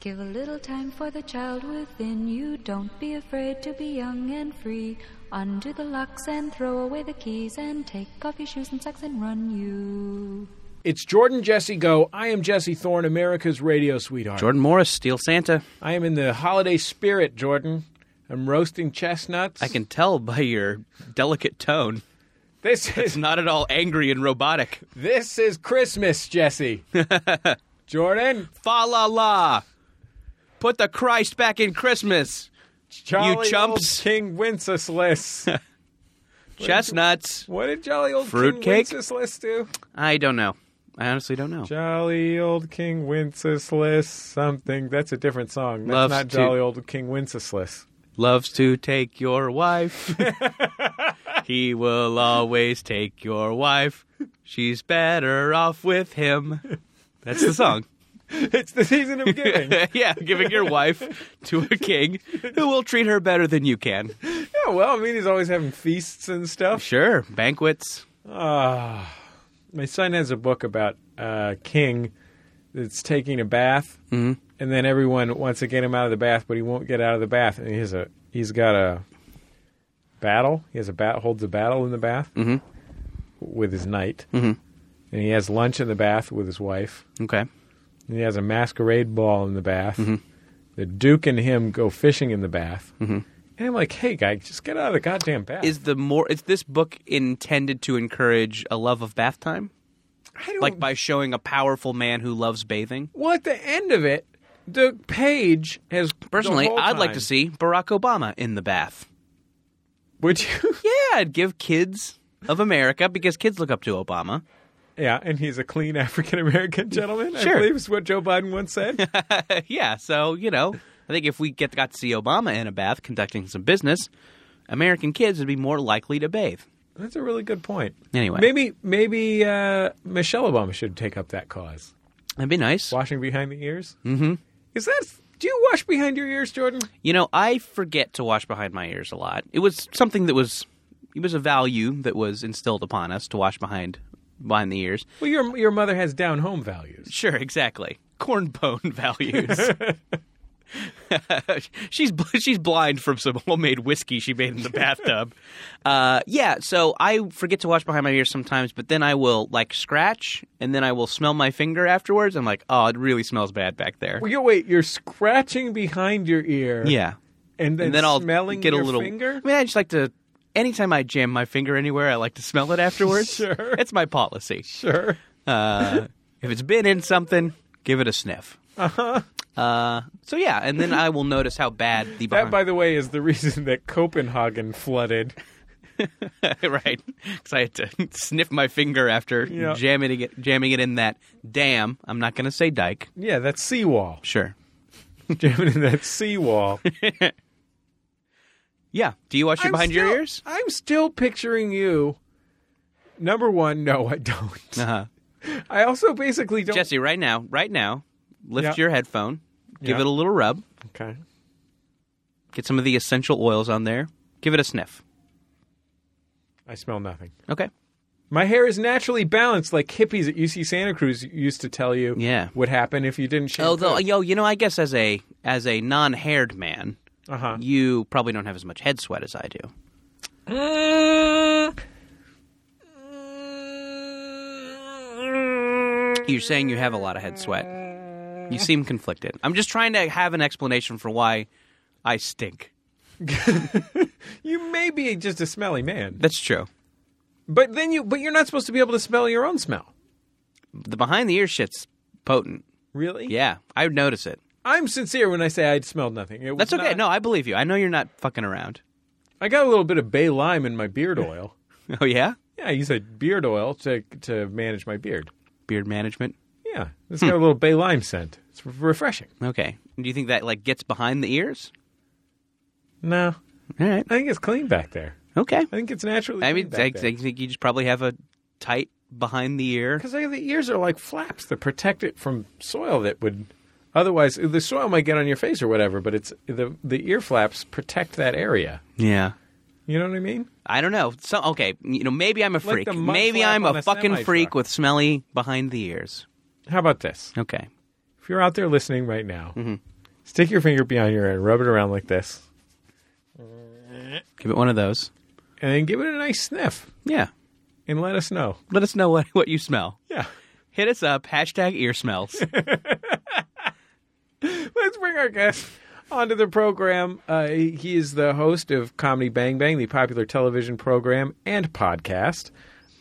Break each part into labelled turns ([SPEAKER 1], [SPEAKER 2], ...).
[SPEAKER 1] Give a little time for the child within you. Don't be afraid to be young and free. Undo the locks and throw away the keys and take off your shoes and socks and run you.
[SPEAKER 2] It's Jordan Jesse Go. I am Jesse Thorne, America's radio sweetheart.
[SPEAKER 3] Jordan Morris, Steel Santa.
[SPEAKER 2] I am in the holiday spirit, Jordan. I'm roasting chestnuts.
[SPEAKER 3] I can tell by your delicate tone.
[SPEAKER 2] This
[SPEAKER 3] It's
[SPEAKER 2] is
[SPEAKER 3] not at all angry and robotic.
[SPEAKER 2] this is Christmas, Jesse. Jordan,
[SPEAKER 3] Fa la la. Put the Christ back in Christmas.
[SPEAKER 2] jolly old
[SPEAKER 3] chumps.
[SPEAKER 2] King Wenceslas.
[SPEAKER 3] Chestnuts.
[SPEAKER 2] what did jolly old King
[SPEAKER 3] Fruitcake?
[SPEAKER 2] Wenceslas do?
[SPEAKER 3] I don't know. I honestly don't know.
[SPEAKER 2] Jolly old King Wenceslas, something. That's a different song. That's
[SPEAKER 3] Loves
[SPEAKER 2] not
[SPEAKER 3] to-
[SPEAKER 2] jolly old King Wenceslas.
[SPEAKER 3] Loves to take your wife. he will always take your wife. She's better off with him. That's the song.
[SPEAKER 2] It's the season of giving. yeah,
[SPEAKER 3] yeah, giving your wife to a king who will treat her better than you can.
[SPEAKER 2] well, I mean, he's always having feasts and stuff.
[SPEAKER 3] Sure, banquets.
[SPEAKER 2] Ah, my son has a book about uh, King that's taking a bath,
[SPEAKER 3] Mm-hmm.
[SPEAKER 2] and then everyone wants to get him out of the bath, but he won't get out of the bath, and he's a he's got a battle. He has a bat holds a battle in the bath
[SPEAKER 3] Mm-hmm.
[SPEAKER 2] with his knight, and he has lunch in the bath with his wife,
[SPEAKER 3] Okay.
[SPEAKER 2] and he has a masquerade ball in the bath.
[SPEAKER 3] Mm-hmm.
[SPEAKER 2] The Duke and him go fishing in the bath, and I'm like, "Hey, guy, just get out of the goddamn bath."
[SPEAKER 3] Mm-hmm. Is the more is this book intended to encourage a love of bath time?
[SPEAKER 2] I don't
[SPEAKER 3] Like by showing a powerful man who loves bathing?
[SPEAKER 2] Well, at the end of it, the page has. the
[SPEAKER 3] Personally,
[SPEAKER 2] whole
[SPEAKER 3] I'd like
[SPEAKER 2] time-
[SPEAKER 3] to see Barack Obama in the bath.
[SPEAKER 2] Would you?
[SPEAKER 3] Yeah, I'd give kids of America because kids look up to Obama.
[SPEAKER 2] yeah, and he's a clean African American gentleman.
[SPEAKER 3] Sure.
[SPEAKER 2] I believe is what Joe Biden once said.
[SPEAKER 3] yeah, so you know, I think if we get got to see Obama in a bath conducting some business, American kids would be more likely to bathe.
[SPEAKER 2] That's a really good point.
[SPEAKER 3] Anyway.
[SPEAKER 2] maybe maybe uh, Michelle Obama should take up that cause.
[SPEAKER 3] That'd be nice.
[SPEAKER 2] Washing behind the ears. Mm-hmm. Is that? Do you wash behind your ears, Jordan?
[SPEAKER 3] You know, I forget to wash behind my ears a lot. It was something that was it was a value that was instilled upon us to wash behind behind the ears.
[SPEAKER 2] Well, your your mother has down home values.
[SPEAKER 3] Sure, exactly. Cornbone values. she's bl- she's blind from some homemade whiskey she made in the bathtub. Uh, yeah, so I forget to wash behind my ears sometimes, but then I will like scratch and then I will smell my finger afterwards. I'm like, oh, it really smells bad back there.
[SPEAKER 2] Well, you wait. You're scratching behind your ear.
[SPEAKER 3] Yeah,
[SPEAKER 2] and then,
[SPEAKER 3] and then I'll
[SPEAKER 2] smelling
[SPEAKER 3] get
[SPEAKER 2] your
[SPEAKER 3] a little.
[SPEAKER 2] finger.
[SPEAKER 3] I mean, I just like to. Anytime I jam my finger anywhere, I like to smell it afterwards.
[SPEAKER 2] Sure.
[SPEAKER 3] it's my policy.
[SPEAKER 2] Sure.
[SPEAKER 3] Uh, if it's been in something, give it a sniff. Uh-huh. So yeah, and then I will notice how bad the
[SPEAKER 2] That,
[SPEAKER 3] behind-
[SPEAKER 2] by the way, is the reason that Copenhagen flooded.
[SPEAKER 3] right because I had to sniff my finger after
[SPEAKER 2] Yeah.
[SPEAKER 3] jamming it jamming it in that dam. I'm not going to say dike.
[SPEAKER 2] Yeah, that seawall.
[SPEAKER 3] Sure.
[SPEAKER 2] Jamming in that seawall.
[SPEAKER 3] Yeah. Do you wash it
[SPEAKER 2] I'm
[SPEAKER 3] behind your
[SPEAKER 2] still-
[SPEAKER 3] ears?
[SPEAKER 2] I'm still picturing you. Number one, no, I don't.
[SPEAKER 3] Uh huh.
[SPEAKER 2] I also basically don't.
[SPEAKER 3] Jesse, right now, right now, lift
[SPEAKER 2] Yeah.
[SPEAKER 3] your headphone, give
[SPEAKER 2] Yeah.
[SPEAKER 3] it a little rub.
[SPEAKER 2] Okay.
[SPEAKER 3] Get some of the essential oils on there. Give it a sniff.
[SPEAKER 2] I smell nothing.
[SPEAKER 3] Okay.
[SPEAKER 2] My hair is naturally balanced, like hippies at UC Santa Cruz used to tell you
[SPEAKER 3] Yeah.
[SPEAKER 2] would happen if you didn't shave.
[SPEAKER 3] Although, yo, you know, I guess as a as a non-haired man,
[SPEAKER 2] uh huh.
[SPEAKER 3] you probably don't have as much head sweat as I do. You're saying you have a lot of head sweat. You seem conflicted. I'm just trying to have an explanation for why I stink.
[SPEAKER 2] You may be just a smelly man,
[SPEAKER 3] That's true.
[SPEAKER 2] but then you but you're not supposed to be able to smell your own smell.
[SPEAKER 3] The behind the ear shit's potent.
[SPEAKER 2] Really?
[SPEAKER 3] Yeah, I would notice it.
[SPEAKER 2] I'm sincere when I say I smelled nothing. It was
[SPEAKER 3] That's okay.
[SPEAKER 2] not-
[SPEAKER 3] No, I believe you. I know you're not fucking around.
[SPEAKER 2] I got a little bit of bay lime in my beard oil.
[SPEAKER 3] Oh yeah,
[SPEAKER 2] Yeah, I use a beard oil to to manage my beard.
[SPEAKER 3] beard management.
[SPEAKER 2] Yeah, it's
[SPEAKER 3] Hmm.
[SPEAKER 2] got a little bay lime scent. It's re- refreshing.
[SPEAKER 3] Okay. Do you think that like gets behind the ears?
[SPEAKER 2] No,
[SPEAKER 3] All right.
[SPEAKER 2] I think it's clean back there.
[SPEAKER 3] Okay.
[SPEAKER 2] I think it's naturally.
[SPEAKER 3] I mean,
[SPEAKER 2] clean
[SPEAKER 3] I,
[SPEAKER 2] back
[SPEAKER 3] I think you just probably have a tight behind the ear.
[SPEAKER 2] because the ears are like flaps that protect it from soil that would otherwise the soil might get on your face or whatever. But it's the the ear flaps protect that area.
[SPEAKER 3] Yeah.
[SPEAKER 2] You know what I mean?
[SPEAKER 3] I don't know. So okay, you know, maybe I'm a
[SPEAKER 2] Like
[SPEAKER 3] freak.
[SPEAKER 2] the mud
[SPEAKER 3] maybe
[SPEAKER 2] flap
[SPEAKER 3] I'm
[SPEAKER 2] on
[SPEAKER 3] a
[SPEAKER 2] a
[SPEAKER 3] fucking freak
[SPEAKER 2] semi-truck.
[SPEAKER 3] with smelly behind the ears.
[SPEAKER 2] How about this?
[SPEAKER 3] Okay.
[SPEAKER 2] if you're out there listening right now,
[SPEAKER 3] Mm-hmm.
[SPEAKER 2] stick your finger behind your head, rub it around like this,
[SPEAKER 3] Give it one of those.
[SPEAKER 2] and then give it a nice sniff
[SPEAKER 3] Yeah.
[SPEAKER 2] and let us know.
[SPEAKER 3] Let us know what, what you smell.
[SPEAKER 2] Yeah.
[SPEAKER 3] Hit us up, hashtag ear smells.
[SPEAKER 2] Let's bring our guest onto the program. Uh, he he is the host of Comedy Bang Bang, the popular television program and podcast.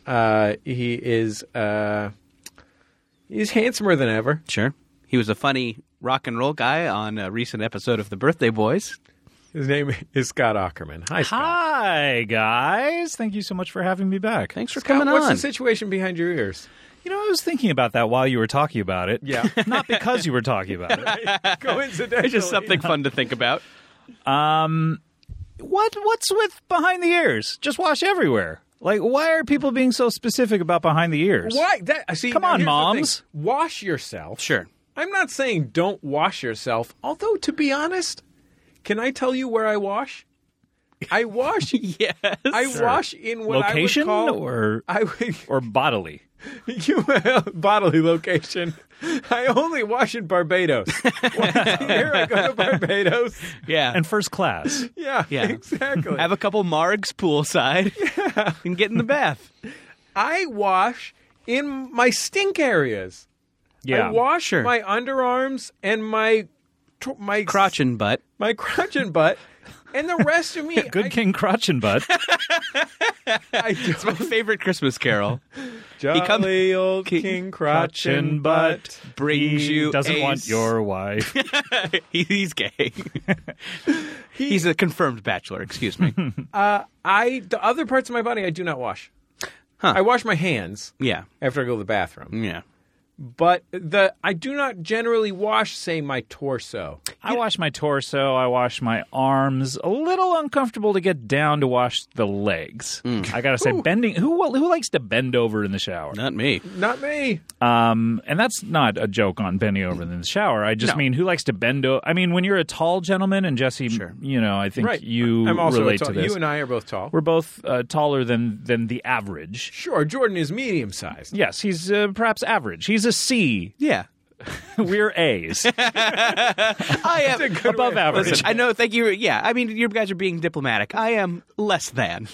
[SPEAKER 2] Uh, he is uh, he's handsomer than ever.
[SPEAKER 3] sure. He was a funny rock and roll guy on a recent episode of The Birthday Boys.
[SPEAKER 2] His name is Scott Ackerman. Hi, Scott.
[SPEAKER 4] Hi, guys. Thank you so much for having me back.
[SPEAKER 3] Thanks for
[SPEAKER 2] Scott,
[SPEAKER 3] coming
[SPEAKER 2] what's
[SPEAKER 3] on.
[SPEAKER 2] the situation behind your ears?
[SPEAKER 4] You know, I was thinking about that while you were talking about it.
[SPEAKER 2] Yeah.
[SPEAKER 4] Not because you were talking about it.
[SPEAKER 2] Coincidentally,
[SPEAKER 3] It's just something fun to think about.
[SPEAKER 4] What what's with behind the ears? Just wash everywhere. Like why are people being so specific about behind the ears?
[SPEAKER 2] Why? That, see,
[SPEAKER 4] Come
[SPEAKER 2] now
[SPEAKER 4] on,
[SPEAKER 2] here's the thing.
[SPEAKER 4] moms.
[SPEAKER 2] Wash yourself.
[SPEAKER 3] Sure.
[SPEAKER 2] I'm not saying don't wash yourself, although to be honest, can I tell you where I wash? I wash
[SPEAKER 3] Yes.
[SPEAKER 2] I wash in what
[SPEAKER 4] Location
[SPEAKER 2] I would call
[SPEAKER 4] or
[SPEAKER 2] I would
[SPEAKER 4] or bodily?
[SPEAKER 2] you bodily location. I only wash in Barbados. Once a year I go to Barbados.
[SPEAKER 3] Yeah.
[SPEAKER 4] And first class.
[SPEAKER 2] Yeah,
[SPEAKER 3] Yeah.
[SPEAKER 2] exactly.
[SPEAKER 3] Have a couple margs poolside and get in the bath.
[SPEAKER 2] I wash in my stink areas.
[SPEAKER 4] Yeah.
[SPEAKER 2] I wash
[SPEAKER 3] Sure.
[SPEAKER 2] my underarms and my tr- my
[SPEAKER 3] Crotch and butt.
[SPEAKER 2] my crotch and butt, and the rest of me.
[SPEAKER 4] Good
[SPEAKER 2] I,
[SPEAKER 4] King Crotch and Butt.
[SPEAKER 2] I don't-
[SPEAKER 3] My favorite Christmas carol
[SPEAKER 2] Jolly
[SPEAKER 3] come-
[SPEAKER 2] old
[SPEAKER 3] King-
[SPEAKER 2] King, Crotch and Butt.
[SPEAKER 3] brings
[SPEAKER 4] He
[SPEAKER 3] you
[SPEAKER 4] doesn't
[SPEAKER 3] a
[SPEAKER 4] want your wife.
[SPEAKER 3] He- He's gay. He's a confirmed bachelor. Excuse me.
[SPEAKER 2] I the other parts of my body I do not wash. I wash my hands
[SPEAKER 3] yeah.
[SPEAKER 2] after I go to the bathroom,
[SPEAKER 3] Yeah.
[SPEAKER 2] but the I do not generally wash, say, my torso.
[SPEAKER 4] I wash my torso. I wash my arms. A little uncomfortable to get down to wash the legs.
[SPEAKER 2] Mm.
[SPEAKER 4] I gotta say, bending. Who who likes to bend over in the shower?
[SPEAKER 3] Not me.
[SPEAKER 2] Not me.
[SPEAKER 4] Um, and that's not a joke on bending over in the shower. I just mean who likes to bend over. I mean, when you're a tall gentleman, and Jesse, you know, I think
[SPEAKER 2] Right.
[SPEAKER 4] you
[SPEAKER 2] I'm also a
[SPEAKER 4] relate
[SPEAKER 2] tall-
[SPEAKER 4] to this.
[SPEAKER 2] You and I are both tall.
[SPEAKER 4] We're both uh, taller than than the average.
[SPEAKER 2] sure, Jordan is medium sized.
[SPEAKER 4] Yes, he's uh, perhaps average. He's a C.
[SPEAKER 3] Yeah.
[SPEAKER 4] We're A's
[SPEAKER 3] I am
[SPEAKER 4] above average.
[SPEAKER 3] Listen, I know. Thank you. Yeah. I mean, you guys are being diplomatic. I am less than.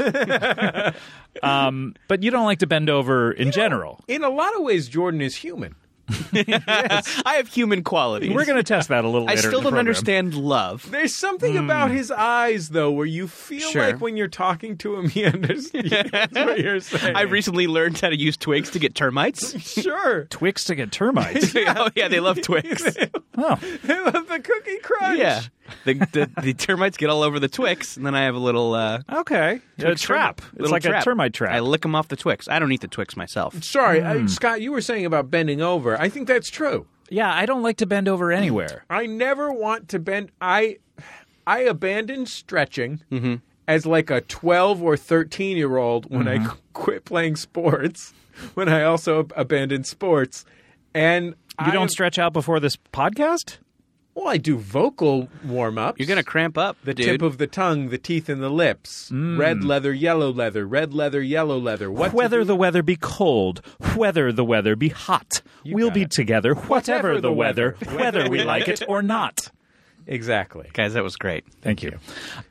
[SPEAKER 4] um, but you don't like to bend over in general.
[SPEAKER 2] In a lot of ways, Jordan is human.
[SPEAKER 3] I have human qualities.
[SPEAKER 4] We're going to test that a little
[SPEAKER 3] I
[SPEAKER 4] later. in
[SPEAKER 3] still
[SPEAKER 4] the
[SPEAKER 3] don't
[SPEAKER 4] program.
[SPEAKER 3] understand love.
[SPEAKER 2] There's something about his eyes, though, where you feel
[SPEAKER 3] Sure.
[SPEAKER 2] like when you're talking to him, he understands what you're saying.
[SPEAKER 3] I recently learned how to use twigs to get termites.
[SPEAKER 2] sure.
[SPEAKER 4] Twix to get termites.
[SPEAKER 3] oh yeah, they love twigs.
[SPEAKER 4] oh,
[SPEAKER 2] I love the cookie crunch.
[SPEAKER 3] Yeah, the, the the termites get all over the Twix, and then I have a little uh,
[SPEAKER 4] okay. A trap. It's
[SPEAKER 3] little
[SPEAKER 4] like
[SPEAKER 3] trap.
[SPEAKER 4] a termite trap.
[SPEAKER 3] I lick them off the Twix. I don't eat the Twix myself.
[SPEAKER 2] Sorry,
[SPEAKER 3] Hmm.
[SPEAKER 2] I, Scott, you were saying about bending over. I think that's true.
[SPEAKER 4] yeah, I don't like to bend over anywhere.
[SPEAKER 2] I never want to bend. I I abandoned stretching
[SPEAKER 3] Mm-hmm.
[SPEAKER 2] as like a 12 or 13 year old when I
[SPEAKER 3] Mm-hmm.
[SPEAKER 2] qu- quit playing sports, when I also ab- abandoned sports. And
[SPEAKER 4] You
[SPEAKER 2] Mm. I
[SPEAKER 4] don't
[SPEAKER 2] have-
[SPEAKER 4] stretch out before this podcast?
[SPEAKER 2] Well, I do vocal warm ups.
[SPEAKER 3] You're gonna cramp up,
[SPEAKER 2] The
[SPEAKER 3] dude. Mm.
[SPEAKER 2] tip of the tongue, the teeth, and the lips. Red leather, yellow leather, red leather, yellow leather. What to
[SPEAKER 4] Whether
[SPEAKER 2] do-
[SPEAKER 4] the weather be cold, whether the weather be hot, we'll
[SPEAKER 2] got
[SPEAKER 4] be
[SPEAKER 2] it.
[SPEAKER 4] together, whatever,
[SPEAKER 2] Whatever
[SPEAKER 4] the,
[SPEAKER 2] the
[SPEAKER 4] weather,
[SPEAKER 2] weather,
[SPEAKER 4] whether we like it or not.
[SPEAKER 2] exactly?
[SPEAKER 3] Guys, that was great.
[SPEAKER 4] Thank you.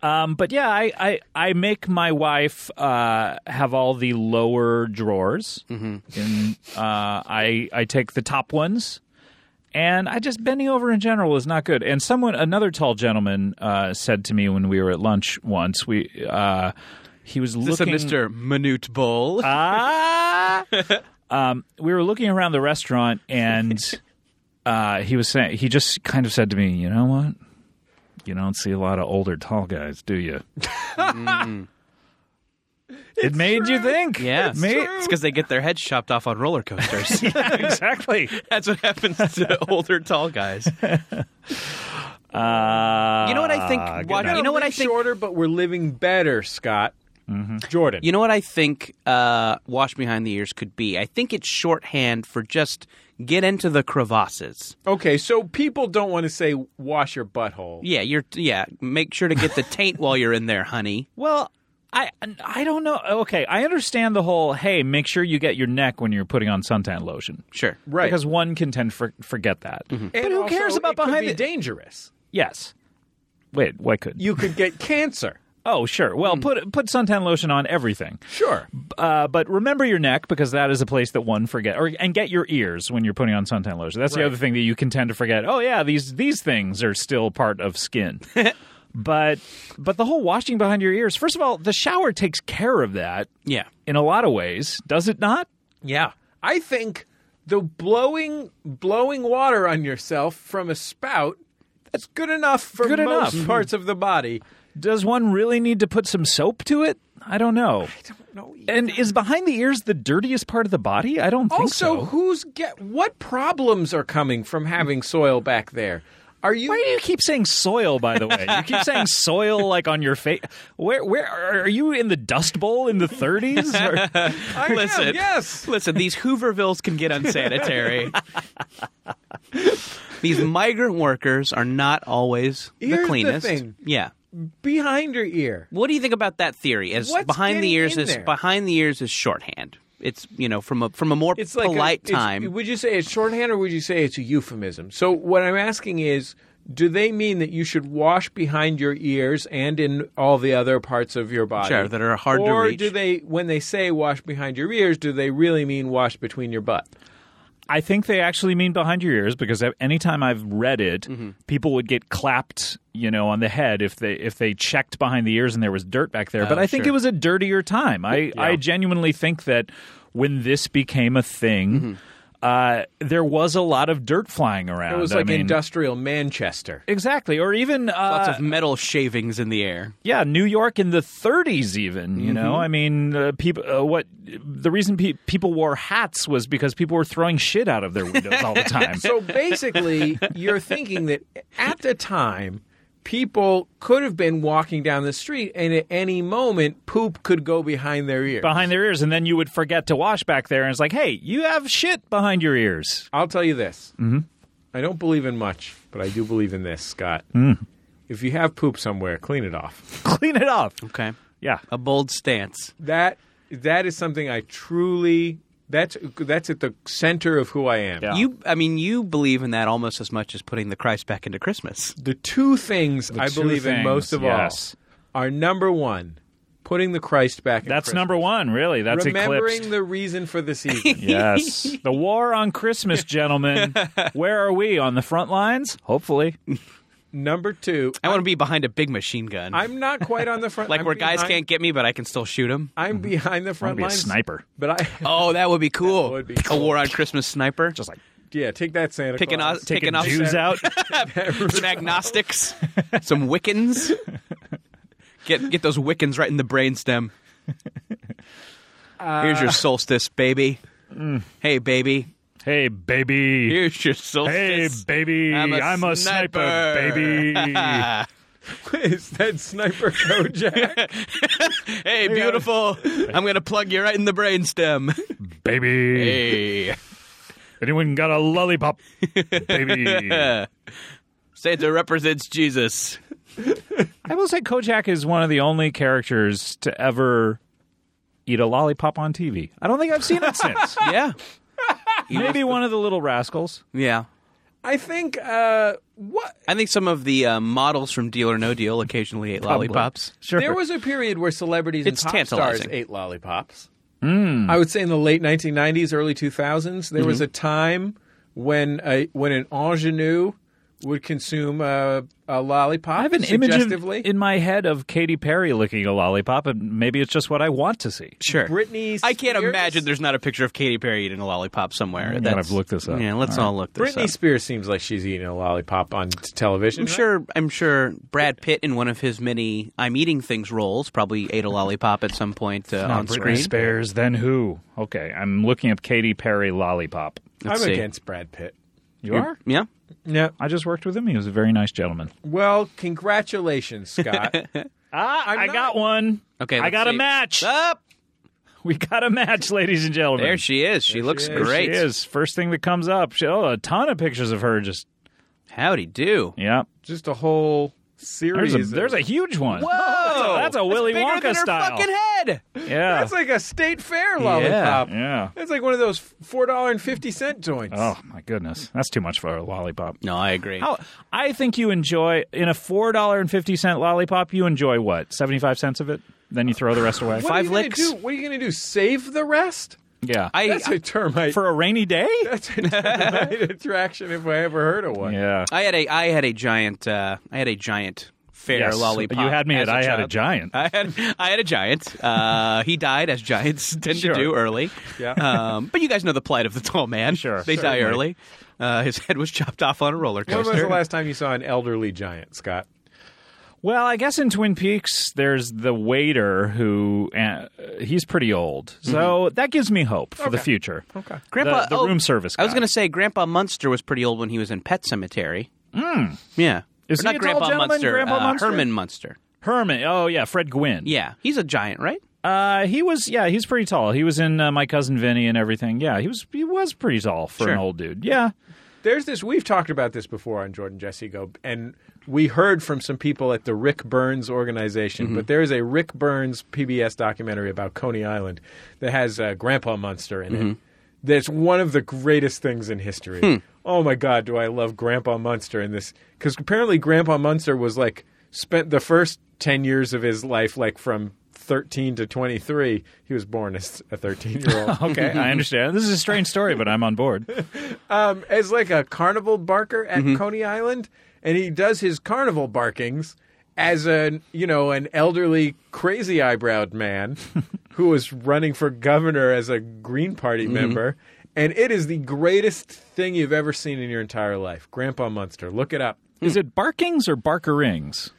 [SPEAKER 4] Um, but yeah, I, I, I make my wife uh, have all the lower drawers.
[SPEAKER 3] Mm-hmm.
[SPEAKER 4] And, uh, I, I take the top ones. And I just bending over in general is not good. And someone, another tall gentleman, uh, said to me when we were at lunch once, we uh, he was
[SPEAKER 3] This
[SPEAKER 4] looking.
[SPEAKER 3] is Mr. Minute Bowl.
[SPEAKER 4] Ah! um, we were looking around the restaurant, and uh, he was saying he just kind of said to me, "You know what? You don't see a lot of older tall guys, do you?" It made you think.
[SPEAKER 3] yeah,
[SPEAKER 4] It made-
[SPEAKER 3] it's because they get their heads chopped off on roller coasters.
[SPEAKER 4] exactly.
[SPEAKER 3] That's what happens to older tall guys. Ah,
[SPEAKER 4] Uh,
[SPEAKER 3] You know what I think?
[SPEAKER 4] good
[SPEAKER 3] Watch-
[SPEAKER 4] night.
[SPEAKER 3] you know what I
[SPEAKER 2] Live
[SPEAKER 3] think? Mm-hmm.
[SPEAKER 2] Shorter, but we're living better, Scott. Jordan.
[SPEAKER 3] You know what I think uh, Wash Behind the Ears could be? I think it's shorthand for just get into the crevasses.
[SPEAKER 2] okay, so people don't want to say wash your butthole.
[SPEAKER 3] Yeah, you're yeah, make sure to get the taint while you're in there, honey.
[SPEAKER 4] Well, I I don't know. Okay, I understand the whole. Hey, make sure you get your neck when you're putting on suntan lotion.
[SPEAKER 3] Sure.
[SPEAKER 2] Right.
[SPEAKER 4] Because one can tend for, forget that. But
[SPEAKER 2] And
[SPEAKER 4] who
[SPEAKER 2] also,
[SPEAKER 4] cares about
[SPEAKER 2] it could
[SPEAKER 4] behind
[SPEAKER 2] be
[SPEAKER 4] the?
[SPEAKER 2] dangerous.
[SPEAKER 4] yes. Wait, what could?
[SPEAKER 2] You could get cancer.
[SPEAKER 4] oh, sure. Well, put put suntan lotion on everything.
[SPEAKER 2] Sure.
[SPEAKER 4] Uh, but remember your neck because that is a place that one forget or and get your ears when you're putting on suntan lotion. That's the other thing that you can tend to forget. Oh yeah, these these things are still part of skin. but but the whole washing behind your ears. First of all, the shower takes care of that
[SPEAKER 3] Yeah.
[SPEAKER 4] in a lot of ways, does it not?
[SPEAKER 2] Yeah. I think the blowing blowing water on yourself from a spout that's good enough for
[SPEAKER 4] Good
[SPEAKER 2] most
[SPEAKER 4] enough.
[SPEAKER 2] parts of the body.
[SPEAKER 4] Does one really need to put some soap to it? I don't know.
[SPEAKER 2] No.
[SPEAKER 4] And is behind the ears the dirtiest part of the body? I don't think
[SPEAKER 2] Also,
[SPEAKER 4] so.
[SPEAKER 2] who's get what problems are coming from having soil back there? Are you
[SPEAKER 4] Why do you keep saying soil? By the way, you keep saying soil like on your face. Where, where are you in the Dust Bowl in the 30s? Or-
[SPEAKER 2] I am,
[SPEAKER 3] Listen.
[SPEAKER 2] yes.
[SPEAKER 3] Listen, these Hoovervilles can get unsanitary. these migrant workers are not always
[SPEAKER 2] Here's
[SPEAKER 3] the
[SPEAKER 2] the
[SPEAKER 3] cleanest.
[SPEAKER 2] thing.
[SPEAKER 3] Yeah.
[SPEAKER 2] Behind your ear.
[SPEAKER 3] What do you think about that theory? As
[SPEAKER 2] What's
[SPEAKER 3] behind the
[SPEAKER 2] getting
[SPEAKER 3] ears
[SPEAKER 2] in
[SPEAKER 3] is
[SPEAKER 2] there?
[SPEAKER 3] behind the ears is shorthand. It's you know from a from a more
[SPEAKER 2] It's like a-
[SPEAKER 3] polite
[SPEAKER 2] it's-
[SPEAKER 3] time.
[SPEAKER 2] Would you say it's shorthand or would you say it's a euphemism? So what I'm asking is do they mean that you should wash behind your ears and in all the other parts of your body
[SPEAKER 3] Sure, that are hard to
[SPEAKER 2] or
[SPEAKER 3] reach.
[SPEAKER 2] do they when they say wash behind your ears do they really mean wash between your butt
[SPEAKER 4] I think they actually mean behind your ears because I- anytime I've read it, people would get clapped, you know, on the head if they if they checked behind the ears and there was dirt back there. but I think
[SPEAKER 3] sure.
[SPEAKER 4] it was a dirtier time. I I genuinely think that when this became a thing. Uh, there was a lot of dirt flying around.
[SPEAKER 2] it was
[SPEAKER 4] I
[SPEAKER 2] like
[SPEAKER 4] mean-
[SPEAKER 2] industrial manchester
[SPEAKER 4] Exactly, or even uh,
[SPEAKER 3] Lots of metal shavings in the air.
[SPEAKER 4] yeah, New York in the 30s, even. You know,
[SPEAKER 2] Mm-hmm.
[SPEAKER 4] I mean, uh, people. Uh, what the reason pe- people wore hats was because people were throwing shit out of their windows all the time.
[SPEAKER 2] so basically you're thinking that at the time people could have been walking down the street and at any moment poop could go behind their ear
[SPEAKER 4] behind their ears, and then you would forget to wash back there, and it's like, hey, you have shit behind your ears.
[SPEAKER 2] I'll tell you this.
[SPEAKER 4] Mm-hmm.
[SPEAKER 2] I don't believe in much, but I do believe in this, Scott.
[SPEAKER 4] Mm.
[SPEAKER 2] If you have poop somewhere, clean it off.
[SPEAKER 4] Clean it off.
[SPEAKER 3] Okay.
[SPEAKER 4] Yeah.
[SPEAKER 3] A bold stance.
[SPEAKER 2] That that is something I truly that's that's at the center of who I am.
[SPEAKER 4] Yeah.
[SPEAKER 3] You I mean you believe in that almost as much as putting the Christ back into Christmas.
[SPEAKER 2] The two things I
[SPEAKER 4] two
[SPEAKER 2] believe in
[SPEAKER 4] things,
[SPEAKER 2] most of
[SPEAKER 4] yes.
[SPEAKER 2] all are number 1, putting the Christ back in
[SPEAKER 4] That's
[SPEAKER 2] Christmas.
[SPEAKER 4] number one, really. That's
[SPEAKER 2] Remembering
[SPEAKER 4] eclipsed.
[SPEAKER 2] the reason for the season.
[SPEAKER 4] yes. The war on Christmas, gentlemen. Where are we? On the front lines? Hopefully.
[SPEAKER 2] number 2,
[SPEAKER 3] I want to be behind a big machine gun.
[SPEAKER 2] I'm not quite on the front
[SPEAKER 3] like
[SPEAKER 2] I'm
[SPEAKER 3] where guys
[SPEAKER 2] behind-
[SPEAKER 3] can't get me but I can still shoot them.
[SPEAKER 2] I'm behind the
[SPEAKER 4] I'll
[SPEAKER 2] front
[SPEAKER 4] Mm-hmm. be a
[SPEAKER 2] lines.
[SPEAKER 4] sniper.
[SPEAKER 2] But I
[SPEAKER 3] Oh, that would be cool.
[SPEAKER 2] would be
[SPEAKER 3] A
[SPEAKER 2] cool.
[SPEAKER 3] war on Christmas sniper. Just like
[SPEAKER 2] yeah, take that Santa
[SPEAKER 3] Picking
[SPEAKER 2] Claus.
[SPEAKER 3] us-
[SPEAKER 4] Taking
[SPEAKER 3] Taking off-
[SPEAKER 4] Jews out.
[SPEAKER 3] some agnostics, some Wiccans. Get get those Wiccans right in the brainstem.
[SPEAKER 2] Uh,
[SPEAKER 3] Here's your solstice, baby. Hey, baby.
[SPEAKER 4] hey, baby.
[SPEAKER 3] Here's your
[SPEAKER 4] Hey,
[SPEAKER 3] solstice.
[SPEAKER 4] baby,
[SPEAKER 3] I'm
[SPEAKER 4] I'm
[SPEAKER 3] a
[SPEAKER 4] a, sniper,
[SPEAKER 3] sniper.
[SPEAKER 4] baby.
[SPEAKER 2] Is that Sniper Kojak?
[SPEAKER 3] Hey, beautiful. I'm gonna plug you right in the brainstem.
[SPEAKER 4] baby.
[SPEAKER 3] Hey,
[SPEAKER 4] Anyone got a lollipop? baby.
[SPEAKER 3] Santa represents Jesus.
[SPEAKER 4] I will say Kojak is one of the only characters to ever eat a lollipop on TV. I don't think I've seen it since.
[SPEAKER 3] Yeah,
[SPEAKER 4] Maybe one of the little rascals.
[SPEAKER 3] yeah.
[SPEAKER 2] I think uh, what
[SPEAKER 3] I think some of the uh, models from Deal or No Deal occasionally ate lollipops.
[SPEAKER 4] Sure.
[SPEAKER 2] there was a period where celebrities
[SPEAKER 3] It's
[SPEAKER 2] and pop
[SPEAKER 3] tantalizing.
[SPEAKER 2] stars ate lollipops.
[SPEAKER 4] Hmm.
[SPEAKER 2] I would say in the late 1990s, early 2000s, there
[SPEAKER 4] Mm-hmm.
[SPEAKER 2] was a time when a, when an ingenue would consume a, a lollipop.
[SPEAKER 4] I have an image of,
[SPEAKER 2] suggestively.
[SPEAKER 4] in my head of Katy Perry licking a lollipop, and maybe it's just what I want to see.
[SPEAKER 3] Sure.
[SPEAKER 2] Britney.
[SPEAKER 3] I can't
[SPEAKER 2] Spears-
[SPEAKER 3] imagine there's not a picture of Katy Perry eating a lollipop somewhere.
[SPEAKER 4] I'm
[SPEAKER 3] That's,
[SPEAKER 4] glad I've looked this up.
[SPEAKER 3] Yeah, let's all look this
[SPEAKER 2] Britney
[SPEAKER 3] up.
[SPEAKER 2] Spears seems like she's eating a lollipop on t- television.
[SPEAKER 3] I'm
[SPEAKER 4] Mm-hmm.
[SPEAKER 3] sure. I'm sure Brad Pitt in one of his many "I'm eating things" roles probably ate a lollipop at some point uh, on
[SPEAKER 4] Britney
[SPEAKER 3] screen.
[SPEAKER 4] Spears, then who? Okay, I'm looking up Katy Perry lollipop.
[SPEAKER 2] I'm
[SPEAKER 3] see.
[SPEAKER 2] against Brad Pitt.
[SPEAKER 4] You are?
[SPEAKER 3] Yeah,
[SPEAKER 2] Yeah.
[SPEAKER 4] I just worked with him. He was a very nice gentleman.
[SPEAKER 2] Well, congratulations, Scott.
[SPEAKER 4] Ah, i
[SPEAKER 2] not-
[SPEAKER 4] got one.
[SPEAKER 3] Okay,
[SPEAKER 4] I
[SPEAKER 3] let's
[SPEAKER 4] got a
[SPEAKER 3] see.
[SPEAKER 4] match.
[SPEAKER 3] up
[SPEAKER 4] We got a match, ladies and gentlemen.
[SPEAKER 3] there she is. She looks
[SPEAKER 2] is.
[SPEAKER 4] There she
[SPEAKER 3] great.
[SPEAKER 4] is. First thing that comes up. She, oh, a ton of pictures of her. Just
[SPEAKER 3] Howdy do.
[SPEAKER 4] yeah.
[SPEAKER 2] Just a whole series.
[SPEAKER 4] There's a,
[SPEAKER 2] of-
[SPEAKER 4] there's a huge one.
[SPEAKER 3] Whoa!
[SPEAKER 4] that's a Willy
[SPEAKER 3] bigger
[SPEAKER 4] Wonka
[SPEAKER 3] than her
[SPEAKER 4] style.
[SPEAKER 3] fucking head.
[SPEAKER 4] Yeah.
[SPEAKER 2] That's like a state fair lollipop.
[SPEAKER 4] yeah.
[SPEAKER 2] That's like one of those four dollar and fifty cent joints.
[SPEAKER 4] Oh my goodness, that's too much for a lollipop.
[SPEAKER 3] No, I agree.
[SPEAKER 4] How, I think you enjoy in a four dollar and fifty cent lollipop. You enjoy what seventy five cents of it, then you throw the rest away.
[SPEAKER 2] what are
[SPEAKER 3] Five
[SPEAKER 2] you
[SPEAKER 3] licks?
[SPEAKER 2] Gonna do? What are you going to do? Save the rest?
[SPEAKER 4] yeah,
[SPEAKER 3] I,
[SPEAKER 2] That's a termite.
[SPEAKER 4] for a rainy day.
[SPEAKER 2] That's a termite attraction if I ever heard of one.
[SPEAKER 4] Yeah,
[SPEAKER 3] I had a I had a giant uh, I had a giant fair
[SPEAKER 4] Yes,
[SPEAKER 3] lollipop.
[SPEAKER 4] You had me
[SPEAKER 3] as
[SPEAKER 4] at I had a
[SPEAKER 3] child.
[SPEAKER 4] giant.
[SPEAKER 3] I had I had a giant. Uh, he died as giants tend
[SPEAKER 4] Sure.
[SPEAKER 3] to do early.
[SPEAKER 2] Yeah.
[SPEAKER 3] Um, but you guys know the plight of the tall man.
[SPEAKER 4] Sure.
[SPEAKER 3] They die early. Uh, his head was chopped off on a roller
[SPEAKER 2] When was
[SPEAKER 3] coaster.
[SPEAKER 2] the last time you saw an elderly giant, Scott?
[SPEAKER 4] Well, I guess in Twin Peaks, there's the waiter who uh, he's pretty old, so that gives me hope for the future. Mm-hmm. Okay,
[SPEAKER 3] Grandpa,
[SPEAKER 4] the, the
[SPEAKER 3] oh,
[SPEAKER 4] room service. Guy.
[SPEAKER 3] I was going to say Grandpa Munster was pretty old when he was in Pet Cemetery. Yeah.
[SPEAKER 4] Hmm. Is
[SPEAKER 3] Or
[SPEAKER 4] he
[SPEAKER 3] not
[SPEAKER 4] a tall
[SPEAKER 3] Grandpa
[SPEAKER 4] gentleman,
[SPEAKER 3] Munster,
[SPEAKER 4] Grandpa
[SPEAKER 3] uh,
[SPEAKER 4] Munster?
[SPEAKER 3] Herman Munster.
[SPEAKER 4] Herman. Oh yeah, Fred Gwynn.
[SPEAKER 3] Yeah, he's a giant, right?
[SPEAKER 4] Uh, he was yeah, he's pretty tall. He was in uh, my cousin Vinny and everything. Yeah, he was he was pretty tall for an
[SPEAKER 3] Sure.
[SPEAKER 4] old dude. Yeah,
[SPEAKER 2] There's this. We've talked about this before on Jordan Jesse Go, and we heard from some people at the Rick Burns organization. But there is a Rick Burns PBS documentary about Coney Island that has uh, Grandpa Munster in it. That's one of the greatest things in history. Oh my God, do I love Grandpa Munster in this? Because apparently Grandpa Munster was like spent the first ten years of his life, like from. 13 to 23 he was born as a 13 year old
[SPEAKER 4] okay, I understand. This is a strange story, but I'm on board.
[SPEAKER 2] um, as like a carnival barker at
[SPEAKER 4] Mm-hmm.
[SPEAKER 2] Coney Island, and he does his carnival barkings as an you know an elderly crazy eyebrowed man who was running for governor as a Green Party
[SPEAKER 4] Mm-hmm.
[SPEAKER 2] member. And it is the greatest thing you've ever seen in your entire life, Grandpa Munster. Look it up,
[SPEAKER 4] Is it Barkings or Barkerings?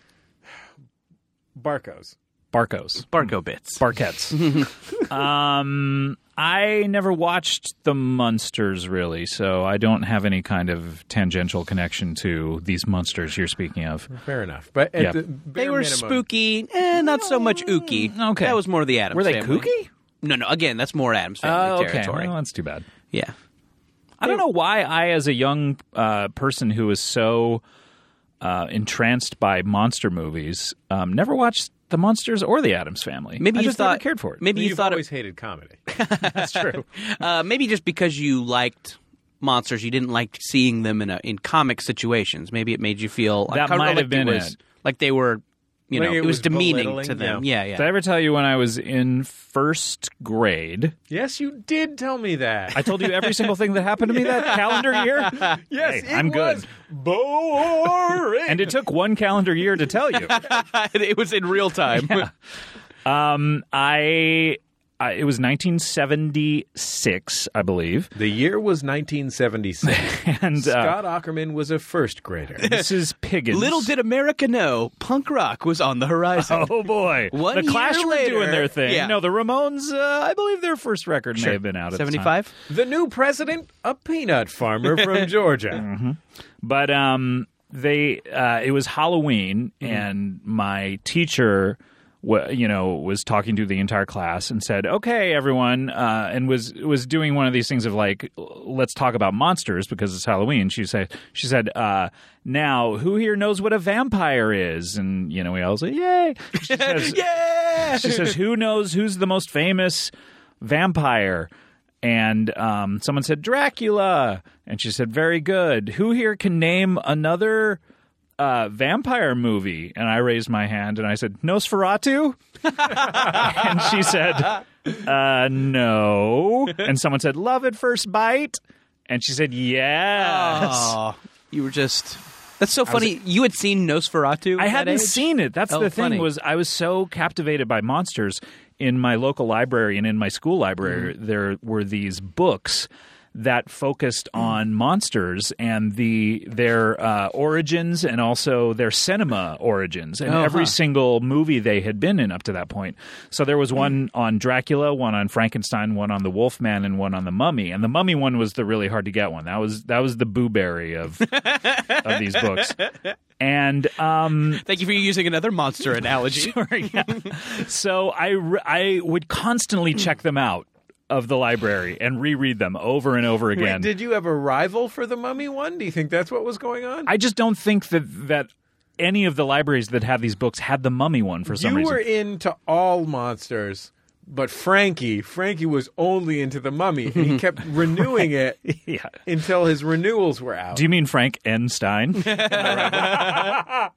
[SPEAKER 2] Barcos.
[SPEAKER 4] Barcos,
[SPEAKER 3] Barco bits.
[SPEAKER 4] Barquettes. um, I never watched the Munsters really, so I don't have any kind of tangential connection to these Munsters you're speaking of.
[SPEAKER 2] Fair enough, but at
[SPEAKER 4] Yeah.
[SPEAKER 2] the
[SPEAKER 3] they
[SPEAKER 2] bare
[SPEAKER 3] were
[SPEAKER 2] minimum-
[SPEAKER 3] spooky, eh, not so much ooky.
[SPEAKER 4] Mm, okay.
[SPEAKER 3] That was more the Adams
[SPEAKER 4] Were they
[SPEAKER 3] family.
[SPEAKER 4] kooky?
[SPEAKER 3] No, no. Again, that's more Adams
[SPEAKER 4] Oh,
[SPEAKER 3] family
[SPEAKER 4] okay.
[SPEAKER 3] territory.
[SPEAKER 4] Well, that's too bad.
[SPEAKER 3] Yeah.
[SPEAKER 4] I don't know why I, as a young uh, person who was so uh, entranced by monster movies, um, never watched The Monsters or The Adams Family.
[SPEAKER 3] Maybe
[SPEAKER 4] I
[SPEAKER 3] you
[SPEAKER 4] just
[SPEAKER 3] thought
[SPEAKER 4] never cared for it.
[SPEAKER 3] Maybe you
[SPEAKER 2] You've
[SPEAKER 3] thought
[SPEAKER 2] always hated comedy.
[SPEAKER 4] Maybe that's true.
[SPEAKER 3] it. Uh, maybe just because you liked monsters, you didn't like seeing them in a, in comic situations. Maybe it made you feel
[SPEAKER 4] That
[SPEAKER 3] uncomfortable,
[SPEAKER 4] might have
[SPEAKER 3] like it
[SPEAKER 4] been
[SPEAKER 3] was-
[SPEAKER 4] it.
[SPEAKER 3] like they were. You know,
[SPEAKER 2] Like it
[SPEAKER 3] was,
[SPEAKER 2] was
[SPEAKER 3] demeaning
[SPEAKER 2] belittling,
[SPEAKER 3] to them.
[SPEAKER 2] yeah.
[SPEAKER 3] Yeah, yeah.
[SPEAKER 4] Did I ever tell you when I was in first grade?
[SPEAKER 2] yes, you did tell me that.
[SPEAKER 4] I told you every single thing that happened to me that calendar year.
[SPEAKER 2] yes,
[SPEAKER 4] Hey,
[SPEAKER 2] it
[SPEAKER 4] I'm
[SPEAKER 2] was
[SPEAKER 4] good.
[SPEAKER 2] boring.
[SPEAKER 4] And it took one calendar year to tell you.
[SPEAKER 3] it was in real time.
[SPEAKER 4] Um, I, I it was 1976, I believe,
[SPEAKER 2] the year was 1976.
[SPEAKER 4] and uh,
[SPEAKER 2] Scott Ackerman was a first grader.
[SPEAKER 4] this is Piggins.
[SPEAKER 3] Little did America know, punk rock was on the horizon.
[SPEAKER 4] Oh boy!
[SPEAKER 3] One
[SPEAKER 4] the Clash
[SPEAKER 3] year
[SPEAKER 4] were doing
[SPEAKER 3] later-
[SPEAKER 4] their thing.
[SPEAKER 3] Yeah.
[SPEAKER 4] No, the Ramones. Uh, I believe their first record may have been out at the time.
[SPEAKER 3] Seventy-five.
[SPEAKER 2] the new president, a peanut farmer from Georgia.
[SPEAKER 4] But um, they uh, it was Halloween, and my teacher. wa- You know, was talking to the entire class and said, "Okay, everyone," uh, and was was doing one of these things of like, "Let's talk about monsters because it's Halloween." She said, "She said, uh, now who here knows what a vampire is?" And you know, we all say, "Yay!" She says,
[SPEAKER 3] Yeah.
[SPEAKER 4] she says, "Who knows who's the most famous vampire?" And um, someone said Dracula, and she said, "Very good. Who here can name another uh, vampire movie?" And I raised my hand and I said, "Nosferatu." and she said, uh, "No." And someone said, "Love at first bite," and she said, "Yes."
[SPEAKER 3] Oh, you were just. That's so funny. you had seen Nosferatu.
[SPEAKER 4] I
[SPEAKER 3] at
[SPEAKER 4] hadn't
[SPEAKER 3] that age?
[SPEAKER 4] seen it. That's
[SPEAKER 3] Oh,
[SPEAKER 4] the thing
[SPEAKER 3] funny.
[SPEAKER 4] was I was so captivated by monsters in my local library and in my school library.
[SPEAKER 3] Mm.
[SPEAKER 4] There were these books that focused
[SPEAKER 3] Mm.
[SPEAKER 4] on monsters and the their uh, origins and also their cinema origins and
[SPEAKER 3] Oh,
[SPEAKER 4] every
[SPEAKER 3] huh.
[SPEAKER 4] single movie they had been in up to that point. So there was one
[SPEAKER 3] Mm.
[SPEAKER 4] on Dracula, one on Frankenstein, one on the Wolfman, and one on the Mummy. And the Mummy one was the really hard to get one. That was that was the booberry of of these books. And um,
[SPEAKER 3] Thank you for using another monster analogy.
[SPEAKER 4] so I, re- I would constantly check them out of the library and reread them over and over again.
[SPEAKER 2] Did you have a rival for the mummy one? Do you think that's what was going on?
[SPEAKER 4] I just don't think that that any of the libraries that have these books had the mummy one for some
[SPEAKER 2] you
[SPEAKER 4] reason.
[SPEAKER 2] were into all monsters, but Frankie, Frankie was only into the mummy, and he kept renewing it
[SPEAKER 4] yeah.
[SPEAKER 2] until his renewals were out.
[SPEAKER 4] Do you mean Frank N. Stein?
[SPEAKER 3] Yeah,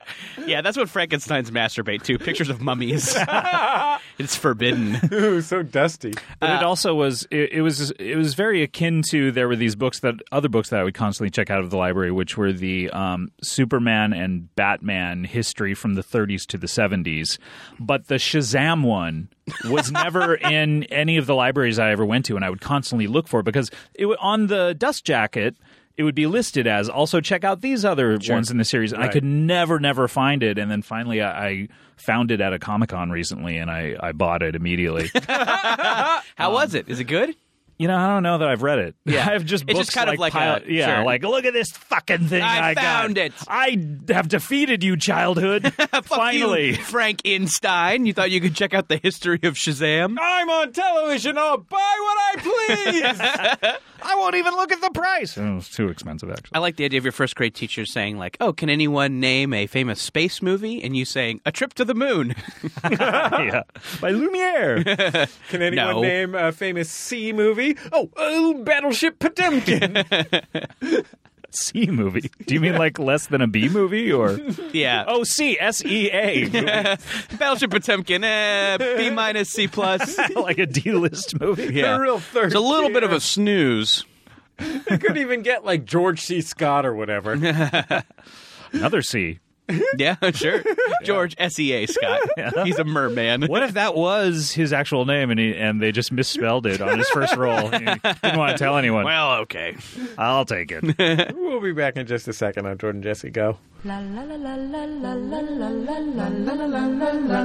[SPEAKER 3] that's what Frankenstein's masturbate to. Pictures of mummies. it's forbidden.
[SPEAKER 2] it was so dusty.
[SPEAKER 4] But it also was it, it was it was very akin to there were these books that other books that I would constantly check out of the library, which were the um, Superman and Batman history from the 30s to the 70s. But the Shazam one was never in any of the libraries I ever went to, and I would constantly look for it because it wa- on the dust jacket. It would be listed as also check out these other ones in the series, and I could never, never find it. And then finally, I, I found it at a Comic Con recently, and I, I bought it immediately.
[SPEAKER 3] How was it? Is it good?
[SPEAKER 4] You know, I don't know that I've read it.
[SPEAKER 3] Yeah.
[SPEAKER 4] I've just
[SPEAKER 3] It's
[SPEAKER 4] books
[SPEAKER 3] just kind of like
[SPEAKER 4] pile-
[SPEAKER 3] a-
[SPEAKER 4] yeah,
[SPEAKER 3] sure.
[SPEAKER 4] like look at this fucking thing
[SPEAKER 3] I
[SPEAKER 4] I, got.
[SPEAKER 3] found it.
[SPEAKER 4] I have defeated you, childhood.
[SPEAKER 3] Uh, Fuck
[SPEAKER 4] Finally,
[SPEAKER 3] you, Frankenstein. You thought you could check out the history of Shazam?
[SPEAKER 2] I'm on television. I'll buy what I please.
[SPEAKER 4] I won't even look at the price. It was Oh, too expensive, actually.
[SPEAKER 3] I like the idea of your first grade teacher saying, like, oh, can anyone name a famous space movie? And you saying, A Trip to the Moon. Uh-huh.
[SPEAKER 4] yeah, by Lumiere.
[SPEAKER 2] Can anyone
[SPEAKER 3] No.
[SPEAKER 2] name a famous C movie? Oh, oh Battleship Potemkin.
[SPEAKER 4] C movie. Do you mean like less than a B movie or?
[SPEAKER 3] yeah.
[SPEAKER 4] Oh, C S E A,
[SPEAKER 3] Battleship Potemkin, eh, B minus, C plus.
[SPEAKER 4] like a D list movie.
[SPEAKER 2] The real third.
[SPEAKER 3] It's a little bit of
[SPEAKER 2] tier.
[SPEAKER 3] a snooze.
[SPEAKER 2] You couldn't even get like George C. Scott or whatever.
[SPEAKER 4] Another C.
[SPEAKER 3] Yeah, sure. George S.E.A. Scott. He's a merman.
[SPEAKER 4] What if that was his actual name and he, and they just misspelled it on his first roll? He didn't want to tell anyone.
[SPEAKER 3] Well, okay.
[SPEAKER 4] I'll take it.
[SPEAKER 2] we'll be back in just a second on Jordan Jesse Go.
[SPEAKER 1] La la la la la la la la la la.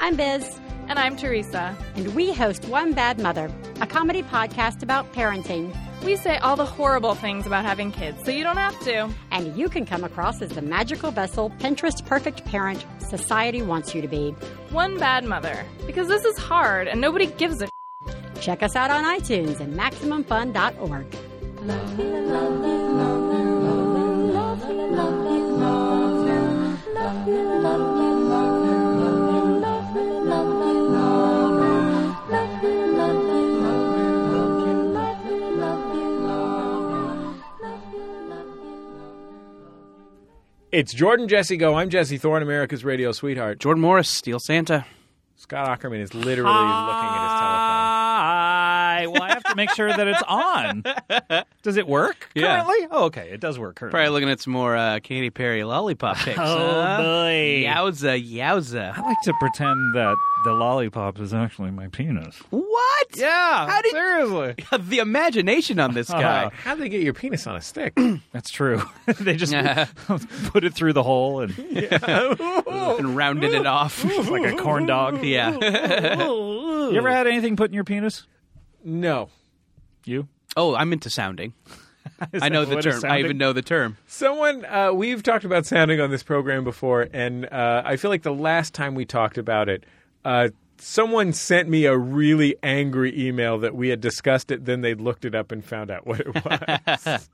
[SPEAKER 5] I'm Biz,
[SPEAKER 6] And I'm Teresa.
[SPEAKER 5] and we host One Bad Mother, a comedy podcast about parenting.
[SPEAKER 6] We say all the horrible things about having kids, so you don't have to.
[SPEAKER 5] And you can come across as the magical vessel, Pinterest perfect parent society wants you to be.
[SPEAKER 6] One bad mother. Because this is hard and nobody gives a
[SPEAKER 5] Check us out on iTunes and MaximumFun.org.
[SPEAKER 2] It's Jordan Jesse Go. I'm Jesse Thorne, America's radio sweetheart.
[SPEAKER 3] Jordan Morris, Steel Santa.
[SPEAKER 2] Scott Ackerman is literally looking at
[SPEAKER 4] Hi. Well, I have to make sure that it's on. Does it work
[SPEAKER 3] Yeah.
[SPEAKER 4] currently? Oh, okay. It does work currently.
[SPEAKER 3] Probably looking at some more uh, Katy Perry lollipop pics.
[SPEAKER 4] Oh,
[SPEAKER 3] huh?
[SPEAKER 4] boy.
[SPEAKER 3] Yowza, yowza.
[SPEAKER 4] I like to pretend that the lollipop is actually my penis.
[SPEAKER 3] What?
[SPEAKER 2] Yeah,
[SPEAKER 3] How did
[SPEAKER 2] seriously.
[SPEAKER 3] the imagination on this guy?
[SPEAKER 2] his telephone. How'd they get your penis on a stick?
[SPEAKER 4] That's true. they just put it through the hole and it's
[SPEAKER 3] and rounded it off.
[SPEAKER 4] like a corn dog.
[SPEAKER 3] yeah.
[SPEAKER 4] You ever had anything put in your penis?
[SPEAKER 2] no.
[SPEAKER 4] You?
[SPEAKER 3] Oh, I'm into sounding. I know the
[SPEAKER 4] what it's
[SPEAKER 3] term. I even
[SPEAKER 4] sounding?
[SPEAKER 3] know the term.
[SPEAKER 2] Someone, uh, we've talked about sounding on this program before, and uh, I feel like the last time we talked about it, uh, someone sent me a really angry email that we had discussed it, then they looked it up and found out what it was.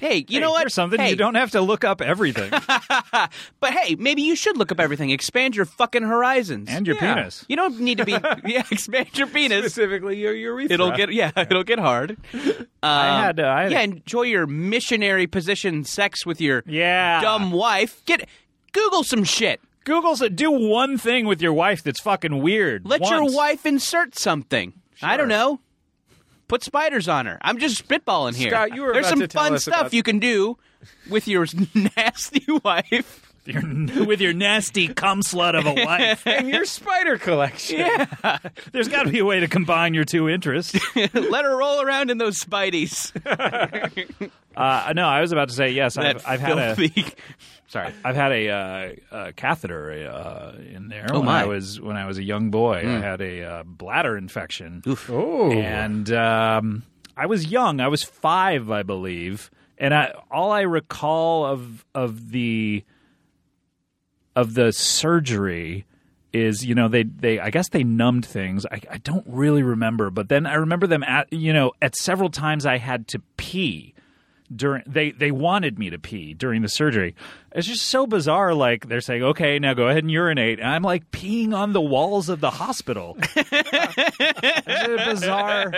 [SPEAKER 3] Hey, you know what?
[SPEAKER 4] Here's something
[SPEAKER 3] Hey, Um,
[SPEAKER 4] you don't have to look up everything
[SPEAKER 3] But hey, maybe you should look up everything. Expand your fucking horizons.
[SPEAKER 4] and your
[SPEAKER 2] Yeah.
[SPEAKER 4] penis.
[SPEAKER 3] you don't need to be. yeah, expand your penis.
[SPEAKER 2] Specifically, your urethra.
[SPEAKER 3] It'll get yeah, it'll get hard.
[SPEAKER 4] I
[SPEAKER 3] Um,
[SPEAKER 4] had. Uh, I had
[SPEAKER 3] yeah, enjoy your missionary position sex with your
[SPEAKER 4] Yeah.
[SPEAKER 3] dumb wife. Get Google some shit.
[SPEAKER 4] Google said do one thing with your wife that's fucking weird.
[SPEAKER 3] Let
[SPEAKER 4] Once.
[SPEAKER 3] your wife insert something. I don't know. Put spiders on her. I'm just spitballing here.
[SPEAKER 2] Scott, you were
[SPEAKER 3] There's
[SPEAKER 2] about
[SPEAKER 3] some
[SPEAKER 2] to tell
[SPEAKER 3] fun
[SPEAKER 2] us
[SPEAKER 3] stuff
[SPEAKER 2] about-
[SPEAKER 3] you can do with your nasty wife.
[SPEAKER 4] your, with your nasty cum slut of a wife.
[SPEAKER 2] And your spider collection.
[SPEAKER 4] There's got to be a way to combine your two interests. Uh,
[SPEAKER 3] Let her roll around in those spideys.
[SPEAKER 4] Uh, no, I was about to say yes. I've,
[SPEAKER 3] That
[SPEAKER 4] I've had a
[SPEAKER 3] filthy. Sorry.
[SPEAKER 4] I've had a, uh, a catheter uh, in there
[SPEAKER 3] Oh,
[SPEAKER 4] when
[SPEAKER 3] my. Hmm.
[SPEAKER 4] I was when I was a young boy. I had a uh, bladder infection,
[SPEAKER 2] Oh.
[SPEAKER 4] and um, I was young. I was five, I believe, and I all I recall of of the of the surgery is you know they they I guess they numbed things. I, I don't really remember, but then I remember them at you know at several times I had to pee during they they wanted me to pee during the surgery. It's just so bizarre. Like they're saying, okay, now go ahead and urinate, and I'm like peeing on the walls of the hospital. it's a bizarre.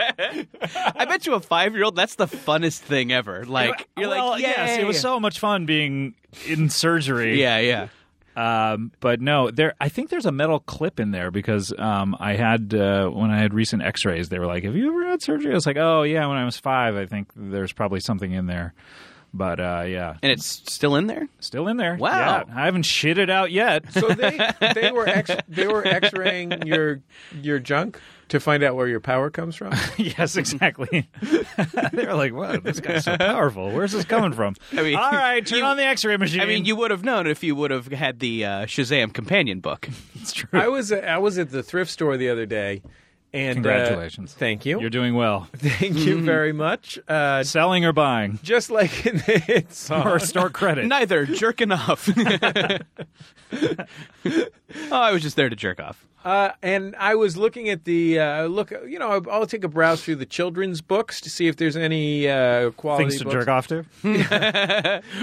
[SPEAKER 3] I bet you a five year old that's the funnest thing ever. Like you're
[SPEAKER 4] Well,
[SPEAKER 3] like
[SPEAKER 4] yes, it was
[SPEAKER 3] "Yay."
[SPEAKER 4] so much fun being in surgery.
[SPEAKER 3] yeah yeah.
[SPEAKER 4] Um, but no, there. I think there's a metal clip in there because um, I had uh, when I had recent X-rays, they were like, "Have you ever had surgery?" I was like, "Oh yeah, when I was five, I think there's probably something in there." But uh, yeah,
[SPEAKER 3] And it's still in there.
[SPEAKER 4] still in there.
[SPEAKER 3] Wow.
[SPEAKER 4] Yeah, I haven't shit it out yet.
[SPEAKER 2] So they they were ex, they were x-raying your your junk to find out where your power comes from.
[SPEAKER 4] yes, exactly. they were like, "Wow, this guy's so powerful. Where's this coming from?"
[SPEAKER 3] I mean,
[SPEAKER 4] all right, turn
[SPEAKER 3] you-
[SPEAKER 4] on the X-ray machine.
[SPEAKER 3] I mean, you would have known if you would have had the uh, Shazam companion book.
[SPEAKER 4] it's true.
[SPEAKER 2] I was I was at the thrift store the other day, and uh,
[SPEAKER 4] Congratulations.
[SPEAKER 2] thank you,
[SPEAKER 4] You're doing well.
[SPEAKER 2] thank you very much. Uh,
[SPEAKER 4] Selling or buying
[SPEAKER 2] just like in the hit song.
[SPEAKER 4] or store credit.
[SPEAKER 3] Neither jerking off. oh, I was just there to jerk off.
[SPEAKER 2] Uh, and I was looking at the uh, look. You know, I'll- I'll take a browse through the children's books to see if there's any uh, quality
[SPEAKER 4] Things to
[SPEAKER 2] books.
[SPEAKER 4] jerk off to.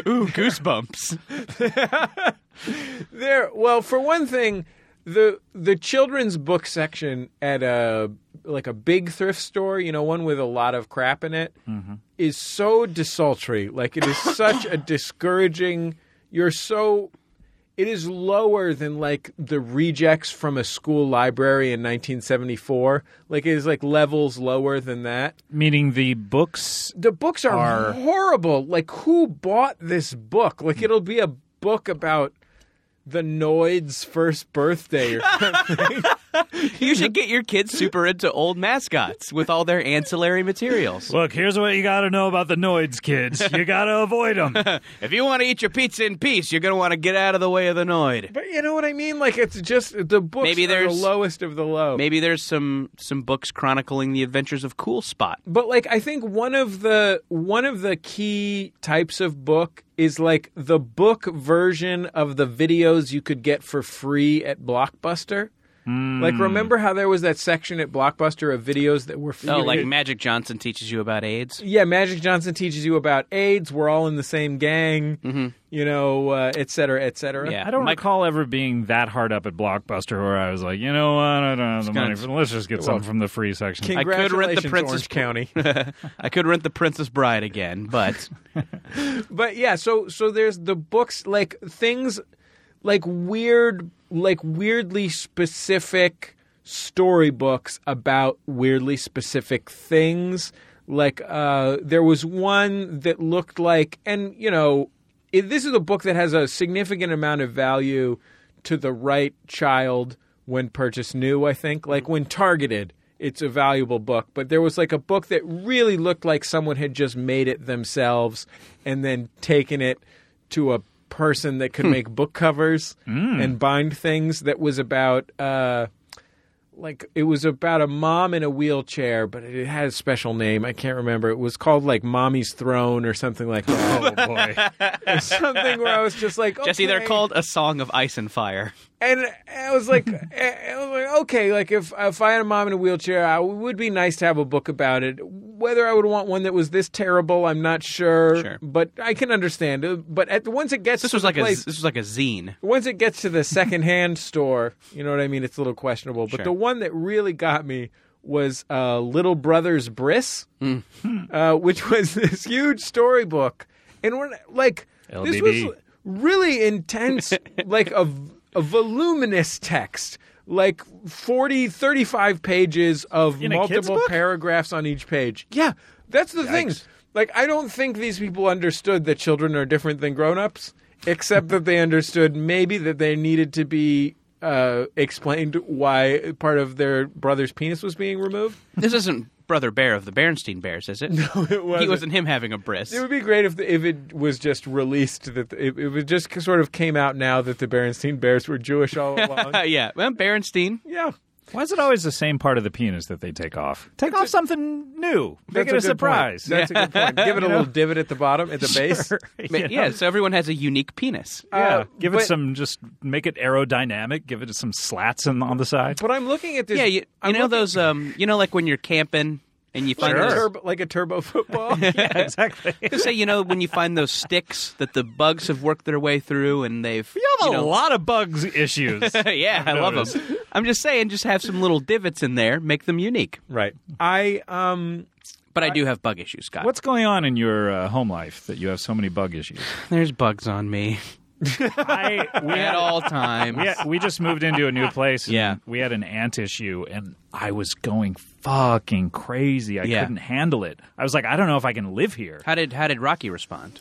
[SPEAKER 3] Ooh, goosebumps.
[SPEAKER 2] There, well, for one thing, the the children's book section at a like a big thrift store, you know, one with a lot of crap in it, is so desultory. Like it is such a discouraging. You're so. It is lower than like the rejects from a school library in 1974. Like it is like levels lower than that.
[SPEAKER 4] Meaning the books
[SPEAKER 2] the books are,
[SPEAKER 4] are-
[SPEAKER 2] horrible. Like who bought this book? Like it'll be a book about the Noid's first birthday. Or
[SPEAKER 3] You should get your kids super into old mascots with all their ancillary materials.
[SPEAKER 4] Look, here's what you got to know about the Noids, kids. You got to avoid them.
[SPEAKER 3] If you want to eat your pizza in peace, you're going to want to get out of the way of the Noid.
[SPEAKER 2] but you know what I mean? Like it's just the books
[SPEAKER 3] Maybe
[SPEAKER 2] are the
[SPEAKER 3] there's-
[SPEAKER 2] lowest of the low.
[SPEAKER 3] Maybe there's some some books chronicling the adventures of Cool Spot.
[SPEAKER 2] But like I think one of the one of the key types of book is like the book version of the videos you could get for free at Blockbuster. Like
[SPEAKER 3] Hmm.
[SPEAKER 2] remember how there was that section at Blockbuster of videos that were free?
[SPEAKER 3] Oh, like Magic Johnson teaches you about AIDS.
[SPEAKER 2] yeah, Magic Johnson teaches you about AIDS. We're all in the same gang, you know, uh, et cetera, et cetera.
[SPEAKER 3] Mm-hmm. Yeah.
[SPEAKER 4] I don't
[SPEAKER 3] Mike-
[SPEAKER 4] recall ever being that hard up at Blockbuster where I was like, you know what, I don't have the money. For, let's just get something from the free section.
[SPEAKER 3] I could rent the
[SPEAKER 2] Congratulations,
[SPEAKER 3] Princess
[SPEAKER 2] Orange
[SPEAKER 3] Pl-
[SPEAKER 2] County.
[SPEAKER 3] I could rent The Princess Bride again, but
[SPEAKER 2] but yeah, so so there's the books like things like weird like weirdly specific storybooks about weirdly specific things. Like uh there was one that looked like and you know it, this is a book that has a significant amount of value to the right child when purchased new, I think. Like when targeted, it's a valuable book. But there was like a book that really looked like someone had just made it themselves and then taken it to a person that could
[SPEAKER 3] Hmm.
[SPEAKER 2] make book covers and bind things that was about uh like it was about a mom in a wheelchair but it had a special name i can't remember it was called like mommy's throne or something like that
[SPEAKER 4] oh, boy.
[SPEAKER 2] something where I was just like,
[SPEAKER 3] Jesse, they're
[SPEAKER 2] okay.
[SPEAKER 3] called A Song of Ice and Fire.
[SPEAKER 2] and I was like, eh, I was like, okay, like if if I had a mom in a wheelchair, I, it would be nice to have a book about it. Whether I would want one that was this terrible, I'm not sure,
[SPEAKER 3] Sure.
[SPEAKER 2] but I can understand. Uh, But at once it gets
[SPEAKER 3] This
[SPEAKER 2] to
[SPEAKER 3] was
[SPEAKER 2] the
[SPEAKER 3] like a
[SPEAKER 2] place,
[SPEAKER 3] this was like a zine.
[SPEAKER 2] once it gets to the secondhand store, you know what I mean? It's a little questionable. But
[SPEAKER 3] Sure.
[SPEAKER 2] the one that really got me was uh, Little Brother's Briss, uh, which was this huge storybook. And we're like, this
[SPEAKER 4] LBD.
[SPEAKER 2] was really intense, like a, a voluminous text. Like 40, 35 pages of
[SPEAKER 4] In a kid's
[SPEAKER 2] multiple
[SPEAKER 4] book?
[SPEAKER 2] paragraphs on each page. Yeah, that's the thing. Like, I don't think these people understood that children are different than grown-ups, except that they understood maybe that they needed to be uh, explained why part of their brother's penis was being removed.
[SPEAKER 3] This isn't Brother Bear of the Bernstein Bears, is it? No,
[SPEAKER 2] it
[SPEAKER 3] He
[SPEAKER 2] wasn't.
[SPEAKER 3] wasn't him having a bris.
[SPEAKER 2] It would be great if the, if it was just released that the, it, it would just
[SPEAKER 3] Uh,
[SPEAKER 2] sort of came out now that the Berenstein Bears were Jewish all along.
[SPEAKER 3] yeah, well, Berenstein.
[SPEAKER 2] yeah.
[SPEAKER 4] Why is it always the same part of the penis that they take off? Take off something new.
[SPEAKER 2] That's
[SPEAKER 4] Make it a,
[SPEAKER 2] good point.
[SPEAKER 4] surprise.
[SPEAKER 2] That's a good point. Give it a little divot at the bottom, at the base.
[SPEAKER 3] Ma- Yeah. so everyone has a unique penis.
[SPEAKER 4] Yeah,
[SPEAKER 2] Uh,
[SPEAKER 4] give it
[SPEAKER 2] but-
[SPEAKER 4] some. Just make it aerodynamic. Give it some slats in, on the side.
[SPEAKER 2] But I'm looking at this.
[SPEAKER 3] yeah, you, you
[SPEAKER 2] I'm
[SPEAKER 3] know
[SPEAKER 2] looking-
[SPEAKER 3] those. Um, you know, like when you're camping and you find
[SPEAKER 2] like a
[SPEAKER 3] those.
[SPEAKER 2] turbo, like a turbo football.
[SPEAKER 4] yeah, exactly.
[SPEAKER 3] Just say, you know, when you find those sticks that the bugs have worked their way through and they've.
[SPEAKER 4] You have a
[SPEAKER 3] know-
[SPEAKER 4] lot of bugs issues.
[SPEAKER 3] yeah, I love
[SPEAKER 4] noticed.
[SPEAKER 3] them. I'm just saying, just have some little divots in there, make them unique.
[SPEAKER 2] Right. I um
[SPEAKER 3] But I do have bug issues, Scott.
[SPEAKER 4] What's going on in your uh, home life that you have so many bug issues?
[SPEAKER 3] There's bugs on me
[SPEAKER 4] I we
[SPEAKER 3] at
[SPEAKER 4] had
[SPEAKER 3] all times.
[SPEAKER 4] we, had- we just moved into a new place. and
[SPEAKER 3] Yeah.
[SPEAKER 4] we had an ant issue, and I was going fucking crazy. I
[SPEAKER 3] Yeah.
[SPEAKER 4] couldn't handle it. I was like, I don't know if I can live here.
[SPEAKER 3] How did how did Rocky respond?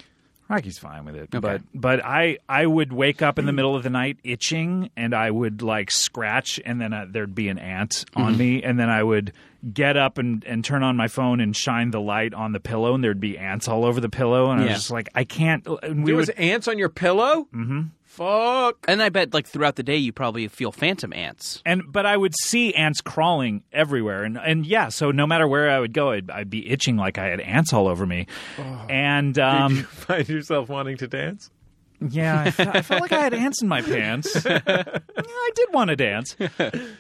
[SPEAKER 4] Rocky's fine with it, but but I I would wake up in the middle of the night itching, and I would like scratch, and then uh, there'd be an ant on
[SPEAKER 3] Mm-hmm.
[SPEAKER 4] me, and then I would get up and and turn on my phone and shine the light on the pillow, and there'd be ants all over the pillow, and I
[SPEAKER 3] Yeah.
[SPEAKER 4] was just like, I can't. uh, And we
[SPEAKER 2] there was
[SPEAKER 4] would,
[SPEAKER 2] ants on your pillow? Mm-hmm. Fuck.
[SPEAKER 3] And I bet like throughout the day you probably feel phantom ants.
[SPEAKER 4] and but I would see ants crawling everywhere, and and yeah, so no matter where I would go, I'd, I'd be itching like I had ants all over me, and
[SPEAKER 2] you
[SPEAKER 4] um,
[SPEAKER 2] find yourself wanting to dance?
[SPEAKER 4] Yeah, I, fe- I felt like I had ants in my pants. Yeah, I did want to dance,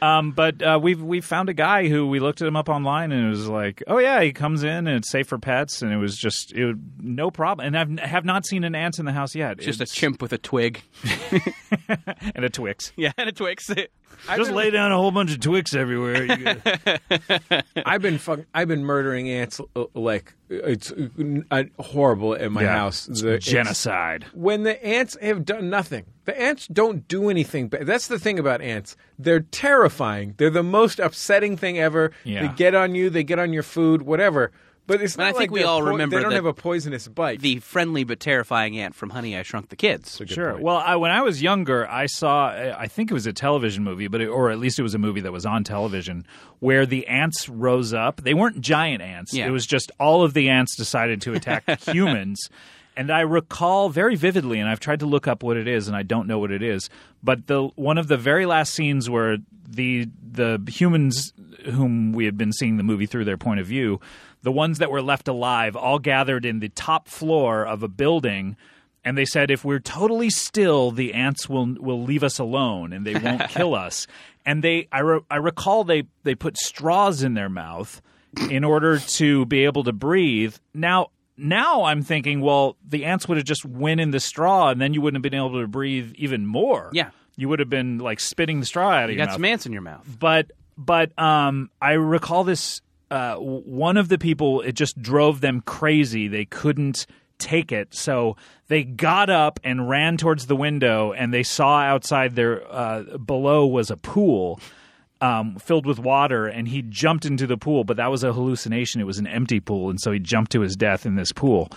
[SPEAKER 4] um, but uh, we we found a guy who we looked at him up online, and it was like, oh yeah, he comes in and it's safe for pets, and it was just it, was no problem. And I've n- have not seen an ant in the house yet.
[SPEAKER 3] Just a
[SPEAKER 4] It's-
[SPEAKER 3] chimp with a twig.
[SPEAKER 4] and a Twix.
[SPEAKER 3] Yeah, and a Twix.
[SPEAKER 4] just lay down a whole bunch of Twix everywhere. You-
[SPEAKER 2] I've been fuck, I've been murdering ants uh, like it's uh, uh, horrible at my
[SPEAKER 4] Yeah.
[SPEAKER 2] house. The- it's-
[SPEAKER 4] Genocide.
[SPEAKER 2] when the ants have done nothing. The ants don't do anything. But that's the thing about ants. They're terrifying. They're the most upsetting thing ever.
[SPEAKER 4] Yeah.
[SPEAKER 2] They get on you, they get on your food, whatever. But it's
[SPEAKER 3] And
[SPEAKER 2] not
[SPEAKER 3] I think
[SPEAKER 2] like
[SPEAKER 3] we
[SPEAKER 2] they're
[SPEAKER 3] all remember
[SPEAKER 2] they don't
[SPEAKER 3] that
[SPEAKER 2] have a poisonous bite.
[SPEAKER 3] the friendly but terrifying ant from Honey I Shrunk the Kids.
[SPEAKER 4] Sure. Well, I, when I was younger, I saw I think it was a television movie, but it, or at least it was a movie that was on television where the ants rose up. They weren't giant ants.
[SPEAKER 3] Yeah.
[SPEAKER 4] It was just all of the ants decided to attack humans. And I recall very vividly, and I've tried to look up what it is, and I don't know what it is. But the one of the very last scenes where the the humans whom we had been seeing the movie through their point of view, the ones that were left alive, all gathered in the top floor of a building, and they said if we're totally still the ants will will leave us alone and they won't kill us and they i, re- I recall they they put straws in their mouth in order to be able to breathe now now i'm thinking well the ants would have just went in the straw and then you wouldn't have been able to breathe even more
[SPEAKER 3] Yeah.
[SPEAKER 4] you would have been like spitting the straw out of
[SPEAKER 3] You
[SPEAKER 4] your
[SPEAKER 3] got
[SPEAKER 4] mouth
[SPEAKER 3] some ants in your mouth.
[SPEAKER 4] but but um, I recall this. Uh, w- one of the people, it just drove them crazy. They couldn't take it, so they got up and ran towards the window. And they saw outside their uh, below was a pool um, filled with water, and he jumped into the pool. But that was a hallucination; it was an empty pool, and so he jumped to his death in this pool.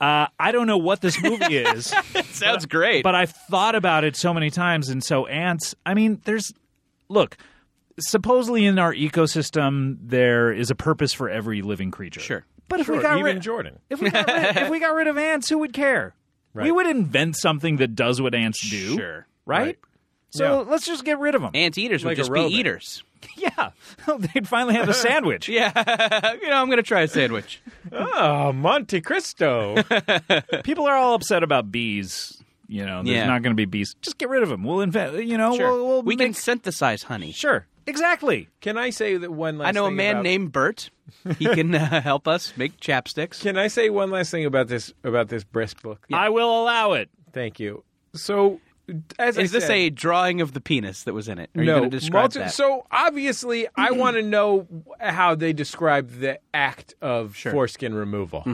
[SPEAKER 4] Uh, I don't know what this movie is.
[SPEAKER 3] Sounds great.
[SPEAKER 4] But I've thought about it so many times, and so ants. I mean, there's look. Supposedly, in our ecosystem, there is a purpose for every living creature.
[SPEAKER 3] Sure.
[SPEAKER 4] but if we
[SPEAKER 2] Sure,
[SPEAKER 4] got
[SPEAKER 2] even
[SPEAKER 4] rid,
[SPEAKER 2] Jordan.
[SPEAKER 4] if we got rid, if we got rid of ants, who would care? We
[SPEAKER 2] Right.
[SPEAKER 4] would invent something that does what ants do.
[SPEAKER 3] Sure.
[SPEAKER 4] right?
[SPEAKER 2] Right.
[SPEAKER 4] So
[SPEAKER 2] Yeah.
[SPEAKER 4] let's just get rid of them.
[SPEAKER 3] uh, Ant eaters would
[SPEAKER 2] Like a
[SPEAKER 3] just be
[SPEAKER 2] robot.
[SPEAKER 3] eaters.
[SPEAKER 4] yeah, they'd finally have a sandwich.
[SPEAKER 3] Yeah, you know I'm gonna try a sandwich.
[SPEAKER 2] Oh, Monte Cristo.
[SPEAKER 4] People are all upset about bees. You know, there's
[SPEAKER 3] Yeah.
[SPEAKER 4] not going to be bees. Just get rid of them. We'll invent. You know,
[SPEAKER 3] Sure.
[SPEAKER 4] we'll, we'll
[SPEAKER 3] we can
[SPEAKER 4] make,
[SPEAKER 3] synthesize honey.
[SPEAKER 4] sure exactly.
[SPEAKER 2] Can I say that one last
[SPEAKER 3] I know a
[SPEAKER 2] thing
[SPEAKER 3] man
[SPEAKER 2] about-
[SPEAKER 3] named Bert. He can uh, help us make chapsticks.
[SPEAKER 2] Can I say one last thing about this about this breast book?
[SPEAKER 4] I will allow it.
[SPEAKER 2] Thank you. So as I
[SPEAKER 3] Is this
[SPEAKER 2] said-
[SPEAKER 3] a drawing of the penis that was in it? Are you
[SPEAKER 2] no,
[SPEAKER 3] going to describe
[SPEAKER 2] multi-
[SPEAKER 3] that?
[SPEAKER 2] So obviously, I want to know how they describe the act of foreskin removal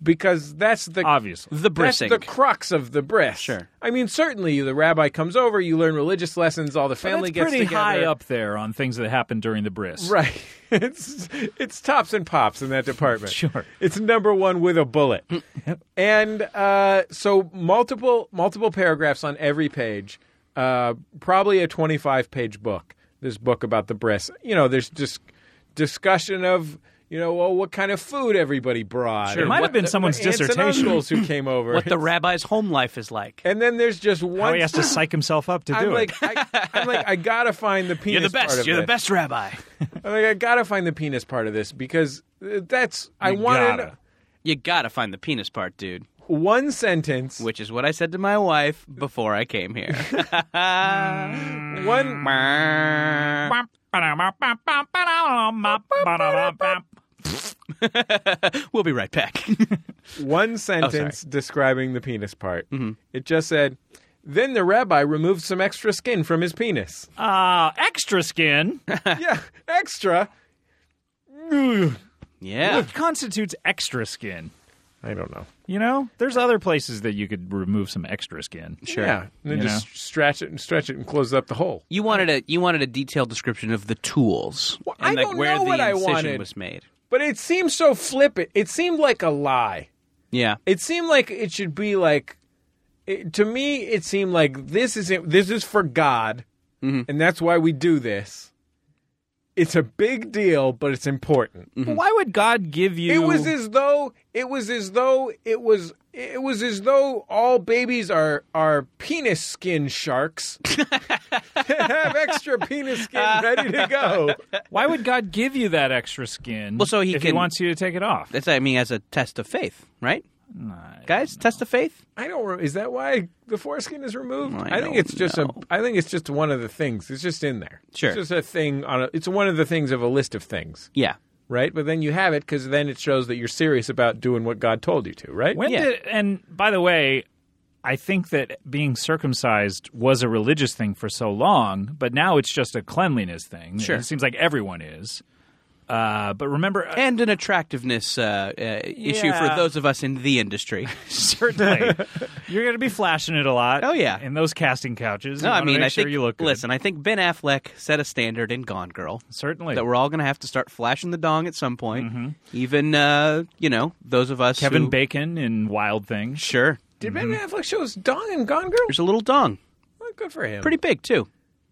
[SPEAKER 2] because that's the
[SPEAKER 4] Obviously.
[SPEAKER 3] Mm-hmm. the
[SPEAKER 2] that's
[SPEAKER 3] brissing.
[SPEAKER 2] the crux of the breast.
[SPEAKER 3] Sure.
[SPEAKER 2] I mean, certainly the rabbi comes over, you learn religious lessons, all the family
[SPEAKER 4] That's
[SPEAKER 2] gets
[SPEAKER 4] pretty
[SPEAKER 2] together.
[SPEAKER 4] high up there on things that happened during the bris.
[SPEAKER 2] Right. It's it's tops and pops in that department.
[SPEAKER 4] Sure. Mm,
[SPEAKER 2] It's number one with a bullet. and uh, so multiple multiple paragraphs on every page. Uh, probably a twenty five page book. This book about the breasts. You know, there's just discussion of you know, well, what kind of food everybody brought.
[SPEAKER 3] Sure.
[SPEAKER 2] and
[SPEAKER 4] It might
[SPEAKER 3] What
[SPEAKER 4] have been
[SPEAKER 3] the-
[SPEAKER 4] someone's
[SPEAKER 2] aunts and
[SPEAKER 4] dissertation.
[SPEAKER 2] uncles who came over.
[SPEAKER 3] what the rabbi's home life is like.
[SPEAKER 2] And then there's just one.
[SPEAKER 4] How he has to psych himself up to do
[SPEAKER 2] I'm
[SPEAKER 4] it.
[SPEAKER 2] like, I, I'm like, I gotta find the penis.
[SPEAKER 3] You're the
[SPEAKER 2] part
[SPEAKER 3] best.
[SPEAKER 2] of
[SPEAKER 3] You're the
[SPEAKER 2] it.
[SPEAKER 3] best rabbi.
[SPEAKER 2] I'm like, I gotta find the penis part of this because uh, that's I
[SPEAKER 4] You
[SPEAKER 2] wanted
[SPEAKER 4] gotta.
[SPEAKER 3] You gotta find the penis part, dude.
[SPEAKER 2] one sentence,
[SPEAKER 3] Which is what I said to my wife before I came here.
[SPEAKER 2] one
[SPEAKER 3] we'll be right back.
[SPEAKER 4] Oh,
[SPEAKER 2] one sentence describing the penis part.
[SPEAKER 4] Mm-hmm.
[SPEAKER 2] It just said, then the rabbi removed some extra skin from his penis.
[SPEAKER 4] Ah, extra skin.
[SPEAKER 2] yeah, extra. Ugh.
[SPEAKER 3] yeah.
[SPEAKER 4] What constitutes extra skin?
[SPEAKER 2] I don't know.
[SPEAKER 4] You know, there's other places that you could remove some extra skin.
[SPEAKER 3] Sure.
[SPEAKER 2] Yeah, and then
[SPEAKER 4] You
[SPEAKER 2] just
[SPEAKER 4] know.
[SPEAKER 2] stretch it and stretch it and close up the hole.
[SPEAKER 3] You wanted a you wanted a detailed description of the tools
[SPEAKER 2] Well,
[SPEAKER 3] and
[SPEAKER 2] I
[SPEAKER 3] like
[SPEAKER 2] don't
[SPEAKER 3] where
[SPEAKER 2] know
[SPEAKER 3] the
[SPEAKER 2] what I
[SPEAKER 3] incision
[SPEAKER 2] wanted.
[SPEAKER 3] was made.
[SPEAKER 2] But it seemed so flippant. It seemed like a lie.
[SPEAKER 3] Yeah.
[SPEAKER 2] it seemed like it should be like it, to me it seemed like this is it, this is for god and that's why we do this it's a big deal but it's important
[SPEAKER 4] But Why would God give you?
[SPEAKER 2] it was as though it was as though it was it was as though all babies are are penis skin sharks have extra penis skin ready to go
[SPEAKER 4] why would God give you that extra skin?
[SPEAKER 3] Well, so he
[SPEAKER 4] if he
[SPEAKER 3] can-
[SPEAKER 4] wants you to take it off.
[SPEAKER 3] That's I mean as a test of faith, right? Guys, test of faith?
[SPEAKER 2] i don't re- is that why the foreskin is removed
[SPEAKER 3] I
[SPEAKER 2] think
[SPEAKER 3] don't
[SPEAKER 2] it's just
[SPEAKER 3] know.
[SPEAKER 2] a i think it's just one of the things it's just in there
[SPEAKER 3] Sure.
[SPEAKER 2] it's just a thing on a, it's one of the things of a list of things
[SPEAKER 3] Yeah.
[SPEAKER 2] right? But then you have it because then it shows that you're serious about doing what God told you to, right?
[SPEAKER 4] When
[SPEAKER 3] Yeah.
[SPEAKER 4] did? And by the way, I think that being circumcised was a religious thing for so long, but now it's just a cleanliness thing.
[SPEAKER 3] Sure.
[SPEAKER 4] it seems like everyone is. Uh, but remember,
[SPEAKER 3] And an attractiveness uh, uh, issue for
[SPEAKER 4] Yeah.
[SPEAKER 3] those of us in the industry.
[SPEAKER 4] certainly, you're going to be flashing it a lot.
[SPEAKER 3] Oh, yeah.
[SPEAKER 4] in those casting couches.
[SPEAKER 3] No,
[SPEAKER 4] You
[SPEAKER 3] I
[SPEAKER 4] wanna
[SPEAKER 3] mean
[SPEAKER 4] make
[SPEAKER 3] I
[SPEAKER 4] sure
[SPEAKER 3] think
[SPEAKER 4] you look. good.
[SPEAKER 3] listen, I think Ben Affleck set a standard in Gone Girl.
[SPEAKER 4] certainly Mm-hmm.
[SPEAKER 3] That we're all going to have to start flashing the dong at some point. Even uh, you know those of us.
[SPEAKER 4] Kevin
[SPEAKER 3] who-
[SPEAKER 4] Bacon in Wild Things.
[SPEAKER 3] Sure,
[SPEAKER 2] Did Ben Affleck show his dong and Gone Girl?
[SPEAKER 3] there's a little dong,
[SPEAKER 2] Mm-hmm. Well, good for him.
[SPEAKER 3] pretty big too,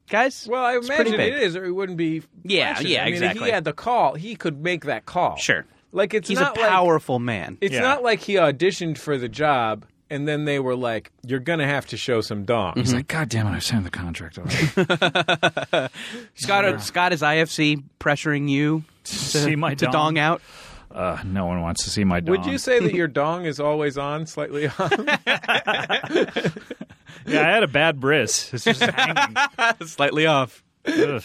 [SPEAKER 3] guys.
[SPEAKER 2] Well, I
[SPEAKER 3] it's pretty
[SPEAKER 2] imagine
[SPEAKER 3] big.
[SPEAKER 2] it is, or he wouldn't be.
[SPEAKER 3] Yeah,
[SPEAKER 2] flashing.
[SPEAKER 3] yeah,
[SPEAKER 2] I mean, If
[SPEAKER 3] exactly.
[SPEAKER 2] he had the call, he could make that call.
[SPEAKER 3] Sure.
[SPEAKER 2] Like it's
[SPEAKER 3] He's a
[SPEAKER 2] not like
[SPEAKER 3] powerful man.
[SPEAKER 2] it's
[SPEAKER 4] Yeah.
[SPEAKER 2] not like he auditioned for the job and then they were like, "You're gonna have to show some dong."
[SPEAKER 3] Mm-hmm.
[SPEAKER 4] He's like, God damn it! I've signed the contract already.
[SPEAKER 3] Scott, Scott is IFC pressuring you to,
[SPEAKER 4] See my
[SPEAKER 3] to
[SPEAKER 4] dong?
[SPEAKER 3] dong out.
[SPEAKER 4] uh, no one wants to see my dong.
[SPEAKER 2] Would you say that your dong is always on, slightly on?
[SPEAKER 4] Yeah, I had a bad bris. It's just hanging.
[SPEAKER 3] Slightly off.
[SPEAKER 4] Ugh.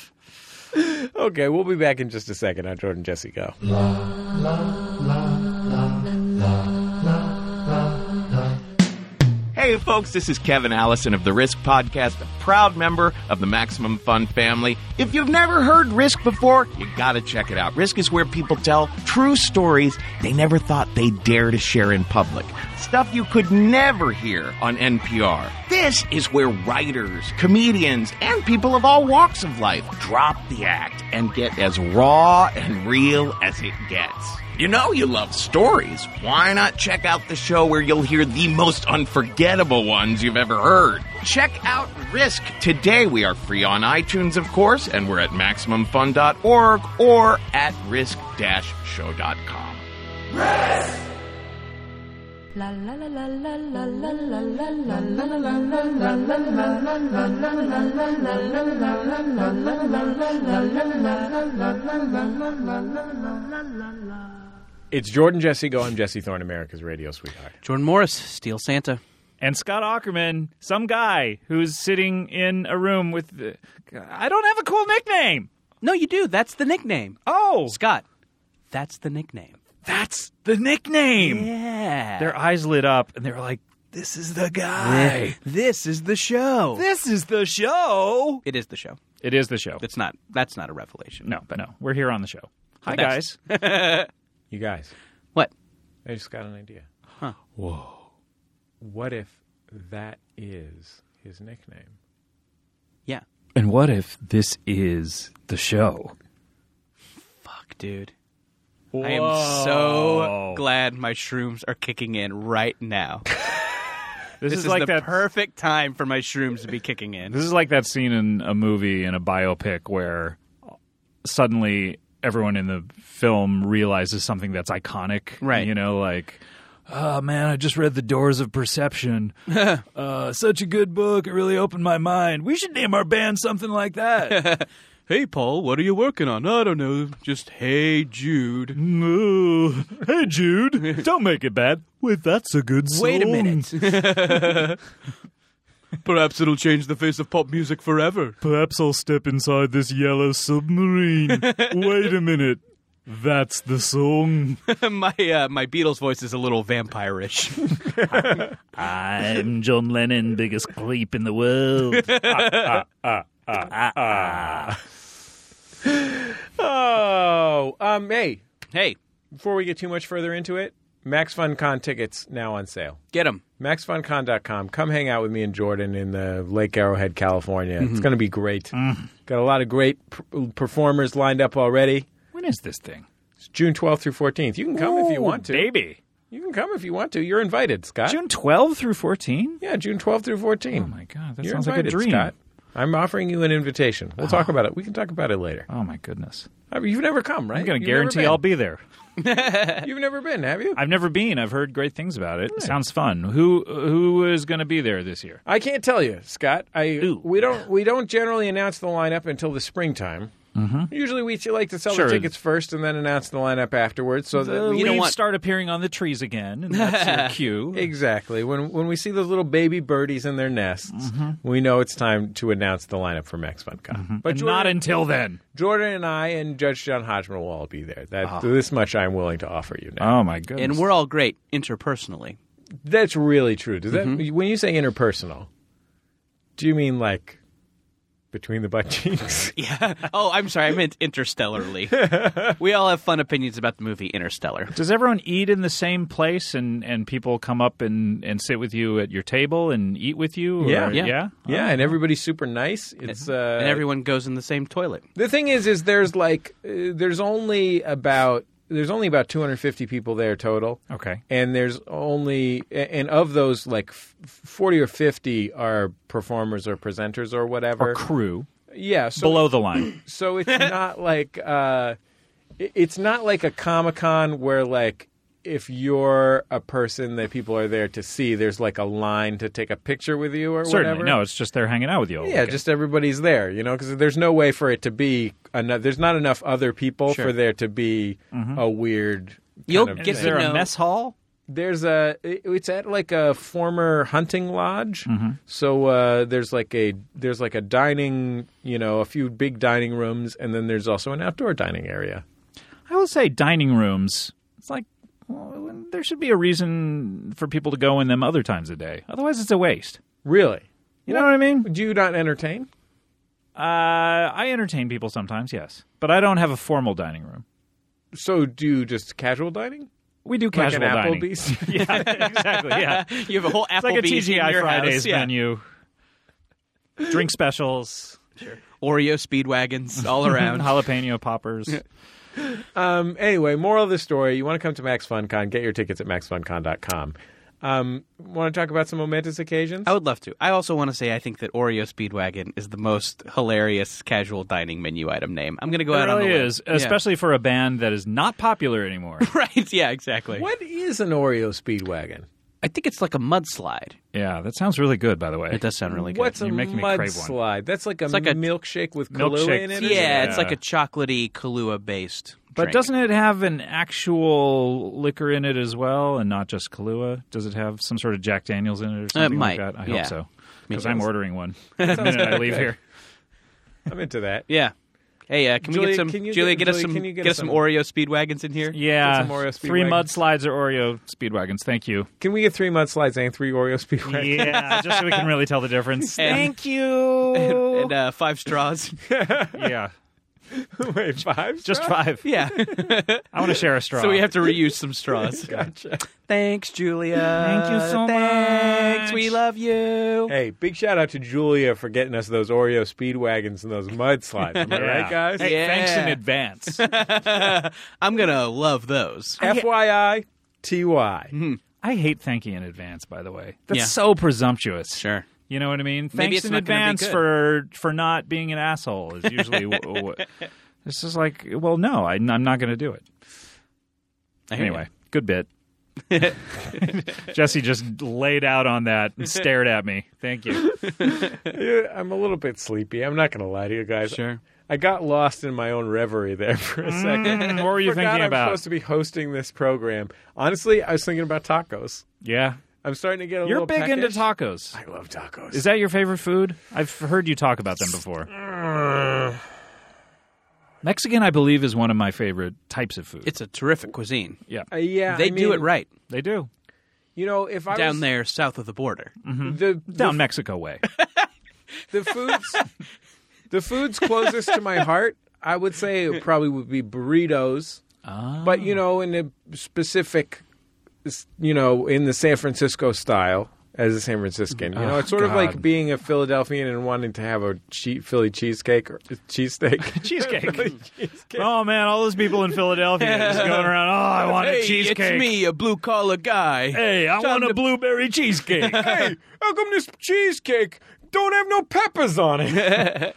[SPEAKER 2] okay, we'll be back in just a second on Jordan Jesse Go.
[SPEAKER 7] Hey, folks, this is Kevin Allison of the Risk Podcast, a proud member of the Maximum Fun family. If you've never heard Risk before, you gotta check it out. Risk is where people tell true stories they never thought they'd dare to share in public. Stuff you could never hear on NPR. This is where writers, comedians, and people of all walks of life drop the act and get as raw and real as it gets. You know you love stories. Why not check out the show where you'll hear the most unforgettable ones you've ever heard? Check out Risk today. We are free on iTunes, of course, and we're at MaximumFun.org or at risk-show.com.
[SPEAKER 1] La la la la la la la la la la
[SPEAKER 2] It's Jordan Jesse Go. I'm Jesse Thorne, America's radio sweetheart.
[SPEAKER 3] Jordan Morris, Steel Santa.
[SPEAKER 4] And Scott Ackerman, some guy who's sitting in a room with. The, I don't have a cool nickname.
[SPEAKER 3] No, you do. That's the nickname.
[SPEAKER 4] Oh,
[SPEAKER 3] Scott, that's the nickname.
[SPEAKER 4] that's the nickname.
[SPEAKER 3] Yeah.
[SPEAKER 4] Their eyes lit up, and they were like, "This is the guy.
[SPEAKER 3] This is the show.
[SPEAKER 4] This is the show."
[SPEAKER 3] It is the show.
[SPEAKER 4] It is the show.
[SPEAKER 3] It's not. That's not a revelation.
[SPEAKER 4] no, but no, we're here on the show. Hi
[SPEAKER 3] That's-
[SPEAKER 4] guys.
[SPEAKER 2] You guys,
[SPEAKER 3] What?
[SPEAKER 2] I just got an idea. Huh. Whoa. What if that is his nickname?
[SPEAKER 3] Yeah.
[SPEAKER 4] and what if this is the show?
[SPEAKER 3] Fuck, dude. I am so glad my shrooms are kicking in right now.
[SPEAKER 4] This,
[SPEAKER 3] This
[SPEAKER 4] is,
[SPEAKER 3] is,
[SPEAKER 4] like
[SPEAKER 3] the
[SPEAKER 4] that.
[SPEAKER 3] perfect time for my shrooms to be kicking in.
[SPEAKER 4] This is like that scene in a movie in a biopic where suddenly everyone in the film realizes something that's iconic.
[SPEAKER 3] Right.
[SPEAKER 4] You know, like, oh man, I just read The Doors of Perception. uh, such a good book. It really opened my mind. We should name our band something like that.
[SPEAKER 3] Hey, Paul, what are you working on? I don't know. Just hey, Jude.
[SPEAKER 4] Ooh. hey, Jude, don't make it bad. Wait, that's a good song.
[SPEAKER 3] Wait a minute. Perhaps it'll change the face of pop music forever.
[SPEAKER 4] Perhaps I'll step inside this yellow submarine. Wait a minute. That's the song.
[SPEAKER 3] my uh, my Beatles voice is a little vampirish.
[SPEAKER 4] I'm John Lennon, biggest creep in the world.
[SPEAKER 2] Oh, um, hey,
[SPEAKER 3] hey,
[SPEAKER 2] before we get too much further into it, Max FunCon tickets now on sale.
[SPEAKER 3] get him.
[SPEAKER 2] MaxFunCon.com. Come hang out with me and Jordan in the Lake Arrowhead, California.
[SPEAKER 4] Mm-hmm.
[SPEAKER 2] It's going to be great.
[SPEAKER 4] Mm.
[SPEAKER 2] Got a lot of great p- performers lined up already.
[SPEAKER 4] When is this thing?
[SPEAKER 2] It's June 12th through 14th. You can come if you want to.
[SPEAKER 4] Baby.
[SPEAKER 2] You can come if you want to. You're invited, Scott.
[SPEAKER 4] June 12 through 14?
[SPEAKER 2] yeah, June 12th through 14th.
[SPEAKER 4] Oh my God, that
[SPEAKER 2] You're
[SPEAKER 4] sounds like a
[SPEAKER 2] invited,
[SPEAKER 4] dream.
[SPEAKER 2] Scott. I'm offering you an invitation. We'll talk about it. We can talk about it later.
[SPEAKER 4] Oh my goodness.
[SPEAKER 2] I mean, you've never come, right?
[SPEAKER 4] I'm going to
[SPEAKER 2] You've never
[SPEAKER 4] guarantee
[SPEAKER 2] been.
[SPEAKER 4] I'll be there.
[SPEAKER 2] You've never been, have you?
[SPEAKER 4] I've never been. I've heard great things about it. Sounds fun. Who who is going to be there this year?
[SPEAKER 2] I can't tell you, Scott. I we don't we don't generally announce the lineup until the springtime. Mm-hmm. Usually, we like to sell
[SPEAKER 4] Sure. Uh,
[SPEAKER 2] the tickets first and then announce the lineup afterwards. So that we
[SPEAKER 4] leaves
[SPEAKER 2] don't want
[SPEAKER 4] start appearing on the trees again, and that's your cue.
[SPEAKER 2] exactly when when we see those little baby birdies in their nests, we know it's time to announce the lineup for Max FunCon. But
[SPEAKER 4] Mm-hmm. And
[SPEAKER 2] Jordan,
[SPEAKER 4] not until then.
[SPEAKER 2] Jordan and I and Judge John Hodgman will all be there. That
[SPEAKER 4] Ah.
[SPEAKER 2] this much I'm willing to offer you now.
[SPEAKER 4] Oh my goodness.
[SPEAKER 3] And we're all great interpersonally.
[SPEAKER 2] That's really true. Does
[SPEAKER 4] Mm-hmm.
[SPEAKER 2] that when you say interpersonal, do you mean like between the butt cheeks?
[SPEAKER 3] Yeah. Oh, I'm sorry. I meant interstellarly. we all have fun opinions about the movie Interstellar.
[SPEAKER 4] Does everyone eat in the same place and, and people come up and, and sit with you at your table and eat with you? or-
[SPEAKER 2] Yeah.
[SPEAKER 4] yeah.
[SPEAKER 3] Yeah.
[SPEAKER 4] Oh.
[SPEAKER 2] Yeah, and everybody's super nice. It's uh,
[SPEAKER 3] and everyone goes in the same toilet.
[SPEAKER 2] the thing is, is there's like uh, there's only about there's only about 250 people there total.
[SPEAKER 4] Okay.
[SPEAKER 2] and there's only a- and of those like f- 40 or 50 are performers or presenters or whatever.
[SPEAKER 4] Or crew
[SPEAKER 2] yeah, so
[SPEAKER 4] below the line.
[SPEAKER 2] so it's not like uh, it- it's not like a Comic Con where like. If you're a person that people are there to see, there's like a line to take a picture with you or
[SPEAKER 4] Certainly.
[SPEAKER 2] whatever.
[SPEAKER 4] No, it's just they're hanging out with you. all
[SPEAKER 2] Yeah,
[SPEAKER 4] weekend.
[SPEAKER 2] just everybody's there, you know, because there's no way for it to be. Another, there's not enough other people for there to be
[SPEAKER 4] Mm-hmm.
[SPEAKER 2] a weird. kind
[SPEAKER 3] You'll
[SPEAKER 2] of
[SPEAKER 3] get
[SPEAKER 2] thing.
[SPEAKER 4] is there
[SPEAKER 3] to
[SPEAKER 4] a
[SPEAKER 3] know-
[SPEAKER 4] mess hall?
[SPEAKER 2] There's a. it- It's at like a former hunting lodge,
[SPEAKER 4] Mm-hmm.
[SPEAKER 2] so uh, there's like a there's like a dining, you know, a few big dining rooms, and then there's also an outdoor dining area.
[SPEAKER 4] I will say dining rooms. It's like well, there should be a reason for people to go in them other times a day. Otherwise, it's a waste.
[SPEAKER 2] Really?
[SPEAKER 4] You know what I mean?
[SPEAKER 2] Do you not entertain?
[SPEAKER 4] Uh, I entertain people sometimes, yes, but I don't have a formal dining room.
[SPEAKER 2] So do you just casual dining?
[SPEAKER 4] We do casual
[SPEAKER 2] like an
[SPEAKER 4] dining.
[SPEAKER 2] Applebee's?
[SPEAKER 4] yeah, exactly. Yeah, it's
[SPEAKER 3] You have a whole Applebee's
[SPEAKER 4] like a
[SPEAKER 3] in
[SPEAKER 4] TGI
[SPEAKER 3] your
[SPEAKER 4] Fridays
[SPEAKER 3] house. Yeah.
[SPEAKER 4] menu. Drink specials,
[SPEAKER 3] Oreo speedwagons all around.
[SPEAKER 4] jalapeno poppers.
[SPEAKER 2] Um, anyway, moral of the story: you want to come to Max FunCon, get your tickets at maxfuncon.com. Um, want to talk about some momentous occasions?
[SPEAKER 3] I
[SPEAKER 4] Oh,
[SPEAKER 3] would love to. I also want to say I think that Oreo Speedwagon is the most hilarious casual dining menu item name. I'm going to go
[SPEAKER 4] It
[SPEAKER 3] out on
[SPEAKER 4] really
[SPEAKER 3] the
[SPEAKER 4] is, especially for a band that is not popular anymore.
[SPEAKER 3] yeah. right. Yeah, exactly.
[SPEAKER 2] What is an Oreo speedwagon?
[SPEAKER 3] I think it's like a mudslide.
[SPEAKER 4] yeah, that sounds really good, by the way.
[SPEAKER 3] It does sound really good.
[SPEAKER 2] What's a
[SPEAKER 4] You're making me crave one.
[SPEAKER 2] mudslide? That's like a,
[SPEAKER 3] like a-
[SPEAKER 2] milkshake with Kahlua
[SPEAKER 4] Milkshake.
[SPEAKER 2] in it. or
[SPEAKER 3] yeah,
[SPEAKER 2] something?
[SPEAKER 3] it's like a chocolatey Kahlua based.
[SPEAKER 4] But doesn't it have an actual liquor in it as well, and not just Kahlua? Does it have some sort of Jack Daniels in it or something
[SPEAKER 3] might.
[SPEAKER 4] like that? I
[SPEAKER 3] Yeah.
[SPEAKER 4] hope so,
[SPEAKER 3] Me
[SPEAKER 4] because
[SPEAKER 3] too.
[SPEAKER 4] I'm ordering one the minute I leave here.
[SPEAKER 2] I'm into that.
[SPEAKER 3] Yeah. Hey, uh, can we
[SPEAKER 2] Julia,
[SPEAKER 3] get some?
[SPEAKER 2] can you
[SPEAKER 3] Julia,
[SPEAKER 2] get-
[SPEAKER 3] get, us
[SPEAKER 2] Julia,
[SPEAKER 3] some.
[SPEAKER 2] can you get
[SPEAKER 3] get
[SPEAKER 2] us
[SPEAKER 3] us some
[SPEAKER 2] some-
[SPEAKER 3] Oreo Speedwagons in here.
[SPEAKER 4] Yeah,
[SPEAKER 2] Get some Oreo
[SPEAKER 4] three
[SPEAKER 2] Speedwagons.
[SPEAKER 4] mudslides or Oreo speedwagons. Thank you.
[SPEAKER 2] Can we get three mudslides and three Oreo speedwagons?
[SPEAKER 4] Yeah, just so we can really tell the difference. Thank you.
[SPEAKER 3] And uh, five straws.
[SPEAKER 4] yeah,
[SPEAKER 2] Wait, five?
[SPEAKER 4] just five.
[SPEAKER 3] yeah.
[SPEAKER 4] I want to share a straw.
[SPEAKER 3] so we have to reuse some straws.
[SPEAKER 2] Gotcha.
[SPEAKER 3] Thanks, Julia.
[SPEAKER 4] Thank you so
[SPEAKER 3] Thanks.
[SPEAKER 4] much.
[SPEAKER 3] We love you.
[SPEAKER 2] Hey, big shout out to Julia for getting us those Oreo speedwagons and those mudslides. Am I
[SPEAKER 4] Yeah.
[SPEAKER 2] right, guys?
[SPEAKER 4] Hey,
[SPEAKER 3] Yeah.
[SPEAKER 4] Thanks in advance.
[SPEAKER 3] I'm gonna love those.
[SPEAKER 2] FYI, TY.
[SPEAKER 4] I hate thanking in advance. By the way, that's
[SPEAKER 3] Yeah.
[SPEAKER 4] so presumptuous.
[SPEAKER 3] Sure.
[SPEAKER 4] You know what I mean?
[SPEAKER 3] Maybe
[SPEAKER 4] Thanks
[SPEAKER 3] it's
[SPEAKER 4] in
[SPEAKER 3] not gonna be
[SPEAKER 4] advance
[SPEAKER 3] good.
[SPEAKER 4] for for not being an asshole is usually w- w- This is like, well, no, I, am not going to do it. Anyway, good bit. Jesse just laid out on that and stared at me. Thank you.
[SPEAKER 2] Yeah, I'm a little bit sleepy. I'm not going to lie to you guys.
[SPEAKER 3] Sure.
[SPEAKER 2] I got lost in my own reverie there for a second.
[SPEAKER 4] Mm. Hmm, what were you
[SPEAKER 2] Forgot
[SPEAKER 4] thinking
[SPEAKER 2] I'm
[SPEAKER 4] about?
[SPEAKER 2] supposed to be hosting this program. Honestly, I was thinking about tacos.
[SPEAKER 4] Yeah.
[SPEAKER 2] I'm starting to get a
[SPEAKER 4] You're
[SPEAKER 2] little
[SPEAKER 4] big into
[SPEAKER 2] peckish.
[SPEAKER 4] tacos.
[SPEAKER 2] I love tacos.
[SPEAKER 4] Is that your favorite food? I've heard you talk about them before. Mexican, I believe, is one of my favorite types of food.
[SPEAKER 3] It's a terrific cuisine.
[SPEAKER 4] yeah,
[SPEAKER 2] Uh, yeah,
[SPEAKER 3] they
[SPEAKER 2] I
[SPEAKER 3] do
[SPEAKER 2] mean,
[SPEAKER 3] it right
[SPEAKER 4] they do
[SPEAKER 2] You know, if I
[SPEAKER 3] down
[SPEAKER 2] was,
[SPEAKER 3] there south of the border.
[SPEAKER 2] the, the,
[SPEAKER 4] Mm-hmm. down Mexico way.
[SPEAKER 2] the foods, the foods closest to my heart, I would say it probably would be burritos.
[SPEAKER 3] Ah.
[SPEAKER 2] But you know, in a specific, you know, in the San Francisco style. As a San Franciscan, you know,
[SPEAKER 4] Oh,
[SPEAKER 2] it's sort of
[SPEAKER 4] God.
[SPEAKER 2] like being a Philadelphian and wanting to have a che- Philly cheesecake or cheesesteak.
[SPEAKER 4] cheesecake. oh man, all those people in Philadelphia just going around. Oh, I want a cheesecake.
[SPEAKER 3] it's me, a blue collar guy.
[SPEAKER 4] Hey, I want a blueberry cheesecake.
[SPEAKER 2] hey, how come this cheesecake don't have no peppers on it?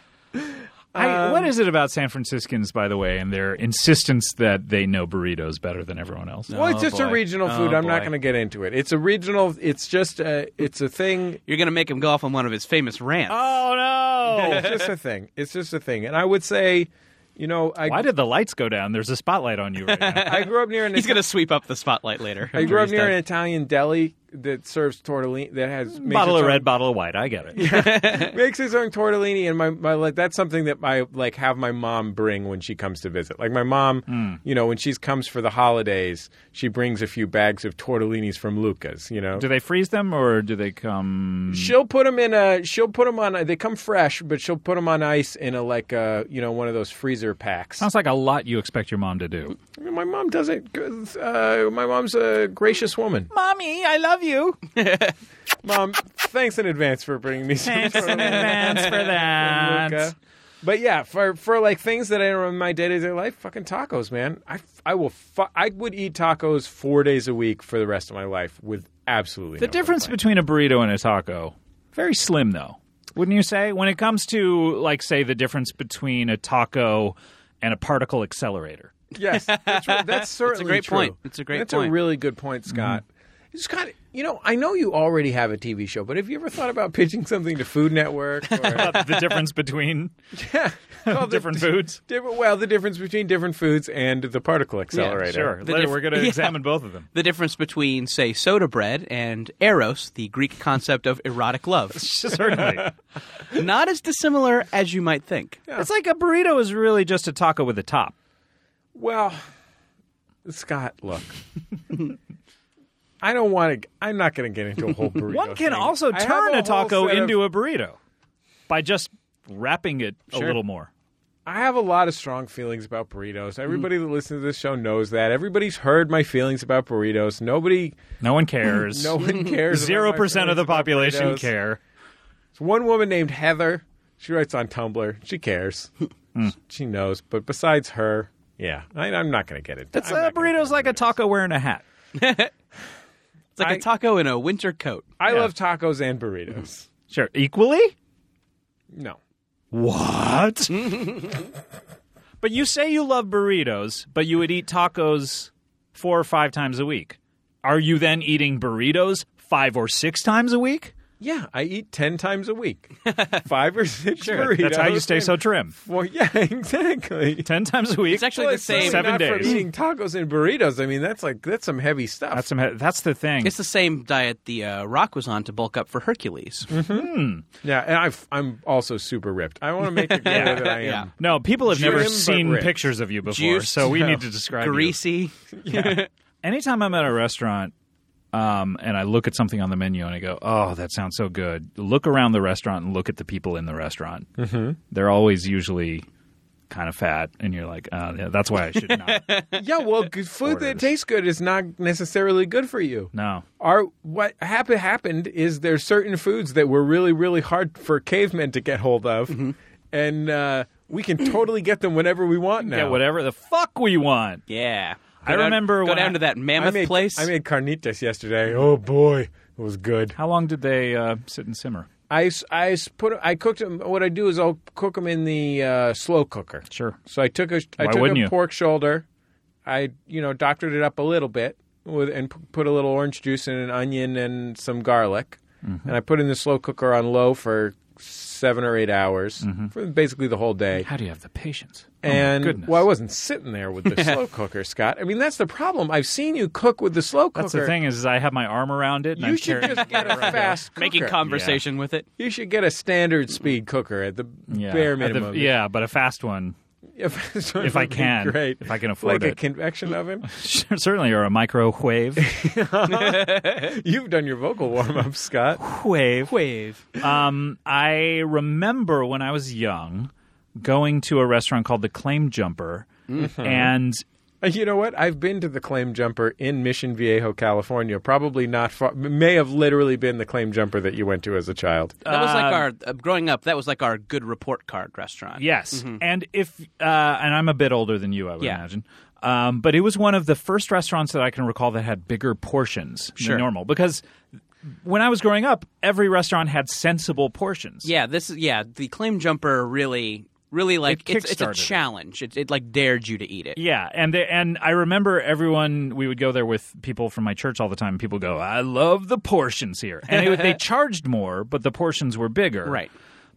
[SPEAKER 4] I, what is it about San Franciscans, by the way, and their insistence that they know burritos better than everyone else?
[SPEAKER 2] well, it's just a
[SPEAKER 3] boy.
[SPEAKER 2] regional food.
[SPEAKER 3] Oh,
[SPEAKER 2] I'm not
[SPEAKER 3] boy.
[SPEAKER 2] going to get into it. It's a regional. It's just a. It's a thing.
[SPEAKER 3] You're gonna make him go off on one of his famous rants.
[SPEAKER 4] Oh no!
[SPEAKER 2] It's just a thing. It's just a thing. And I would say, you know, I
[SPEAKER 4] Why did the lights go down? There's a spotlight on you right now.
[SPEAKER 2] I grew up near an.
[SPEAKER 3] He's gonna sweep up the spotlight later.
[SPEAKER 2] I grew up near an Italian deli that serves tortellini. That has makes
[SPEAKER 4] bottle
[SPEAKER 2] its
[SPEAKER 4] of
[SPEAKER 2] own-
[SPEAKER 4] red, bottle of white. I get it.
[SPEAKER 2] makes his own tortellini, and my, my like that's something that I like have my mom bring when she comes to visit. Like my mom,
[SPEAKER 4] Hmm.
[SPEAKER 2] you know, when she comes for the holidays, she brings a few bags of tortellinis from Luca's. You know,
[SPEAKER 4] Do they freeze them or do they come?
[SPEAKER 2] She'll put them in a. She'll put them on. They come fresh, but she'll put them on ice in a like a you know one of those freezer packs.
[SPEAKER 4] Sounds like a lot you expect your mom to do.
[SPEAKER 2] My mom does it. 'cause, Uh, my mom's a gracious woman.
[SPEAKER 4] Mommy, I love you.
[SPEAKER 2] Mom, thanks in advance for bringing me some
[SPEAKER 4] Thanks in
[SPEAKER 2] tortellini,
[SPEAKER 4] advance for that.
[SPEAKER 2] Luca. But yeah, for for like things that I don't in my day to day life, fucking tacos, man. I I will. Fu- I would eat tacos four days a week for the rest of my life with absolutely
[SPEAKER 4] The
[SPEAKER 2] no
[SPEAKER 4] difference
[SPEAKER 2] complaint.
[SPEAKER 4] between a burrito and a taco, very slim though, wouldn't you say? When it comes to like say the difference between a taco and a particle accelerator.
[SPEAKER 2] Yes, that's, right. that's certainly
[SPEAKER 3] great
[SPEAKER 2] true.
[SPEAKER 3] point. It's a great
[SPEAKER 2] That's
[SPEAKER 3] point.
[SPEAKER 2] a really good point,
[SPEAKER 4] Mm-hmm.
[SPEAKER 2] Scott. Scott, you know, I know you already have a TV show, but have you ever thought about pitching something to Food Network? Or,
[SPEAKER 4] the difference between
[SPEAKER 2] well, the-
[SPEAKER 4] different foods.
[SPEAKER 2] different- well, the difference between different foods and the particle accelerator.
[SPEAKER 4] Sure.
[SPEAKER 3] The
[SPEAKER 4] Later
[SPEAKER 3] diff-
[SPEAKER 4] we're going to
[SPEAKER 3] Yeah.
[SPEAKER 4] examine both of them.
[SPEAKER 3] the difference between, say, soda bread and eros, the Greek concept of erotic love.
[SPEAKER 4] Certainly.
[SPEAKER 3] Not as dissimilar as you might think.
[SPEAKER 4] It's like a burrito is really just a taco with a top.
[SPEAKER 2] Well, Scott, look. I don't want to. I'm not going to get into a whole burrito.
[SPEAKER 4] One can
[SPEAKER 2] thing.
[SPEAKER 4] also
[SPEAKER 2] I have
[SPEAKER 4] turn a,
[SPEAKER 2] whole
[SPEAKER 4] taco
[SPEAKER 2] set of-
[SPEAKER 4] into a burrito by just wrapping it a little more.
[SPEAKER 2] I have a lot of strong feelings about burritos.
[SPEAKER 4] Mm.
[SPEAKER 2] Everybody that listens to this show knows that. Everybody's heard my feelings about burritos. Nobody
[SPEAKER 4] No one cares.
[SPEAKER 2] No one cares.
[SPEAKER 4] Zero
[SPEAKER 2] about my
[SPEAKER 4] percent of the
[SPEAKER 2] feelings about
[SPEAKER 4] population
[SPEAKER 2] burritos.
[SPEAKER 4] care.
[SPEAKER 2] There's one woman named Heather. She writes on Tumblr. She cares.
[SPEAKER 4] Hmm.
[SPEAKER 2] She knows. But besides her, yeah, I, I'm not going to get it.
[SPEAKER 4] It's
[SPEAKER 2] I'm
[SPEAKER 4] uh,
[SPEAKER 2] not gonna
[SPEAKER 4] burritos
[SPEAKER 2] get
[SPEAKER 4] like a
[SPEAKER 2] into this.
[SPEAKER 4] taco wearing a hat.
[SPEAKER 3] It's like a
[SPEAKER 2] I-
[SPEAKER 3] taco in a winter coat.
[SPEAKER 2] I love tacos and burritos.
[SPEAKER 4] Sure, equally.
[SPEAKER 2] No.
[SPEAKER 4] What? but you say you love burritos, but you would eat tacos four or five times a week. Are you then eating burritos five or six times a week?
[SPEAKER 2] Yeah, I eat 10 times a week. Five or six burritos.
[SPEAKER 4] That's how you stay so
[SPEAKER 2] and-
[SPEAKER 4] trim.
[SPEAKER 2] Well, yeah, exactly.
[SPEAKER 4] Ten times a week.
[SPEAKER 3] It's actually
[SPEAKER 2] Well,
[SPEAKER 3] the
[SPEAKER 2] it's certainly
[SPEAKER 3] same.
[SPEAKER 4] Seven
[SPEAKER 2] not
[SPEAKER 4] days.
[SPEAKER 2] From eating tacos and burritos. I mean, that's like that's some heavy stuff.
[SPEAKER 4] that's some, that's the thing.
[SPEAKER 3] It's the same diet the uh, Rock was on to bulk up for Hercules.
[SPEAKER 2] yeah, and I've, I'm also super ripped. I want to make it clear that I am
[SPEAKER 3] Yeah.
[SPEAKER 4] no, people have never
[SPEAKER 2] Trim, but
[SPEAKER 4] seen
[SPEAKER 2] ripped.
[SPEAKER 4] pictures of you before,
[SPEAKER 3] Juiced,
[SPEAKER 4] so we need to describe you.
[SPEAKER 3] Greasy.
[SPEAKER 4] anytime I'm at a restaurant um, and I look at something on the menu and I go, "Oh, that sounds so good," look around the restaurant and look at the people in the restaurant. Mm-hmm. They're always usually kind of fat, and you're like, oh, yeah, "That's why I should not."
[SPEAKER 2] Yeah, well, good food that
[SPEAKER 4] Orders.
[SPEAKER 2] tastes good is not necessarily good for you.
[SPEAKER 4] no,
[SPEAKER 2] Our what happened happened is there's certain foods that were really really hard for cavemen to get hold of, and uh, we can totally get them whenever we want now.
[SPEAKER 4] get whatever the fuck we want.
[SPEAKER 3] Yeah.
[SPEAKER 4] I
[SPEAKER 3] Go down-
[SPEAKER 4] remember
[SPEAKER 3] go
[SPEAKER 4] when
[SPEAKER 3] down
[SPEAKER 4] I-
[SPEAKER 3] to that
[SPEAKER 2] I
[SPEAKER 3] mammoth
[SPEAKER 2] made
[SPEAKER 3] place.
[SPEAKER 2] I made carnitas yesterday. Oh boy, it was good.
[SPEAKER 4] How long did they uh, sit and simmer?
[SPEAKER 2] I, s- I s- put I cooked them. What I do is I'll cook them in the uh, slow cooker.
[SPEAKER 4] Sure.
[SPEAKER 2] So I took a I
[SPEAKER 4] Why
[SPEAKER 2] took a
[SPEAKER 4] wouldn't you?
[SPEAKER 2] pork shoulder. I you know doctored it up a little bit with and p- put a little orange juice and an onion and some garlic,
[SPEAKER 4] Mm-hmm.
[SPEAKER 2] and I put in the slow cooker on low for seven or eight hours for basically the whole day.
[SPEAKER 4] Mm-hmm. How do you have the patience?
[SPEAKER 2] And
[SPEAKER 4] oh my goodness.
[SPEAKER 2] well, I wasn't sitting there with the slow cooker, Scott. I mean, that's the problem. I've seen you cook with the slow cooker.
[SPEAKER 4] That's the thing is, is I have my arm around it. And
[SPEAKER 2] You
[SPEAKER 4] I'm
[SPEAKER 2] should
[SPEAKER 4] carrying-
[SPEAKER 2] just get a fast cooker.
[SPEAKER 3] Making conversation with it.
[SPEAKER 2] You should get a standard speed cooker at the
[SPEAKER 4] yeah,
[SPEAKER 2] bare
[SPEAKER 4] at the-
[SPEAKER 2] minimum.
[SPEAKER 4] yeah, but a fast one,
[SPEAKER 2] if,
[SPEAKER 4] If I can.
[SPEAKER 2] great.
[SPEAKER 4] If I can afford
[SPEAKER 2] like
[SPEAKER 4] it.
[SPEAKER 2] a convection oven.
[SPEAKER 4] certainly, or a microwave.
[SPEAKER 2] You've done your vocal warm up, Scott.
[SPEAKER 4] Wave.
[SPEAKER 3] Wave.
[SPEAKER 4] Um, I remember when I was young going to a restaurant called the Claim Jumper,
[SPEAKER 3] Mm-hmm.
[SPEAKER 4] and
[SPEAKER 2] Uh, You know what? I've been to the Claim Jumper in Mission Viejo, California. Probably not far. May have literally been the Claim Jumper that you went to as a child.
[SPEAKER 3] That was like our uh, growing up. That was like our good report card restaurant.
[SPEAKER 4] yes, and if uh, and I'm a bit older than you, I would
[SPEAKER 3] Mm-hmm. Yeah.
[SPEAKER 4] imagine. Um, but it was one of the first restaurants that I can recall that had bigger portions
[SPEAKER 3] Sure.
[SPEAKER 4] than normal because when I was growing up, every restaurant had sensible portions.
[SPEAKER 3] Yeah, this is yeah. The claim jumper really, really like
[SPEAKER 4] It
[SPEAKER 3] it's, it's a
[SPEAKER 4] kickstarted it.
[SPEAKER 3] challenge. It, it like dared you to eat it.
[SPEAKER 4] Yeah, and they, and I remember everyone. We would go there with people from my church all the time. People go, "I love the portions here," and they, would- they charged more, but the portions were bigger.
[SPEAKER 3] Right.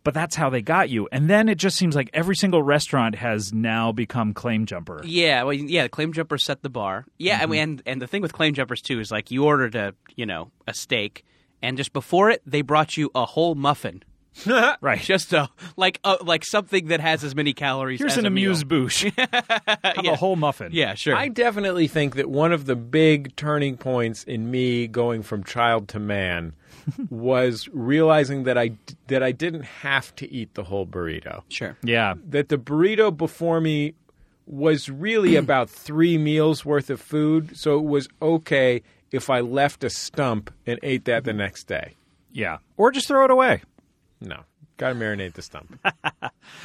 [SPEAKER 4] But that's how they got you. And then it just seems like every single restaurant has now become claim jumper.
[SPEAKER 3] Yeah, well, yeah. Claim jumper set the bar. Yeah, I mean, and and the thing with claim jumpers too is like you ordered a you know a steak, and just before it they brought you a whole muffin,
[SPEAKER 4] Right.
[SPEAKER 3] just a like a, like something that has as many calories.
[SPEAKER 4] Here's
[SPEAKER 3] as
[SPEAKER 4] an
[SPEAKER 3] a meal.
[SPEAKER 4] amuse bouche. Have a whole muffin.
[SPEAKER 3] Yeah, sure.
[SPEAKER 2] I definitely think that one of the big turning points in me going from child to man was realizing that I that I didn't have to eat the whole burrito.
[SPEAKER 3] sure.
[SPEAKER 4] Yeah.
[SPEAKER 2] That the burrito before me was really about 3 meals worth of food, so it was okay if I left a stump and ate that the next day.
[SPEAKER 4] Yeah. Or just throw it away.
[SPEAKER 2] No. Got to marinate the stump.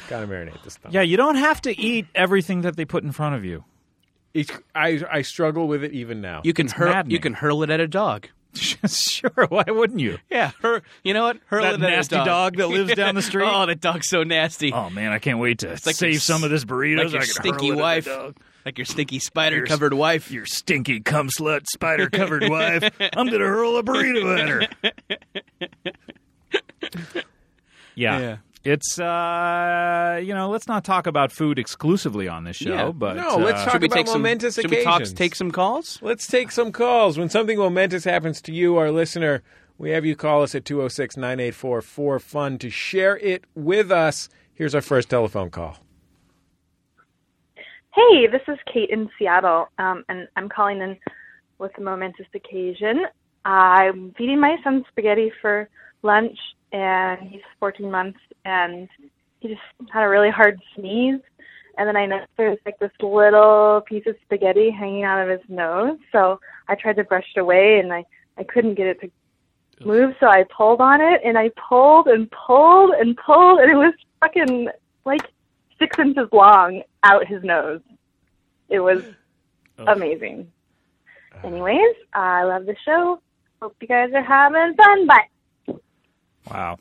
[SPEAKER 2] Got to marinate the stump.
[SPEAKER 4] Yeah, you don't have to eat everything that they put in front of you.
[SPEAKER 2] It, I I struggle with it even now.
[SPEAKER 3] You can hurl. You
[SPEAKER 4] maddening.
[SPEAKER 3] can hurl it at a dog.
[SPEAKER 4] sure, why wouldn't you?
[SPEAKER 3] Yeah, hur- you know what? Hurl
[SPEAKER 4] That
[SPEAKER 3] it at
[SPEAKER 4] nasty
[SPEAKER 3] a
[SPEAKER 4] dog that lives down the street?
[SPEAKER 3] oh, that dog's so nasty.
[SPEAKER 4] Oh man, I can't wait to
[SPEAKER 3] like
[SPEAKER 4] save
[SPEAKER 3] your
[SPEAKER 4] some of this burrito.
[SPEAKER 3] like your stinky wife, like your stinky spider-covered
[SPEAKER 4] Your s-
[SPEAKER 3] wife.
[SPEAKER 4] Your stinky cum slut spider covered wife. I'm gonna hurl a burrito at her. Yeah.
[SPEAKER 3] Yeah.
[SPEAKER 4] It's uh you know, let's not talk about food exclusively on this show,
[SPEAKER 3] Yeah.
[SPEAKER 4] but
[SPEAKER 2] No, let's
[SPEAKER 4] uh,
[SPEAKER 2] talk-
[SPEAKER 3] Should we
[SPEAKER 2] about
[SPEAKER 3] take some?
[SPEAKER 2] momentous
[SPEAKER 3] should we talk,
[SPEAKER 2] occasions.
[SPEAKER 3] take some calls?
[SPEAKER 2] Let's take some calls. When something momentous happens to you, our listener, we have you call us at 206 984 4FUN to share it with us. Here's our first telephone call.
[SPEAKER 8] Hey, this is Kate in Seattle, um, and I'm calling in with a momentous occasion. I'm feeding my son spaghetti for lunch, and he's 14 months, and he just had a really hard sneeze. And then I noticed there was like this little piece of spaghetti hanging out of his nose. So I tried to brush it away, and I, I couldn't get it to move. So I pulled on it, and I pulled and pulled and pulled, and it was fucking like six inches long out his nose. It was amazing. Anyways, I love the show. Hope you guys are having fun. Bye.
[SPEAKER 4] Wow.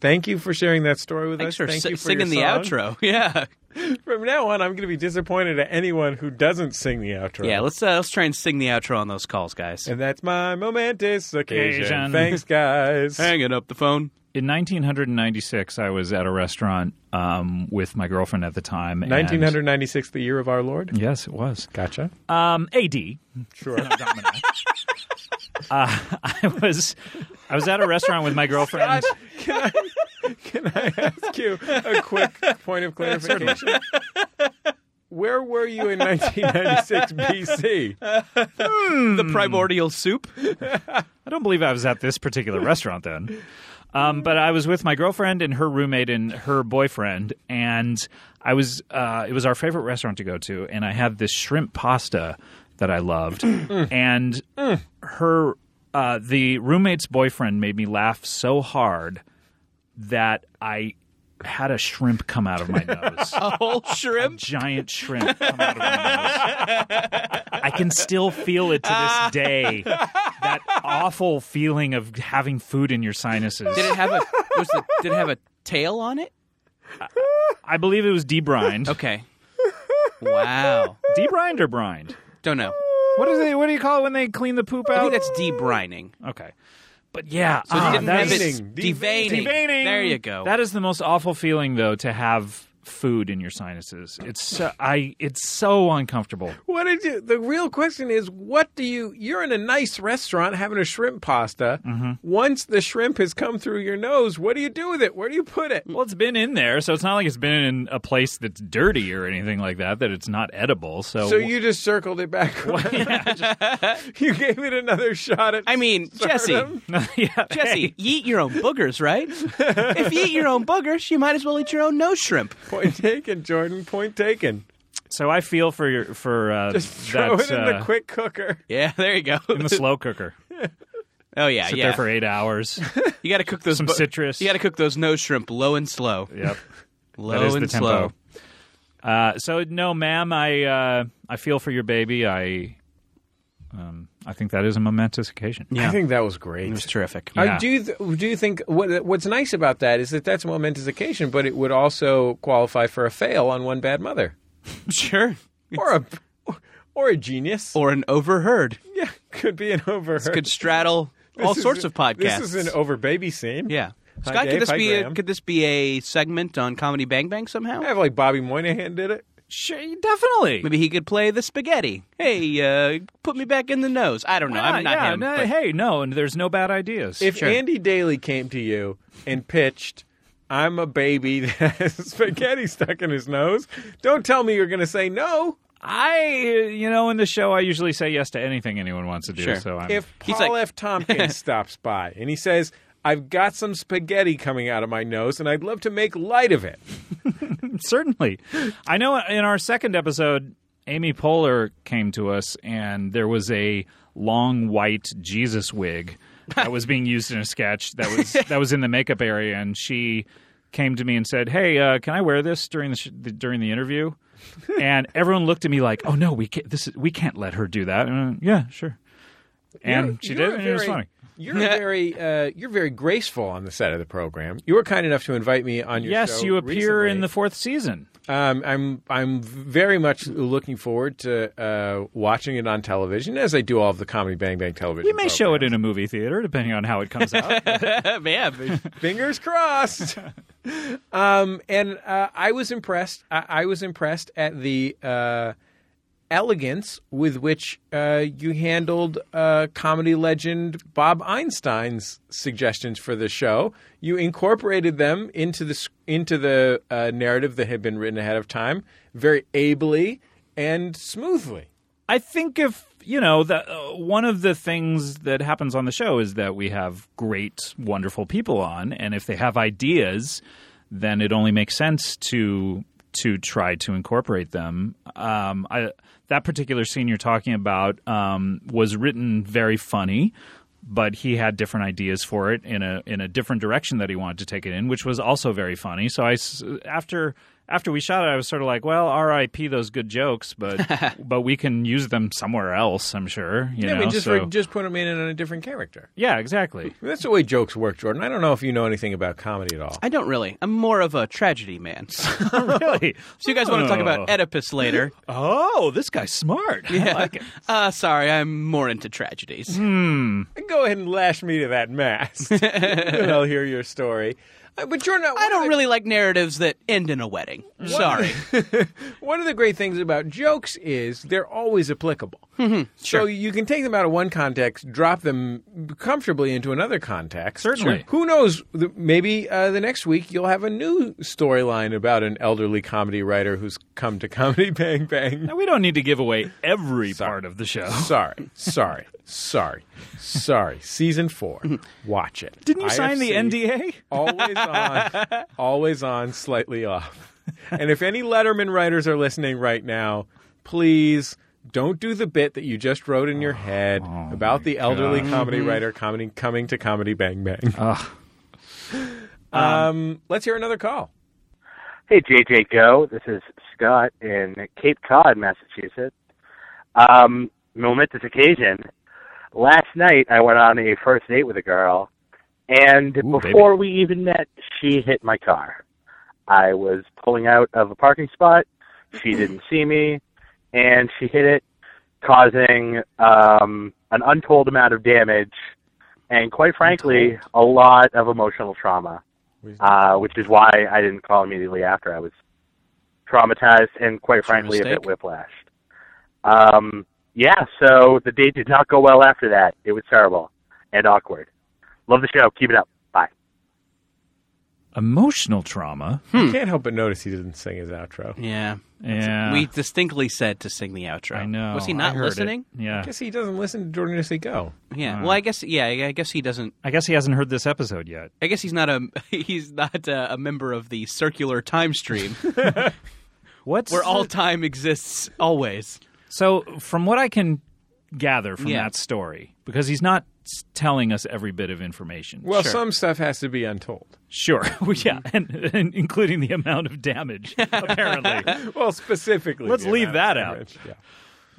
[SPEAKER 2] Thank you for sharing that story with
[SPEAKER 3] Thanks
[SPEAKER 2] us.
[SPEAKER 3] for
[SPEAKER 2] Thank
[SPEAKER 3] si-
[SPEAKER 2] you for
[SPEAKER 3] singing the
[SPEAKER 2] your song.
[SPEAKER 3] outro. Yeah,
[SPEAKER 2] From now on, I'm going to be disappointed at anyone who doesn't sing the outro.
[SPEAKER 3] yeah. Let's uh, let's try and sing the outro on those calls, guys.
[SPEAKER 2] And that's my momentous occasion.
[SPEAKER 4] Occasion.
[SPEAKER 2] Thanks, guys.
[SPEAKER 3] Hanging up the phone.
[SPEAKER 4] In 1996, I was at a restaurant um, with my girlfriend at the time. and-
[SPEAKER 2] 1996, the year of our Lord.
[SPEAKER 4] Yes, it was.
[SPEAKER 2] Gotcha.
[SPEAKER 4] Um, AD.
[SPEAKER 2] Sure.
[SPEAKER 4] Uh, I was I was at a restaurant with my girlfriend.
[SPEAKER 2] Can I ask you a quick point of clarification? Where were you in 1996 BC?
[SPEAKER 3] The primordial soup.
[SPEAKER 4] I don't believe I was at this particular restaurant then. Um, but I was with my girlfriend and her roommate and her boyfriend, and I was. Uh, it was our favorite restaurant to go to, and I had this shrimp pasta that I loved, and her uh, the roommate's boyfriend made me laugh so hard that I had a shrimp come out of my nose.
[SPEAKER 3] Whole shrimp.
[SPEAKER 4] giant shrimp come out of my nose. I can still feel it to
[SPEAKER 3] Ah.
[SPEAKER 4] this day. That awful feeling of having food in your sinuses.
[SPEAKER 3] Did it have a Was the, did it have a tail on it?
[SPEAKER 4] I believe it was debrined.
[SPEAKER 3] Okay. Wow.
[SPEAKER 4] Debrined or brined?
[SPEAKER 3] Don't know.
[SPEAKER 4] What is it? What do you call it when they clean the poop
[SPEAKER 3] I
[SPEAKER 4] out?
[SPEAKER 3] think that's debrining.
[SPEAKER 4] okay. But yeah,
[SPEAKER 3] So
[SPEAKER 4] ah,
[SPEAKER 3] it didn't
[SPEAKER 4] that
[SPEAKER 3] have its
[SPEAKER 4] is-
[SPEAKER 2] Deveining.
[SPEAKER 3] deveining.
[SPEAKER 4] Deveining.
[SPEAKER 3] There you go.
[SPEAKER 4] That is the most awful feeling though to have food in your sinuses. It's so, I it's so uncomfortable.
[SPEAKER 2] What did you? The real question is, what do you? You're in a nice restaurant having a shrimp pasta. Once the shrimp has come through your nose, what do you do with it? Where do you put it?
[SPEAKER 4] Well, it's been in there, so it's not like it's been in a place that's dirty or anything like that that it's not edible. So,
[SPEAKER 2] So you just circled it back. around. you gave it another shot at.
[SPEAKER 3] I mean, Jesse,
[SPEAKER 4] yeah,
[SPEAKER 3] Jesse, you eat your own boogers, right? if you eat your own boogers, you might as well eat your own nose shrimp.
[SPEAKER 2] point taken, Jordan. Point taken.
[SPEAKER 4] So I feel for your for uh,
[SPEAKER 2] Just throw
[SPEAKER 4] that,
[SPEAKER 2] it in
[SPEAKER 4] uh,
[SPEAKER 2] the quick cooker.
[SPEAKER 3] Yeah, there you go.
[SPEAKER 4] in the slow cooker.
[SPEAKER 3] oh yeah,
[SPEAKER 4] Sit
[SPEAKER 3] yeah.
[SPEAKER 4] there for eight hours.
[SPEAKER 3] you got to cook those
[SPEAKER 4] Some
[SPEAKER 3] bu-
[SPEAKER 4] citrus.
[SPEAKER 3] You got to cook those nose shrimp low and slow.
[SPEAKER 4] yep,
[SPEAKER 3] Low
[SPEAKER 4] that is
[SPEAKER 3] and
[SPEAKER 4] the
[SPEAKER 3] slow.
[SPEAKER 4] tempo. Uh, so no, ma'am, I uh, I feel for your baby. I um, I think that is a momentous occasion.
[SPEAKER 3] Yeah.
[SPEAKER 2] I think that was
[SPEAKER 3] It
[SPEAKER 2] great.
[SPEAKER 3] was terrific.
[SPEAKER 2] I
[SPEAKER 4] Yeah.
[SPEAKER 2] do you th- do you think what what's nice about that is that that's a momentous occasion, but it would also qualify for a fail on one bad mother
[SPEAKER 3] Sure.
[SPEAKER 2] or a or a genius.
[SPEAKER 3] Or an overheard.
[SPEAKER 2] yeah, could be an overheard.
[SPEAKER 3] Could straddle all
[SPEAKER 2] This is-
[SPEAKER 3] sorts of podcasts.
[SPEAKER 2] This is an over baby scene.
[SPEAKER 3] yeah.
[SPEAKER 2] Hi,
[SPEAKER 3] Scott, could
[SPEAKER 2] Dave.
[SPEAKER 3] this
[SPEAKER 2] Hi,
[SPEAKER 3] be a,
[SPEAKER 2] Graham. Oh.
[SPEAKER 3] could this be a segment on Comedy Bang Bang somehow?
[SPEAKER 2] I have like Bobby Moynihan did it.
[SPEAKER 4] Sure, definitely.
[SPEAKER 3] Maybe he could play the spaghetti. Hey, uh, put me back in the nose. I don't know. I'm not
[SPEAKER 4] yeah,
[SPEAKER 3] him.
[SPEAKER 4] no,
[SPEAKER 3] but-
[SPEAKER 4] hey, no, and there's no bad ideas.
[SPEAKER 2] If Andy Daly came to you and pitched, "I'm a baby that has spaghetti stuck in his nose," don't tell me you're going to say no.
[SPEAKER 4] I, you know, in the show, I usually say yes to anything anyone wants to do.
[SPEAKER 3] Sure.
[SPEAKER 4] So I'm,
[SPEAKER 2] If
[SPEAKER 3] He's
[SPEAKER 2] Paul
[SPEAKER 3] like-
[SPEAKER 2] F. Tompkins stops by and he says, "I've got some spaghetti coming out of my nose, and I'd love to make light of it,"
[SPEAKER 4] certainly, I know in our second episode, Amy Poehler came to us, and there was a long white Jesus wig that was being used in a sketch that was that was in the makeup area, and she came to me and said, "Hey, uh, can I wear this during the, sh- the during the interview?" and everyone looked at me like, "Oh no, we can't, this is, we can't let her do that." And, uh, yeah, sure. And
[SPEAKER 2] You're-
[SPEAKER 4] she
[SPEAKER 2] you're
[SPEAKER 4] did, and it was
[SPEAKER 2] very-
[SPEAKER 4] funny.
[SPEAKER 2] You're very, uh, you're very graceful on the set of the program. You were kind enough to invite me on your
[SPEAKER 4] Yes,
[SPEAKER 2] show
[SPEAKER 4] you appear
[SPEAKER 2] recently.
[SPEAKER 4] in the fourth season.
[SPEAKER 2] Um, I'm I'm very much looking forward to uh, watching it on television, as I do all of the Comedy Bang Bang television.
[SPEAKER 4] You may show it in a movie theater, depending on how it comes out.
[SPEAKER 3] yeah, but-
[SPEAKER 2] Fingers crossed. um, and uh, I was impressed. I, I was impressed at the uh, elegance with which uh, you handled uh, comedy legend Bob Einstein's suggestions for the show. You incorporated them into the s- into the uh, narrative that had been written ahead of time, very ably and smoothly.
[SPEAKER 4] I think if you know that uh, one of the things that happens on the show is that we have great, wonderful people on, and if they have ideas, then it only makes sense to to try to incorporate them. Um, I, that particular scene you're talking about um, was written very funny. But he had different ideas for it in a in a different direction that he wanted to take it in, which was also very funny. So I s- after after we shot it, I was sort of like, well, R.I.P. those good jokes, but but we can use them somewhere else. I'm sure. You
[SPEAKER 2] Yeah, I
[SPEAKER 4] know,
[SPEAKER 2] mean, just
[SPEAKER 4] so-
[SPEAKER 2] for, just put him in on a different character.
[SPEAKER 4] yeah, exactly.
[SPEAKER 2] I mean, that's the way jokes work, Jordan. I don't know if you know anything about comedy at all.
[SPEAKER 3] I don't really. I'm more of a tragedy man. So
[SPEAKER 4] really.
[SPEAKER 3] you guys want to talk about Oedipus later?
[SPEAKER 4] Oh, this guy's smart. I like it.
[SPEAKER 3] Uh, sorry, I'm more into tragedies.
[SPEAKER 2] Hmm. Go ahead and lash me to that mast, and I'll hear your story. Uh, But Jordan, one
[SPEAKER 3] I
[SPEAKER 2] of
[SPEAKER 3] don't
[SPEAKER 2] the-
[SPEAKER 3] really like narratives that end in a wedding. Sorry.
[SPEAKER 2] One of the great things about jokes is they're always applicable. So you can take them out of one context, drop them comfortably into another context.
[SPEAKER 4] Certainly. Sure.
[SPEAKER 2] Who knows? the- Maybe uh, the next week you'll have a new storyline about an elderly comedy writer who's come to Comedy Bang Bang.
[SPEAKER 4] Now, we don't need to give away every part of the show.
[SPEAKER 2] Sorry, sorry, sorry, sorry. Season four. Watch it.
[SPEAKER 4] Didn't you sign the
[SPEAKER 2] IFC,
[SPEAKER 4] NDA?
[SPEAKER 2] always on, always on, slightly off. And if any Letterman writers are listening right now, please don't do the bit that you just wrote in your head
[SPEAKER 4] Oh,
[SPEAKER 2] about the elderly
[SPEAKER 4] Mm-hmm.
[SPEAKER 2] comedy writer comedy, coming to Comedy Bang Bang. um, let's hear another call.
[SPEAKER 9] Hey, JJ Go. This is Scott in Cape Cod, Massachusetts. Um, momentous occasion. Last night, I went on a first date with a girl, And
[SPEAKER 7] Ooh, baby.
[SPEAKER 9] before we even met, she hit my car. I was pulling out of a parking spot. She didn't see me, and she hit it, causing um, an untold amount of damage and, quite frankly, a lot of emotional trauma, uh, which is why I didn't call immediately after. I was traumatized and, quite frankly, a bit
[SPEAKER 7] mistake?
[SPEAKER 9] whiplashed. Um, yeah, so the date did not go well after that. It was terrible and awkward. Love the show. Keep it up. Bye.
[SPEAKER 4] Emotional trauma.
[SPEAKER 2] I can't help but notice he didn't sing his outro.
[SPEAKER 3] Yeah.
[SPEAKER 4] Yeah.
[SPEAKER 3] We distinctly said to sing the outro.
[SPEAKER 4] I know.
[SPEAKER 3] Was he
[SPEAKER 4] I
[SPEAKER 3] not
[SPEAKER 4] heard it.
[SPEAKER 3] listening?
[SPEAKER 4] Yeah.
[SPEAKER 2] I guess he doesn't listen to Jordan as they go.
[SPEAKER 3] Yeah. well, I guess yeah, I guess he doesn't
[SPEAKER 4] I guess he hasn't heard this episode yet.
[SPEAKER 3] I guess he's not a he's not a, a member of the circular time stream
[SPEAKER 4] What's
[SPEAKER 3] where all time exists always.
[SPEAKER 4] So, from what I can gather from
[SPEAKER 3] Yeah.
[SPEAKER 4] that story, because he's not s- telling us every bit of information.
[SPEAKER 2] Well, some stuff has to be untold.
[SPEAKER 4] sure, Well, yeah,
[SPEAKER 3] Mm-hmm.
[SPEAKER 4] and, and including the amount of damage, apparently.
[SPEAKER 2] Well, specifically.
[SPEAKER 4] Let's
[SPEAKER 2] the
[SPEAKER 4] leave
[SPEAKER 2] amount
[SPEAKER 4] that
[SPEAKER 2] of
[SPEAKER 4] out.
[SPEAKER 2] damage, yeah.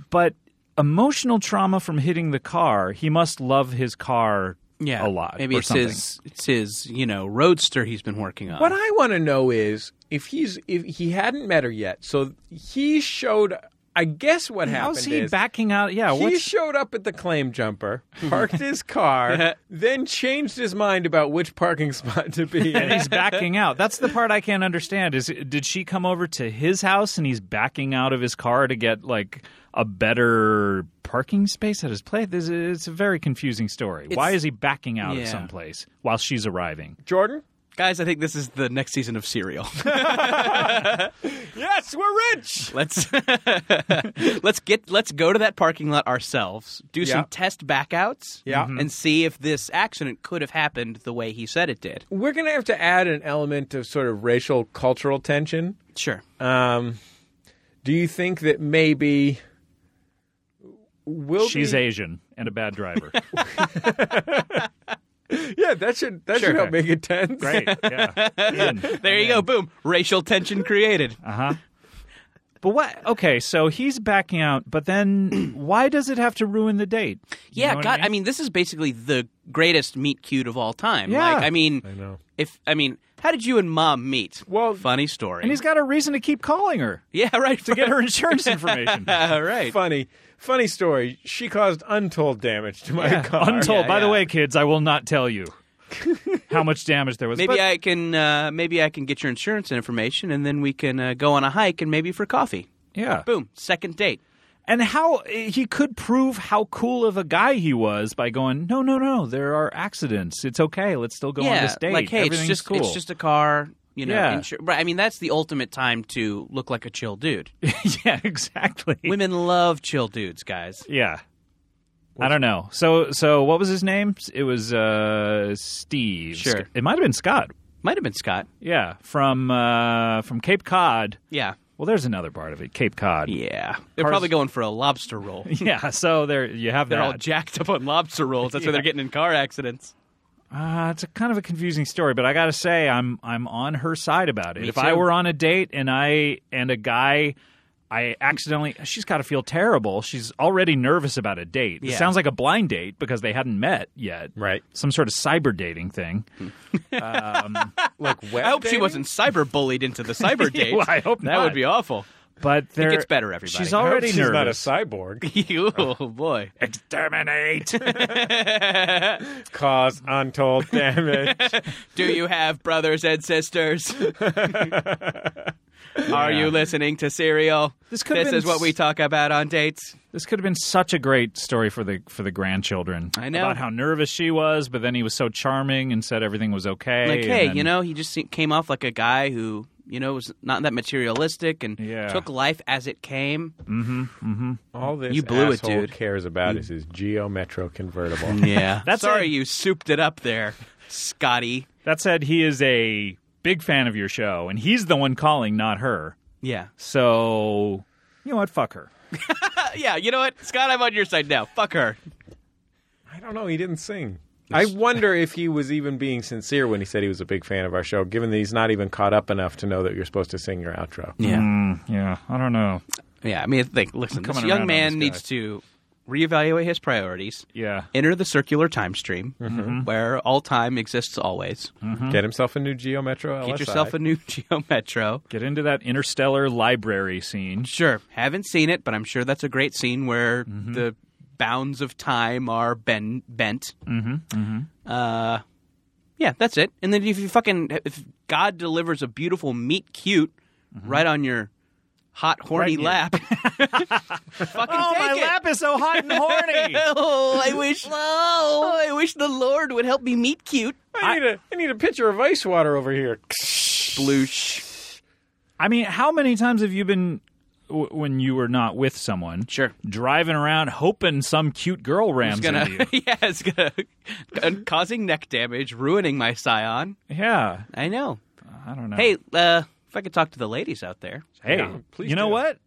[SPEAKER 4] but emotional trauma from hitting the car. He must love his car
[SPEAKER 3] Yeah.
[SPEAKER 4] a lot.
[SPEAKER 3] Maybe
[SPEAKER 4] or
[SPEAKER 3] it's
[SPEAKER 4] something.
[SPEAKER 3] his it's his, you know, roadster he's been working on.
[SPEAKER 2] What I want to know is if he's if he hadn't met her yet, so he showed. I guess what happened
[SPEAKER 4] How's he
[SPEAKER 2] is
[SPEAKER 4] backing out? Yeah,
[SPEAKER 2] he
[SPEAKER 4] what's
[SPEAKER 2] showed up at the claim jumper, parked his car, then changed his mind about which parking spot to be in.
[SPEAKER 4] and he's backing out. That's the part I can't understand. Is did she come over to his house and he's backing out of his car to get like a better parking space at his place? This is, it's a very confusing story. Why is he backing out
[SPEAKER 3] yeah.
[SPEAKER 4] of someplace while she's arriving?
[SPEAKER 2] Jordan.
[SPEAKER 3] Guys, I think this is the next season of Serial.
[SPEAKER 2] Yes, we're rich.
[SPEAKER 3] let's let's get let's go to that parking lot ourselves, do some
[SPEAKER 2] Yeah.
[SPEAKER 3] test backouts,
[SPEAKER 2] Yeah.
[SPEAKER 3] and see if this accident could have happened the way he said it did.
[SPEAKER 2] We're gonna have to add an element of sort of racial cultural tension.
[SPEAKER 3] Sure.
[SPEAKER 2] Um, do you think that maybe will
[SPEAKER 4] She's Asian and a bad driver.
[SPEAKER 2] yeah that should that should help make it tense.
[SPEAKER 4] Great. Yeah. In.
[SPEAKER 3] there you go. Boom. Racial tension created.
[SPEAKER 4] But what? Okay, so he's backing out, but then why does it have to ruin the date? You know
[SPEAKER 3] Yeah,
[SPEAKER 4] what
[SPEAKER 3] God, I mean? this is basically the greatest meet cute of all time.
[SPEAKER 4] Yeah.
[SPEAKER 3] Like, I mean,
[SPEAKER 2] I know.
[SPEAKER 3] if I mean, how did you and Mom meet?
[SPEAKER 2] Well-
[SPEAKER 3] funny story.
[SPEAKER 4] and he's got a reason to keep calling her
[SPEAKER 3] yeah, right.
[SPEAKER 4] to get her insurance information.
[SPEAKER 3] All right.
[SPEAKER 2] Funny, funny story. She caused untold damage to my car.
[SPEAKER 4] Untold.
[SPEAKER 3] Yeah,
[SPEAKER 4] By the
[SPEAKER 3] yeah.
[SPEAKER 4] way, kids, I will not tell you how much damage there was.
[SPEAKER 3] Maybe
[SPEAKER 4] but
[SPEAKER 3] I can uh, maybe I can get your insurance information, and then we can uh, go on a hike and maybe for coffee.
[SPEAKER 4] yeah.
[SPEAKER 3] Boom, second date.
[SPEAKER 4] And how he could prove how cool of a guy he was by going, no, no, no, there are accidents. It's okay. Let's still go on
[SPEAKER 3] yeah,
[SPEAKER 4] this date.
[SPEAKER 3] like hey, it's
[SPEAKER 4] Everything's
[SPEAKER 3] just
[SPEAKER 4] cool.
[SPEAKER 3] it's just a car. You know,
[SPEAKER 4] Yeah.
[SPEAKER 3] insur- right, I mean, that's the ultimate time to look like a chill dude.
[SPEAKER 4] yeah, exactly.
[SPEAKER 3] Women love chill dudes, guys.
[SPEAKER 4] Yeah. I don't know. So, so what was his name? It was uh, Steve.
[SPEAKER 3] Sure.
[SPEAKER 4] Sc- It might have been Scott.
[SPEAKER 3] Might have been Scott.
[SPEAKER 4] Yeah, from uh, from Cape Cod.
[SPEAKER 3] Yeah,
[SPEAKER 4] Well, there's another part of it. Cape Cod.
[SPEAKER 3] yeah. They're probably going for a lobster roll.
[SPEAKER 4] Yeah, so there you have
[SPEAKER 3] They're
[SPEAKER 4] that.
[SPEAKER 3] all jacked up on lobster rolls. That's why they're getting in car accidents.
[SPEAKER 4] Uh, it's a kind of a confusing story, but I gotta say, I'm I'm on her side about it.
[SPEAKER 3] Me
[SPEAKER 4] if I
[SPEAKER 3] too.
[SPEAKER 4] were on a date and I and a guy, I accidentally, she's got to feel terrible. She's already nervous about a date. It
[SPEAKER 3] Yeah.
[SPEAKER 4] sounds like a blind date because they hadn't met yet.
[SPEAKER 2] Right.
[SPEAKER 4] Some sort of cyber dating thing.
[SPEAKER 2] Like web
[SPEAKER 3] I hope she
[SPEAKER 2] dating?
[SPEAKER 3] wasn't cyber bullied into the cyber date.
[SPEAKER 4] Well, I hope
[SPEAKER 3] that
[SPEAKER 4] not.
[SPEAKER 3] would be awful.
[SPEAKER 4] But there,
[SPEAKER 3] gets better, everybody.
[SPEAKER 4] She's
[SPEAKER 3] I hope
[SPEAKER 2] I hope
[SPEAKER 4] already
[SPEAKER 2] she's not a
[SPEAKER 4] nervous.
[SPEAKER 2] cyborg.
[SPEAKER 3] oh boy.
[SPEAKER 4] Exterminate.
[SPEAKER 2] Cause untold damage.
[SPEAKER 3] Do you have brothers and sisters? Are you listening to Serial?
[SPEAKER 4] This could've been
[SPEAKER 3] is what
[SPEAKER 4] s-
[SPEAKER 3] we talk about on dates.
[SPEAKER 4] This could have been such a great story for the for the grandchildren.
[SPEAKER 3] I know.
[SPEAKER 4] about how nervous she was, but then he was so charming and said everything was okay.
[SPEAKER 3] Like,
[SPEAKER 4] and
[SPEAKER 3] hey,
[SPEAKER 4] then-
[SPEAKER 3] you know, he just se- came off like a guy who, you know, was not that materialistic and
[SPEAKER 4] Yeah.
[SPEAKER 3] took life as it came.
[SPEAKER 2] All this
[SPEAKER 3] You blew it,
[SPEAKER 2] asshole
[SPEAKER 3] dude. Mm.
[SPEAKER 2] cares about is his Geo Metro convertible.
[SPEAKER 3] Yeah.
[SPEAKER 4] That's
[SPEAKER 3] Sorry
[SPEAKER 4] it.
[SPEAKER 3] you souped it up there, Scotty.
[SPEAKER 4] That said, he is a big fan of your show, and he's the one calling, not her.
[SPEAKER 3] Yeah.
[SPEAKER 4] So you know what? Fuck her.
[SPEAKER 3] Yeah, you know what? Scott, I'm on your side now. Fuck her.
[SPEAKER 2] I don't know. He didn't sing. I wonder if he was even being sincere when he said he was a big fan of our show, given that he's not even caught up enough to know that you're supposed to sing your outro.
[SPEAKER 3] Yeah.
[SPEAKER 4] Mm, yeah, I don't know.
[SPEAKER 3] Yeah, I mean, like, listen, this
[SPEAKER 4] coming around
[SPEAKER 3] young
[SPEAKER 4] on
[SPEAKER 3] man
[SPEAKER 4] this guy.
[SPEAKER 3] needs to reevaluate his priorities,
[SPEAKER 4] Yeah.
[SPEAKER 3] enter the circular time stream
[SPEAKER 4] Mm-hmm.
[SPEAKER 3] where all time exists always.
[SPEAKER 2] Get himself a new Geo Metro LSI.
[SPEAKER 3] Get yourself a new Geo Metro.
[SPEAKER 4] Get into that interstellar library scene.
[SPEAKER 3] Sure, haven't seen it, but I'm sure that's a great scene where
[SPEAKER 4] Mm-hmm.
[SPEAKER 3] the bounds of time are ben- bent. Mm-hmm. Uh, yeah, that's it. And then if you fucking if God delivers a beautiful meet cute
[SPEAKER 4] Mm-hmm.
[SPEAKER 3] right on your hot horny lap, fucking
[SPEAKER 4] Oh,
[SPEAKER 3] take
[SPEAKER 4] my
[SPEAKER 3] it.
[SPEAKER 4] lap is so hot and horny.
[SPEAKER 3] Oh, I wish. Oh, I wish the Lord would help me meet cute.
[SPEAKER 2] I need a I need a pitcher of ice water over here.
[SPEAKER 3] Bloosh.
[SPEAKER 4] I mean, how many times have you been w- when you were not with someone?
[SPEAKER 3] Sure.
[SPEAKER 4] Driving around hoping some cute girl rams
[SPEAKER 3] It's gonna,
[SPEAKER 4] into you.
[SPEAKER 3] yeah, it's gonna and causing neck damage, ruining my scion.
[SPEAKER 4] Yeah.
[SPEAKER 3] I know.
[SPEAKER 4] I don't know.
[SPEAKER 3] Hey, uh, if I could talk to the ladies out there,
[SPEAKER 4] hey,
[SPEAKER 2] Yeah, please
[SPEAKER 4] you know
[SPEAKER 2] do.
[SPEAKER 4] what?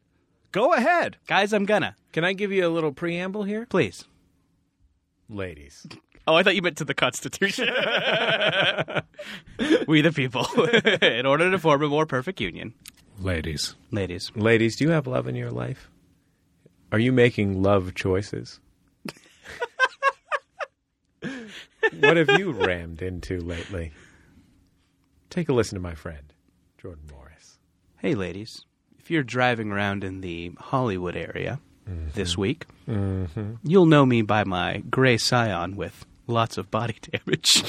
[SPEAKER 4] Go ahead.
[SPEAKER 3] guys, I'm gonna
[SPEAKER 2] Can I give you a little preamble here,
[SPEAKER 3] please.
[SPEAKER 2] ladies?
[SPEAKER 3] Oh, I thought you meant to the Constitution. we the people, in order to form a more perfect union,
[SPEAKER 4] Ladies.
[SPEAKER 3] ladies.
[SPEAKER 2] Ladies, do you have love in your life? Are you making love choices? what have you rammed into lately? Take a listen to my friend, Jordan Morris.
[SPEAKER 3] Hey, ladies, if you're driving around in the Hollywood area this week, you'll know me by my gray scion with lots of body damage.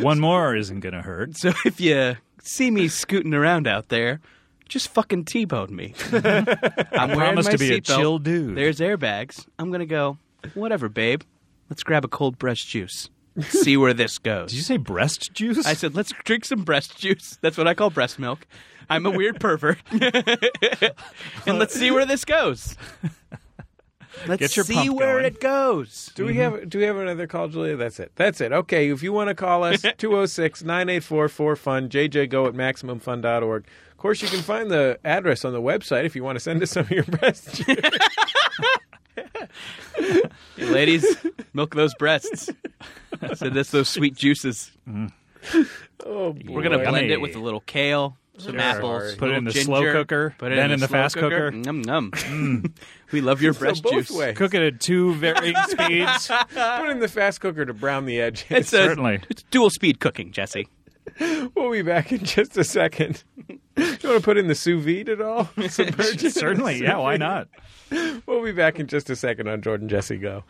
[SPEAKER 4] One more isn't going to hurt.
[SPEAKER 3] so if you see me scooting around out there, just fucking T-bone me. I'm wearing
[SPEAKER 4] promise
[SPEAKER 3] my
[SPEAKER 4] to be a
[SPEAKER 3] seatbelt.
[SPEAKER 4] chill dude.
[SPEAKER 3] There's airbags. I'm going to go, whatever, babe. Let's grab a cold breast juice. See where this goes.
[SPEAKER 4] Did you say breast juice?
[SPEAKER 3] I said, let's drink some breast juice. That's what I call breast milk. I'm a weird pervert. and let's see where this goes. Let's
[SPEAKER 4] Get your
[SPEAKER 3] see
[SPEAKER 4] pump
[SPEAKER 3] where
[SPEAKER 4] going.
[SPEAKER 3] it goes.
[SPEAKER 2] Do we have do we have another call, Julia? That's it. That's it. Okay, if you want to call us, 206-984-4FUN, jjgo at MaximumFun.org. Of course, you can find the address on the website if you want to send us some of your breast juice.
[SPEAKER 3] Ladies, milk those breasts. Send us those sweet juices.
[SPEAKER 2] Oh, boy.
[SPEAKER 3] We're going to blend
[SPEAKER 4] Yummy.
[SPEAKER 3] it with a little kale, some apples.
[SPEAKER 4] Put it
[SPEAKER 3] little
[SPEAKER 4] in the
[SPEAKER 3] ginger,
[SPEAKER 4] slow cooker,
[SPEAKER 3] Put it
[SPEAKER 4] then
[SPEAKER 3] in
[SPEAKER 4] in the
[SPEAKER 3] slow
[SPEAKER 4] fast cooker.
[SPEAKER 3] Num, num. we love your breast
[SPEAKER 2] both
[SPEAKER 3] juice.
[SPEAKER 2] ways.
[SPEAKER 4] Cook it at two varying speeds.
[SPEAKER 2] Put it in the fast cooker to brown the edges.
[SPEAKER 3] It's a-
[SPEAKER 4] Certainly.
[SPEAKER 3] it's dual speed cooking, Jesse.
[SPEAKER 2] We'll be back in just a second. Do you want to put in the sous vide at all? Submerge it.
[SPEAKER 4] Certainly. Yeah, why not?
[SPEAKER 2] We'll be back in just a second on Jordan Jesse Go.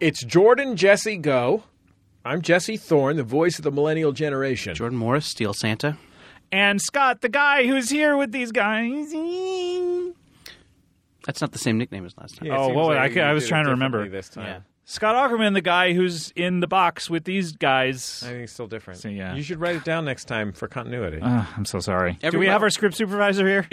[SPEAKER 2] It's Jordan Jesse Go. I'm Jesse Thorne, the voice of the millennial generation.
[SPEAKER 3] Jordan Morris, Steel Santa.
[SPEAKER 4] And Scott, the guy who's here with these guys.
[SPEAKER 3] That's not the same nickname as last time.
[SPEAKER 2] Yeah, it
[SPEAKER 4] Oh,
[SPEAKER 2] seems
[SPEAKER 4] well,
[SPEAKER 2] like
[SPEAKER 4] I
[SPEAKER 2] you
[SPEAKER 4] ca- I was
[SPEAKER 2] did it
[SPEAKER 4] trying to
[SPEAKER 2] differently
[SPEAKER 4] remember.
[SPEAKER 2] this time.
[SPEAKER 3] Yeah.
[SPEAKER 4] Scott Ackerman, the guy who's in the box with these guys.
[SPEAKER 2] I think it's still different.
[SPEAKER 4] So, yeah.
[SPEAKER 2] You should write it down next time for continuity.
[SPEAKER 4] Ah, I'm so sorry. Do we
[SPEAKER 3] Everybody-
[SPEAKER 4] have our script supervisor here?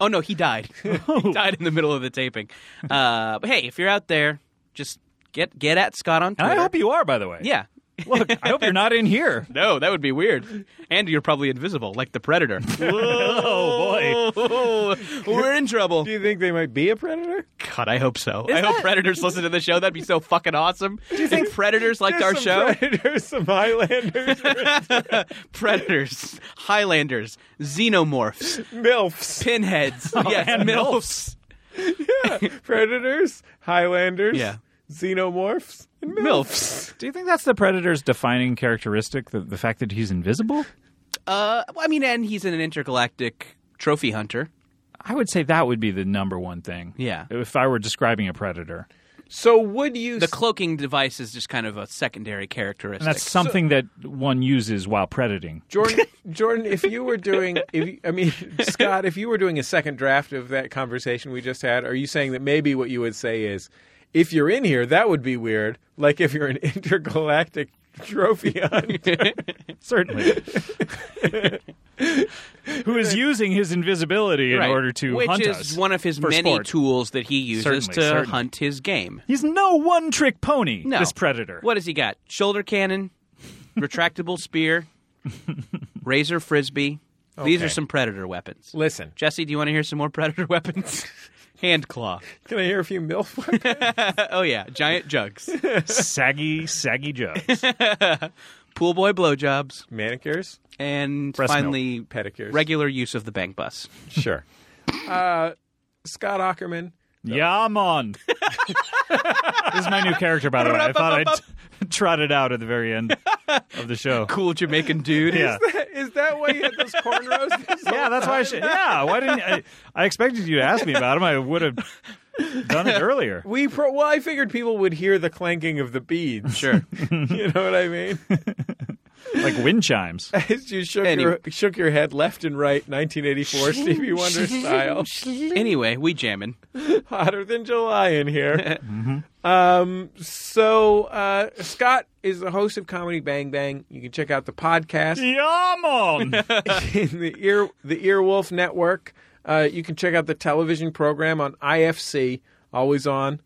[SPEAKER 3] Oh no, he died. he died in the middle of the taping. Uh, but hey, if you're out there, just get get at Scott on
[SPEAKER 4] And
[SPEAKER 3] Twitter.
[SPEAKER 4] I hope you are, by the way.
[SPEAKER 3] Yeah.
[SPEAKER 4] Look, I hope you're not in here.
[SPEAKER 3] No, that would be weird. And you're probably invisible, like the predator.
[SPEAKER 4] Oh, boy.
[SPEAKER 3] We're in trouble.
[SPEAKER 2] Do you think they might be a predator?
[SPEAKER 3] God, I hope so. I hope predators listen to the show. That'd be so fucking awesome. Do you think predators liked our
[SPEAKER 2] There's
[SPEAKER 3] show?
[SPEAKER 2] some Predators, some Highlanders,
[SPEAKER 3] predators, Highlanders, xenomorphs,
[SPEAKER 2] MILFs.
[SPEAKER 3] pinheads, yes,
[SPEAKER 4] Oh, and
[SPEAKER 3] milfs,
[SPEAKER 2] Predators, Highlanders,
[SPEAKER 3] Yeah.
[SPEAKER 2] Xenomorphs, and MILFs.
[SPEAKER 3] milfs.
[SPEAKER 4] Do you think that's the Predator's defining characteristic, the, the fact that he's invisible?
[SPEAKER 3] Uh, well, I mean, and he's an intergalactic trophy hunter.
[SPEAKER 4] I would say that would be the number one thing.
[SPEAKER 3] Yeah.
[SPEAKER 4] If I were describing a Predator.
[SPEAKER 2] So would you?
[SPEAKER 3] The cloaking device is just kind of a secondary characteristic.
[SPEAKER 4] And that's something that one uses while predating.
[SPEAKER 2] Jordan, Jordan, if you were doing, if you- I mean, Scott, if you were doing a second draft of that conversation we just had, are you saying that maybe what you would say is, if you're in here, that would be weird. Like if you're an intergalactic trophy hunt.
[SPEAKER 4] Certainly. Who is using his invisibility in
[SPEAKER 3] Right.
[SPEAKER 4] order to
[SPEAKER 3] which
[SPEAKER 4] hunt
[SPEAKER 3] is
[SPEAKER 4] us.
[SPEAKER 3] one of his
[SPEAKER 4] for
[SPEAKER 3] many
[SPEAKER 4] sport.
[SPEAKER 3] tools that he uses
[SPEAKER 4] Certainly,
[SPEAKER 3] to
[SPEAKER 4] certainly.
[SPEAKER 3] hunt his game.
[SPEAKER 4] He's no one trick pony,
[SPEAKER 3] No.
[SPEAKER 4] this Predator.
[SPEAKER 3] What has he got? Shoulder cannon, retractable spear, razor frisbee, These are
[SPEAKER 2] Okay.
[SPEAKER 3] some predator weapons.
[SPEAKER 2] Listen,
[SPEAKER 3] Jesse, do you want to hear some more predator weapons? Hand claw.
[SPEAKER 2] can I hear a few MILF? words?
[SPEAKER 3] oh yeah, giant jugs.
[SPEAKER 4] saggy, saggy jugs.
[SPEAKER 3] Pool boy blowjobs.
[SPEAKER 2] Manicures?
[SPEAKER 3] and
[SPEAKER 4] Breast milk.
[SPEAKER 3] finally
[SPEAKER 2] Pedicures.
[SPEAKER 3] regular use of the bank bus.
[SPEAKER 2] Sure. Uh, Scott Ackerman.
[SPEAKER 4] yeah, mon. this is my new character, by the way. I thought I'd trot it out at the very end of the show.
[SPEAKER 3] Cool Jamaican dude.
[SPEAKER 4] Yeah.
[SPEAKER 2] Is that why you had those cornrows? this
[SPEAKER 4] Yeah,
[SPEAKER 2] whole
[SPEAKER 4] that's why I
[SPEAKER 2] time?
[SPEAKER 4] should. Yeah, why didn't I? I expected you to ask me about him. I would have done it earlier.
[SPEAKER 2] We pro- well, I figured people would hear the clanking of the beads.
[SPEAKER 3] Sure.
[SPEAKER 2] you know what I mean?
[SPEAKER 4] Like wind chimes.
[SPEAKER 2] you shook,
[SPEAKER 3] Anyway.
[SPEAKER 2] your, shook your head left and right, 1984 Stevie Wonder style.
[SPEAKER 3] anyway, we jamming.
[SPEAKER 2] Hotter than July in here. Um, so uh, Scott is the host of Comedy Bang Bang. You can check out the podcast.
[SPEAKER 4] Yeah, mon.
[SPEAKER 2] in the ear the Earwolf Network. Uh, you can check out the television program on IFC, always on,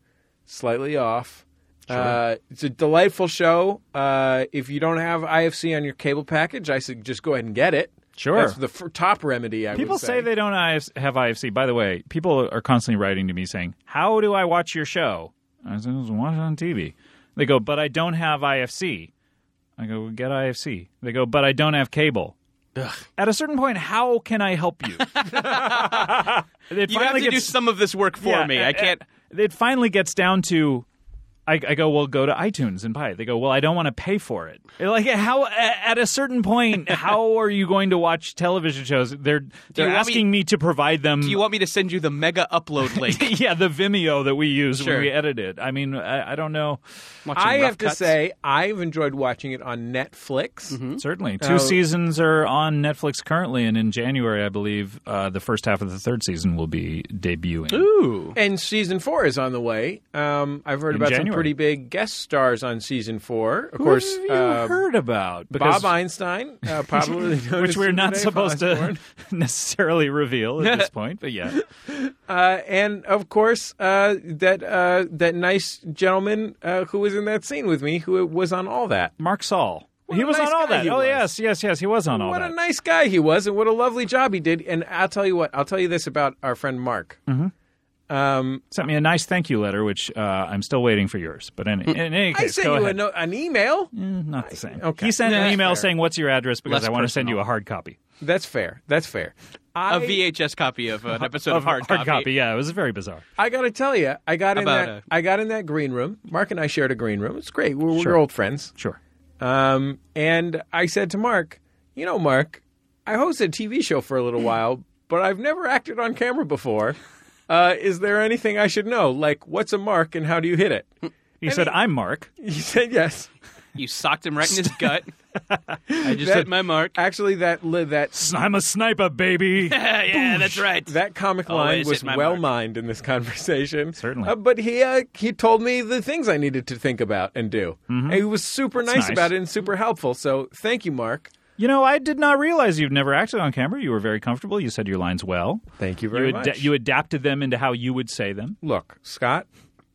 [SPEAKER 2] slightly off. Uh, it's a delightful show. Uh, if you don't have IFC on your cable package, I should just go ahead and get it.
[SPEAKER 4] Sure.
[SPEAKER 2] that's the f- top remedy. I
[SPEAKER 4] People
[SPEAKER 2] would say.
[SPEAKER 4] say they don't IF- have IFC. By the way, people are constantly writing to me saying, "How do I watch your show?" I said, "Just "Watch it on TV." They go, "But I don't have IFC." I go, well, "Get IFC." They go, "But I don't have cable." At a certain point, how can I help you? It
[SPEAKER 3] You have to
[SPEAKER 4] finally
[SPEAKER 3] do
[SPEAKER 4] gets-
[SPEAKER 3] some of this work for
[SPEAKER 4] yeah,
[SPEAKER 3] me.
[SPEAKER 4] uh,
[SPEAKER 3] I can't.
[SPEAKER 4] uh, It finally gets down to. I, I go well. Go to iTunes and buy it. They go well. I don't want to pay for it. Like how? a- At a certain point, how are you going to watch television shows? They're they're
[SPEAKER 3] you want
[SPEAKER 4] asking me, to provide them.
[SPEAKER 3] Do you want me to send you the mega upload link?
[SPEAKER 4] yeah, the Vimeo that we use
[SPEAKER 3] Sure.
[SPEAKER 4] when we edit it. I mean, I, I don't know.
[SPEAKER 3] Watching
[SPEAKER 2] I
[SPEAKER 3] rough
[SPEAKER 2] have to
[SPEAKER 3] cuts?
[SPEAKER 2] say I've enjoyed watching it on Netflix.
[SPEAKER 4] Certainly, two
[SPEAKER 2] Uh,
[SPEAKER 4] seasons are on Netflix currently, and in January, I believe uh, the first half of the third season will be debuting.
[SPEAKER 3] Ooh.
[SPEAKER 2] And season four is on the way. Um, I've heard
[SPEAKER 4] In
[SPEAKER 2] about some
[SPEAKER 4] January.
[SPEAKER 2] pretty big guest stars on season four. Of course,
[SPEAKER 4] Who have you
[SPEAKER 2] uh,
[SPEAKER 4] heard about
[SPEAKER 2] Bob
[SPEAKER 4] um, Because-
[SPEAKER 2] Einstein, uh, popularly known
[SPEAKER 4] which
[SPEAKER 2] as
[SPEAKER 4] we're not
[SPEAKER 2] Dave
[SPEAKER 4] supposed
[SPEAKER 2] Osborne.
[SPEAKER 4] to necessarily reveal at this point, but yeah,
[SPEAKER 2] Uh, and of course, uh, that uh, that nice gentleman uh, who was in that scene with me, who was on all that.
[SPEAKER 4] Mark Saul.
[SPEAKER 2] What
[SPEAKER 4] he
[SPEAKER 2] a
[SPEAKER 4] was
[SPEAKER 2] nice
[SPEAKER 4] on all
[SPEAKER 2] guy
[SPEAKER 4] that.
[SPEAKER 2] he
[SPEAKER 4] Oh
[SPEAKER 2] was.
[SPEAKER 4] yes, yes, yes. He was on all
[SPEAKER 2] what
[SPEAKER 4] that.
[SPEAKER 2] a nice guy he was, and what a lovely job he did. And I'll tell you what, I'll tell you this about our friend Mark. Um,
[SPEAKER 4] Sent me a nice thank you letter, which uh, I'm still waiting for yours. But in, in any
[SPEAKER 2] Hmm. I
[SPEAKER 4] case,
[SPEAKER 2] sent
[SPEAKER 4] go
[SPEAKER 2] you a
[SPEAKER 4] ahead.
[SPEAKER 2] no- an email.
[SPEAKER 4] Mm, not the same.
[SPEAKER 2] okay.
[SPEAKER 4] He sent
[SPEAKER 3] That's
[SPEAKER 4] an email
[SPEAKER 3] fair.
[SPEAKER 4] saying, "What's your address?" Because
[SPEAKER 3] Less
[SPEAKER 4] I want to send
[SPEAKER 3] personal.
[SPEAKER 4] you a hard copy.
[SPEAKER 2] That's fair. That's fair. I
[SPEAKER 3] A VHS copy of an episode of
[SPEAKER 4] Of
[SPEAKER 3] Hard,
[SPEAKER 4] hard copy. Yeah, it was very bizarre.
[SPEAKER 2] I got to tell you, I got in
[SPEAKER 3] About
[SPEAKER 2] that
[SPEAKER 3] a-
[SPEAKER 2] I got in that green room. Mark and I shared a green room. It's great. We're, we're
[SPEAKER 4] Sure.
[SPEAKER 2] old friends.
[SPEAKER 4] Sure.
[SPEAKER 2] Um, and I said to Mark, you know, Mark, I hosted a TV show for a little while, but I've never acted on camera before. Uh, is there anything I should know? Like, what's a mark and how do you hit it?
[SPEAKER 4] He said, "I'm Mark."
[SPEAKER 2] He said yes.
[SPEAKER 3] You socked him right in his gut. I just hit my mark.
[SPEAKER 2] Actually, that li- that
[SPEAKER 4] S- I'm a sniper, baby.
[SPEAKER 3] yeah, that's right.
[SPEAKER 2] that comic line
[SPEAKER 3] Always
[SPEAKER 2] was
[SPEAKER 3] hit my
[SPEAKER 2] well
[SPEAKER 3] mark.
[SPEAKER 2] mined in this conversation.
[SPEAKER 4] Certainly.
[SPEAKER 2] Uh, but he uh, he told me the things I needed to think about and do. And he was super nice,
[SPEAKER 4] nice.
[SPEAKER 2] about it and super helpful. So thank you, Mark.
[SPEAKER 4] you know, I did not realize you've never acted on camera. You were very comfortable. You said your lines well.
[SPEAKER 2] Thank you
[SPEAKER 4] You, ad- you adapted them into how you would say them
[SPEAKER 2] Look, Scott,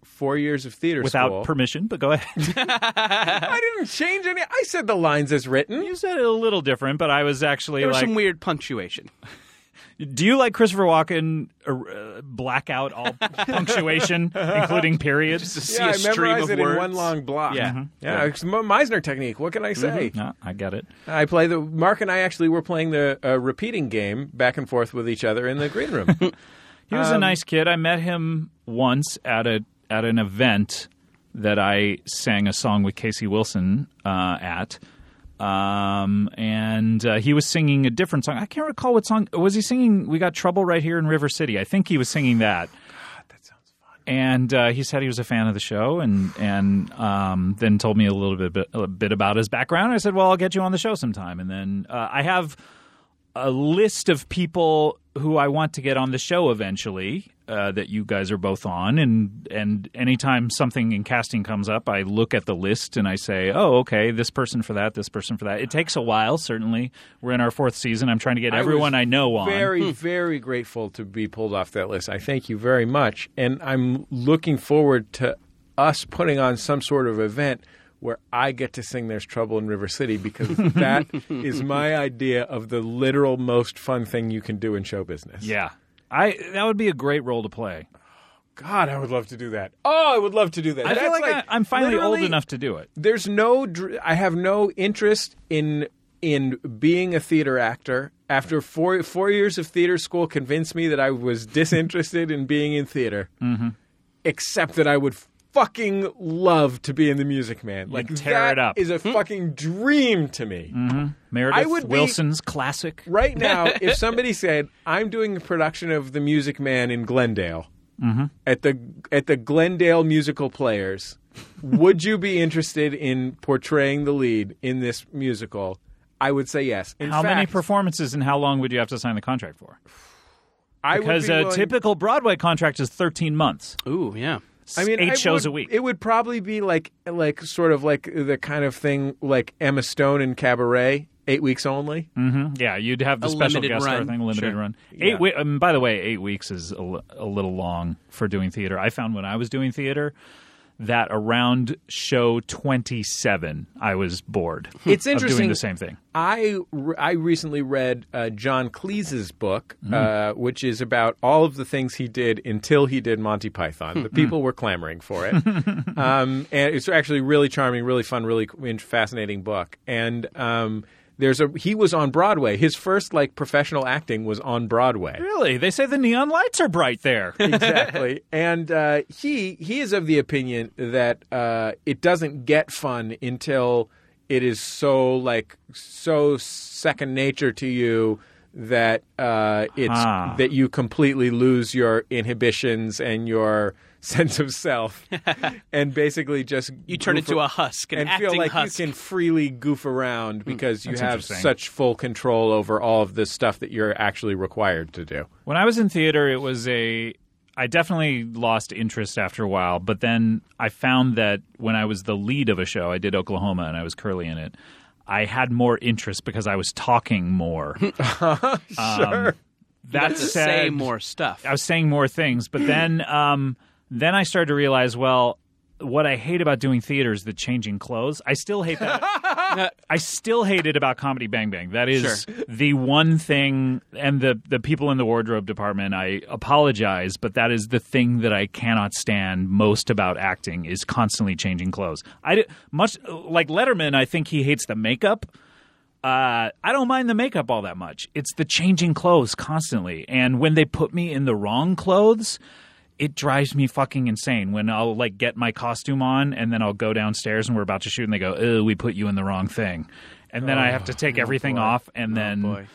[SPEAKER 2] four years of theater
[SPEAKER 4] without
[SPEAKER 2] school.
[SPEAKER 4] permission. But go ahead.
[SPEAKER 2] I didn't change any. I said the lines as written.
[SPEAKER 4] You said it a little different, but I was actually
[SPEAKER 3] there was
[SPEAKER 4] like,
[SPEAKER 3] some weird punctuation.
[SPEAKER 4] "Do you like Christopher Walken uh, blackout all punctuation, including periods?"
[SPEAKER 3] See
[SPEAKER 2] yeah,
[SPEAKER 3] a
[SPEAKER 2] I
[SPEAKER 3] stream
[SPEAKER 2] memorized
[SPEAKER 3] of
[SPEAKER 2] it
[SPEAKER 3] words.
[SPEAKER 2] in one long block.
[SPEAKER 3] Yeah.
[SPEAKER 4] Mm-hmm.
[SPEAKER 2] yeah. It's M- Meisner technique. What can I say?
[SPEAKER 4] No, I get it.
[SPEAKER 2] I play the Mark and I actually were playing the uh, repeating game back and forth with each other in the green room.
[SPEAKER 4] He
[SPEAKER 2] Um,
[SPEAKER 4] was a nice kid. I met him once at a at an event that I sang a song with Casey Wilson uh, at. Um and uh, he was singing a different song. I can't recall what song was he singing. We got trouble right here in River City. I think he was singing that. and uh, he said he was a fan of the show, and and um, then told me a little bit, bit a bit about his background. I said, "Well, I'll get you on the show sometime." And then uh, I have a list of people who I want to get on the show eventually uh, that you guys are both on, and and anytime something in casting comes up, I look at the list and I say, "Oh, okay, this person for that, this person for that." It takes a while. Certainly, we're in our fourth season. I'm trying to get
[SPEAKER 2] I was
[SPEAKER 4] everyone I know on. Hmm.
[SPEAKER 2] Very, very grateful to be pulled off that list. I thank you very much, and I'm looking forward to us putting on some sort of event where I get to sing There's Trouble in River City because that is my idea of the literal most fun thing you can do in show business.
[SPEAKER 4] Yeah. I that would be a great role to play.
[SPEAKER 2] God, I would love to do that. Oh, I would love to do that.
[SPEAKER 4] I feel
[SPEAKER 2] That's
[SPEAKER 4] like, I, am finally old
[SPEAKER 2] literally-
[SPEAKER 4] enough to do it.
[SPEAKER 2] there's no dr- I have no interest in in being a theater actor. After four four years of theater school, convinced me that I was disinterested in being in theater, mm-hmm. except that I would fucking love to be in the Music Man. Like
[SPEAKER 4] tear
[SPEAKER 2] that
[SPEAKER 4] it up.
[SPEAKER 2] is a fucking dream to me.
[SPEAKER 4] Meredith
[SPEAKER 2] would be-
[SPEAKER 4] Wilson's classic.
[SPEAKER 2] Right now, if somebody said, "I'm doing a production of The Music Man in Glendale
[SPEAKER 4] Mm-hmm.
[SPEAKER 2] at the at the Glendale Musical Players," would you be interested in portraying the lead in this musical? I would say yes. In
[SPEAKER 4] How many
[SPEAKER 2] fact,
[SPEAKER 4] performances and how long would you have to sign the contract for?
[SPEAKER 2] I would
[SPEAKER 4] Because
[SPEAKER 2] be
[SPEAKER 4] uh, a
[SPEAKER 2] willing-
[SPEAKER 4] typical Broadway contract is 13 months.
[SPEAKER 3] Ooh, yeah.
[SPEAKER 2] I mean,
[SPEAKER 4] eight
[SPEAKER 2] I
[SPEAKER 4] shows
[SPEAKER 2] would-
[SPEAKER 4] a week.
[SPEAKER 2] It would probably be like like sort of like the kind of thing like Emma Stone in Cabaret, eight weeks only.
[SPEAKER 4] Mhm. Yeah, you'd have the
[SPEAKER 3] A
[SPEAKER 4] special
[SPEAKER 3] limited
[SPEAKER 4] guest star
[SPEAKER 3] run.
[SPEAKER 4] thing, limited
[SPEAKER 3] Sure.
[SPEAKER 4] run. Eight. We- um, by the way, eight weeks is a, li- a little long for doing theater. I found when I was doing theater that around show twenty-seven, I was bored.
[SPEAKER 2] It's
[SPEAKER 4] Of doing
[SPEAKER 2] interesting.
[SPEAKER 4] the same thing.
[SPEAKER 2] I, re- I recently read uh, John Cleese's book, uh, which is about all of the things he did until he did Monty Python. The people were clamoring for it. um, and it's actually really charming, really fun, really c- in- fascinating book. And um, there's a he was on Broadway. His first like professional acting was on Broadway.
[SPEAKER 4] Really, they say the neon lights are bright there.
[SPEAKER 2] exactly. And uh, he he is of the opinion that uh, it doesn't get fun until it is so like so second nature to you that uh, it's
[SPEAKER 4] Ah.
[SPEAKER 2] that you completely lose your inhibitions and your sense of self, and basically just
[SPEAKER 3] You turn
[SPEAKER 2] goof
[SPEAKER 3] into
[SPEAKER 2] ar-
[SPEAKER 3] a husk, an
[SPEAKER 2] and feel
[SPEAKER 3] acting
[SPEAKER 2] like
[SPEAKER 3] husk. Hmm,
[SPEAKER 2] you can freely goof around because you
[SPEAKER 4] that's
[SPEAKER 2] have
[SPEAKER 4] interesting.
[SPEAKER 2] such full control over all of the stuff that you're actually required to do.
[SPEAKER 4] When I was in theater, it was a. I definitely lost interest after a while, but then I found that when I was the lead of a show, I did Oklahoma and I was Curly in it. I had more interest because I was talking more. sure. that
[SPEAKER 3] That's to
[SPEAKER 4] said,
[SPEAKER 3] say more stuff.
[SPEAKER 4] I was saying more things, but then um, then I started to realize, well, what I hate about doing theater is the changing clothes. I still hate that. I still hate it about Comedy Bang Bang. That is the one thing, and the the people in the wardrobe department. I apologize, but that is the thing that I cannot stand most about acting is constantly changing clothes. I d- much like Letterman. I think he hates the makeup uh, I don't mind the makeup all that much. It's the changing clothes constantly. And when they put me in the wrong clothes, it drives me fucking insane. When I'll like get my costume on and then I'll go downstairs and we're about to shoot and they go, oh, we put you in the wrong thing. And
[SPEAKER 2] Oh,
[SPEAKER 4] then I have to take everything off and then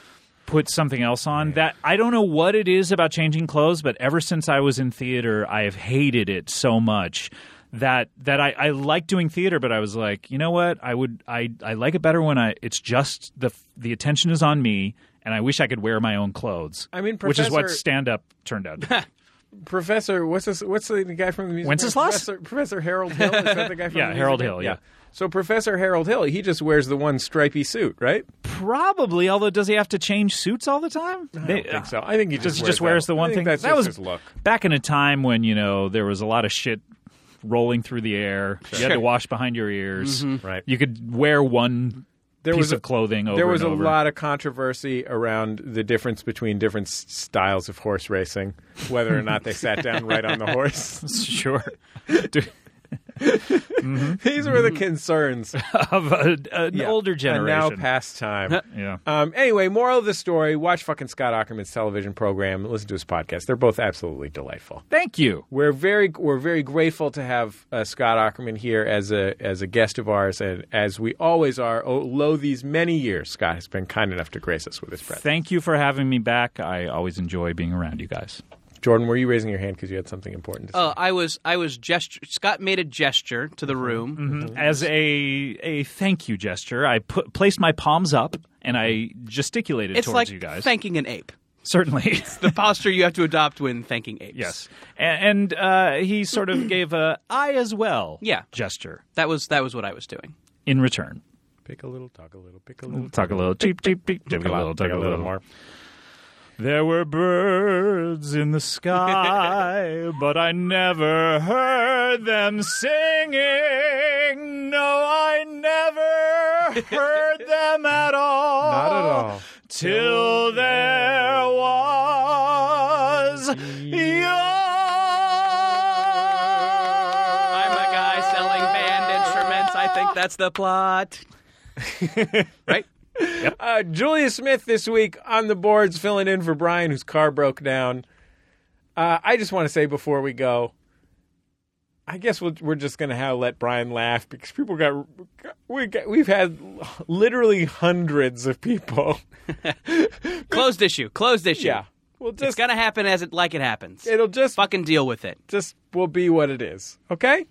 [SPEAKER 4] put something else on. That I don't know what it is about changing clothes, but ever since I was in theater, I have hated it so much that that I, I like doing theater, but I was like, you know what? I would I, I like it better when I it's just the the attention is on me, and I wish I could wear my own clothes.
[SPEAKER 2] I mean,
[SPEAKER 4] which is what
[SPEAKER 2] Professor-
[SPEAKER 4] stand up turned out. to be.
[SPEAKER 2] Professor, what's this, what's the guy from the music?
[SPEAKER 4] Wenceslas?
[SPEAKER 2] Professor, Professor Harold Hill. Is that the guy from
[SPEAKER 4] Yeah,
[SPEAKER 2] the Music
[SPEAKER 4] Harold
[SPEAKER 2] Man?
[SPEAKER 4] Hill, yeah.
[SPEAKER 2] So Professor Harold Hill, he just wears the one stripy suit, right?
[SPEAKER 4] Probably, although does he have to change suits all the time? uh,
[SPEAKER 2] I don't think so. I think he just
[SPEAKER 4] He
[SPEAKER 2] wears
[SPEAKER 4] just wears
[SPEAKER 2] that.
[SPEAKER 4] the
[SPEAKER 2] I
[SPEAKER 4] one
[SPEAKER 2] think
[SPEAKER 4] thing.
[SPEAKER 2] That's
[SPEAKER 4] that
[SPEAKER 2] just
[SPEAKER 4] was
[SPEAKER 2] his look.
[SPEAKER 4] back in a time when you know there was a lot of shit rolling through the air. You had to wash behind your ears.
[SPEAKER 2] Right.
[SPEAKER 4] You could wear one
[SPEAKER 2] Mm-hmm. There
[SPEAKER 4] piece
[SPEAKER 2] was a-
[SPEAKER 4] of clothing. Over
[SPEAKER 2] There was a
[SPEAKER 4] and over.
[SPEAKER 2] lot of controversy around the difference between different s- styles of horse racing, whether or not they sat down right on the horse.
[SPEAKER 4] Sure. Do-
[SPEAKER 2] These were the concerns
[SPEAKER 4] of a, an
[SPEAKER 2] Yeah.
[SPEAKER 4] older
[SPEAKER 2] And now
[SPEAKER 4] generation.
[SPEAKER 2] past time.
[SPEAKER 4] yeah.
[SPEAKER 2] Um, anyway, moral of the story: watch fucking Scott Ackerman's television program, listen to his podcast. They're both absolutely delightful.
[SPEAKER 4] Thank you.
[SPEAKER 2] We're very we're very grateful to have uh, Scott Ackerman here as a as a guest of ours, and as we always are. Oh, lo, these many years, Scott has been kind enough to grace us with his presence.
[SPEAKER 4] Thank you for having me back. I always enjoy being around you guys.
[SPEAKER 2] Jordan, were you raising your hand because you had something important to say?
[SPEAKER 3] Oh, I was I was gesture. Scott made a gesture to the room.
[SPEAKER 2] Mm-hmm.
[SPEAKER 4] As a a thank you gesture, I put placed my palms up and I gesticulated
[SPEAKER 3] It's
[SPEAKER 4] towards
[SPEAKER 3] like
[SPEAKER 4] you guys.
[SPEAKER 3] thanking an ape.
[SPEAKER 4] Certainly.
[SPEAKER 3] The posture you have to adopt when thanking apes.
[SPEAKER 4] Yes, A- and, and uh, he sort of gave a "I as well"
[SPEAKER 3] Yeah.
[SPEAKER 4] gesture
[SPEAKER 3] that was that was what I was doing.
[SPEAKER 4] in return.
[SPEAKER 2] Pick a little, talk a little, pick a little,
[SPEAKER 4] Talk a little, cheap, cheap, cheap, talk a little, talk a little more. There were birds in the sky, but I never heard them singing. No, I never heard them at all.
[SPEAKER 2] Not at all.
[SPEAKER 4] Till there was your
[SPEAKER 3] I'm a guy selling band instruments. I think that's the plot. right?
[SPEAKER 2] Uh, Julia Smith this week on the boards, filling in for Brian, whose car broke down. Uh, I just want to say before we go, I guess we'll, we're just going to have let Brian laugh because people got we got, we've had literally hundreds of people.
[SPEAKER 3] Closed issue. Closed issue.
[SPEAKER 2] yeah, well,
[SPEAKER 3] It's
[SPEAKER 2] just
[SPEAKER 3] gonna happen as it like it happens.
[SPEAKER 2] it'll just
[SPEAKER 3] Fucking deal with it.
[SPEAKER 2] just will be what it is. Okay,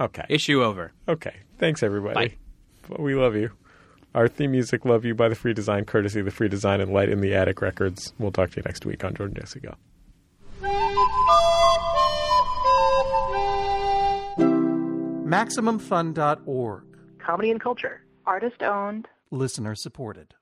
[SPEAKER 2] okay.
[SPEAKER 3] Issue over.
[SPEAKER 2] Okay. Thanks, everybody. We love you. Our theme music, Love You by the Free Design, courtesy of the Free Design and Light in the Attic Records. We'll talk to you next week on Jordan Jesse Go.
[SPEAKER 10] MaximumFun.org.
[SPEAKER 11] Comedy and culture.
[SPEAKER 8] Artist owned.
[SPEAKER 10] Listener supported.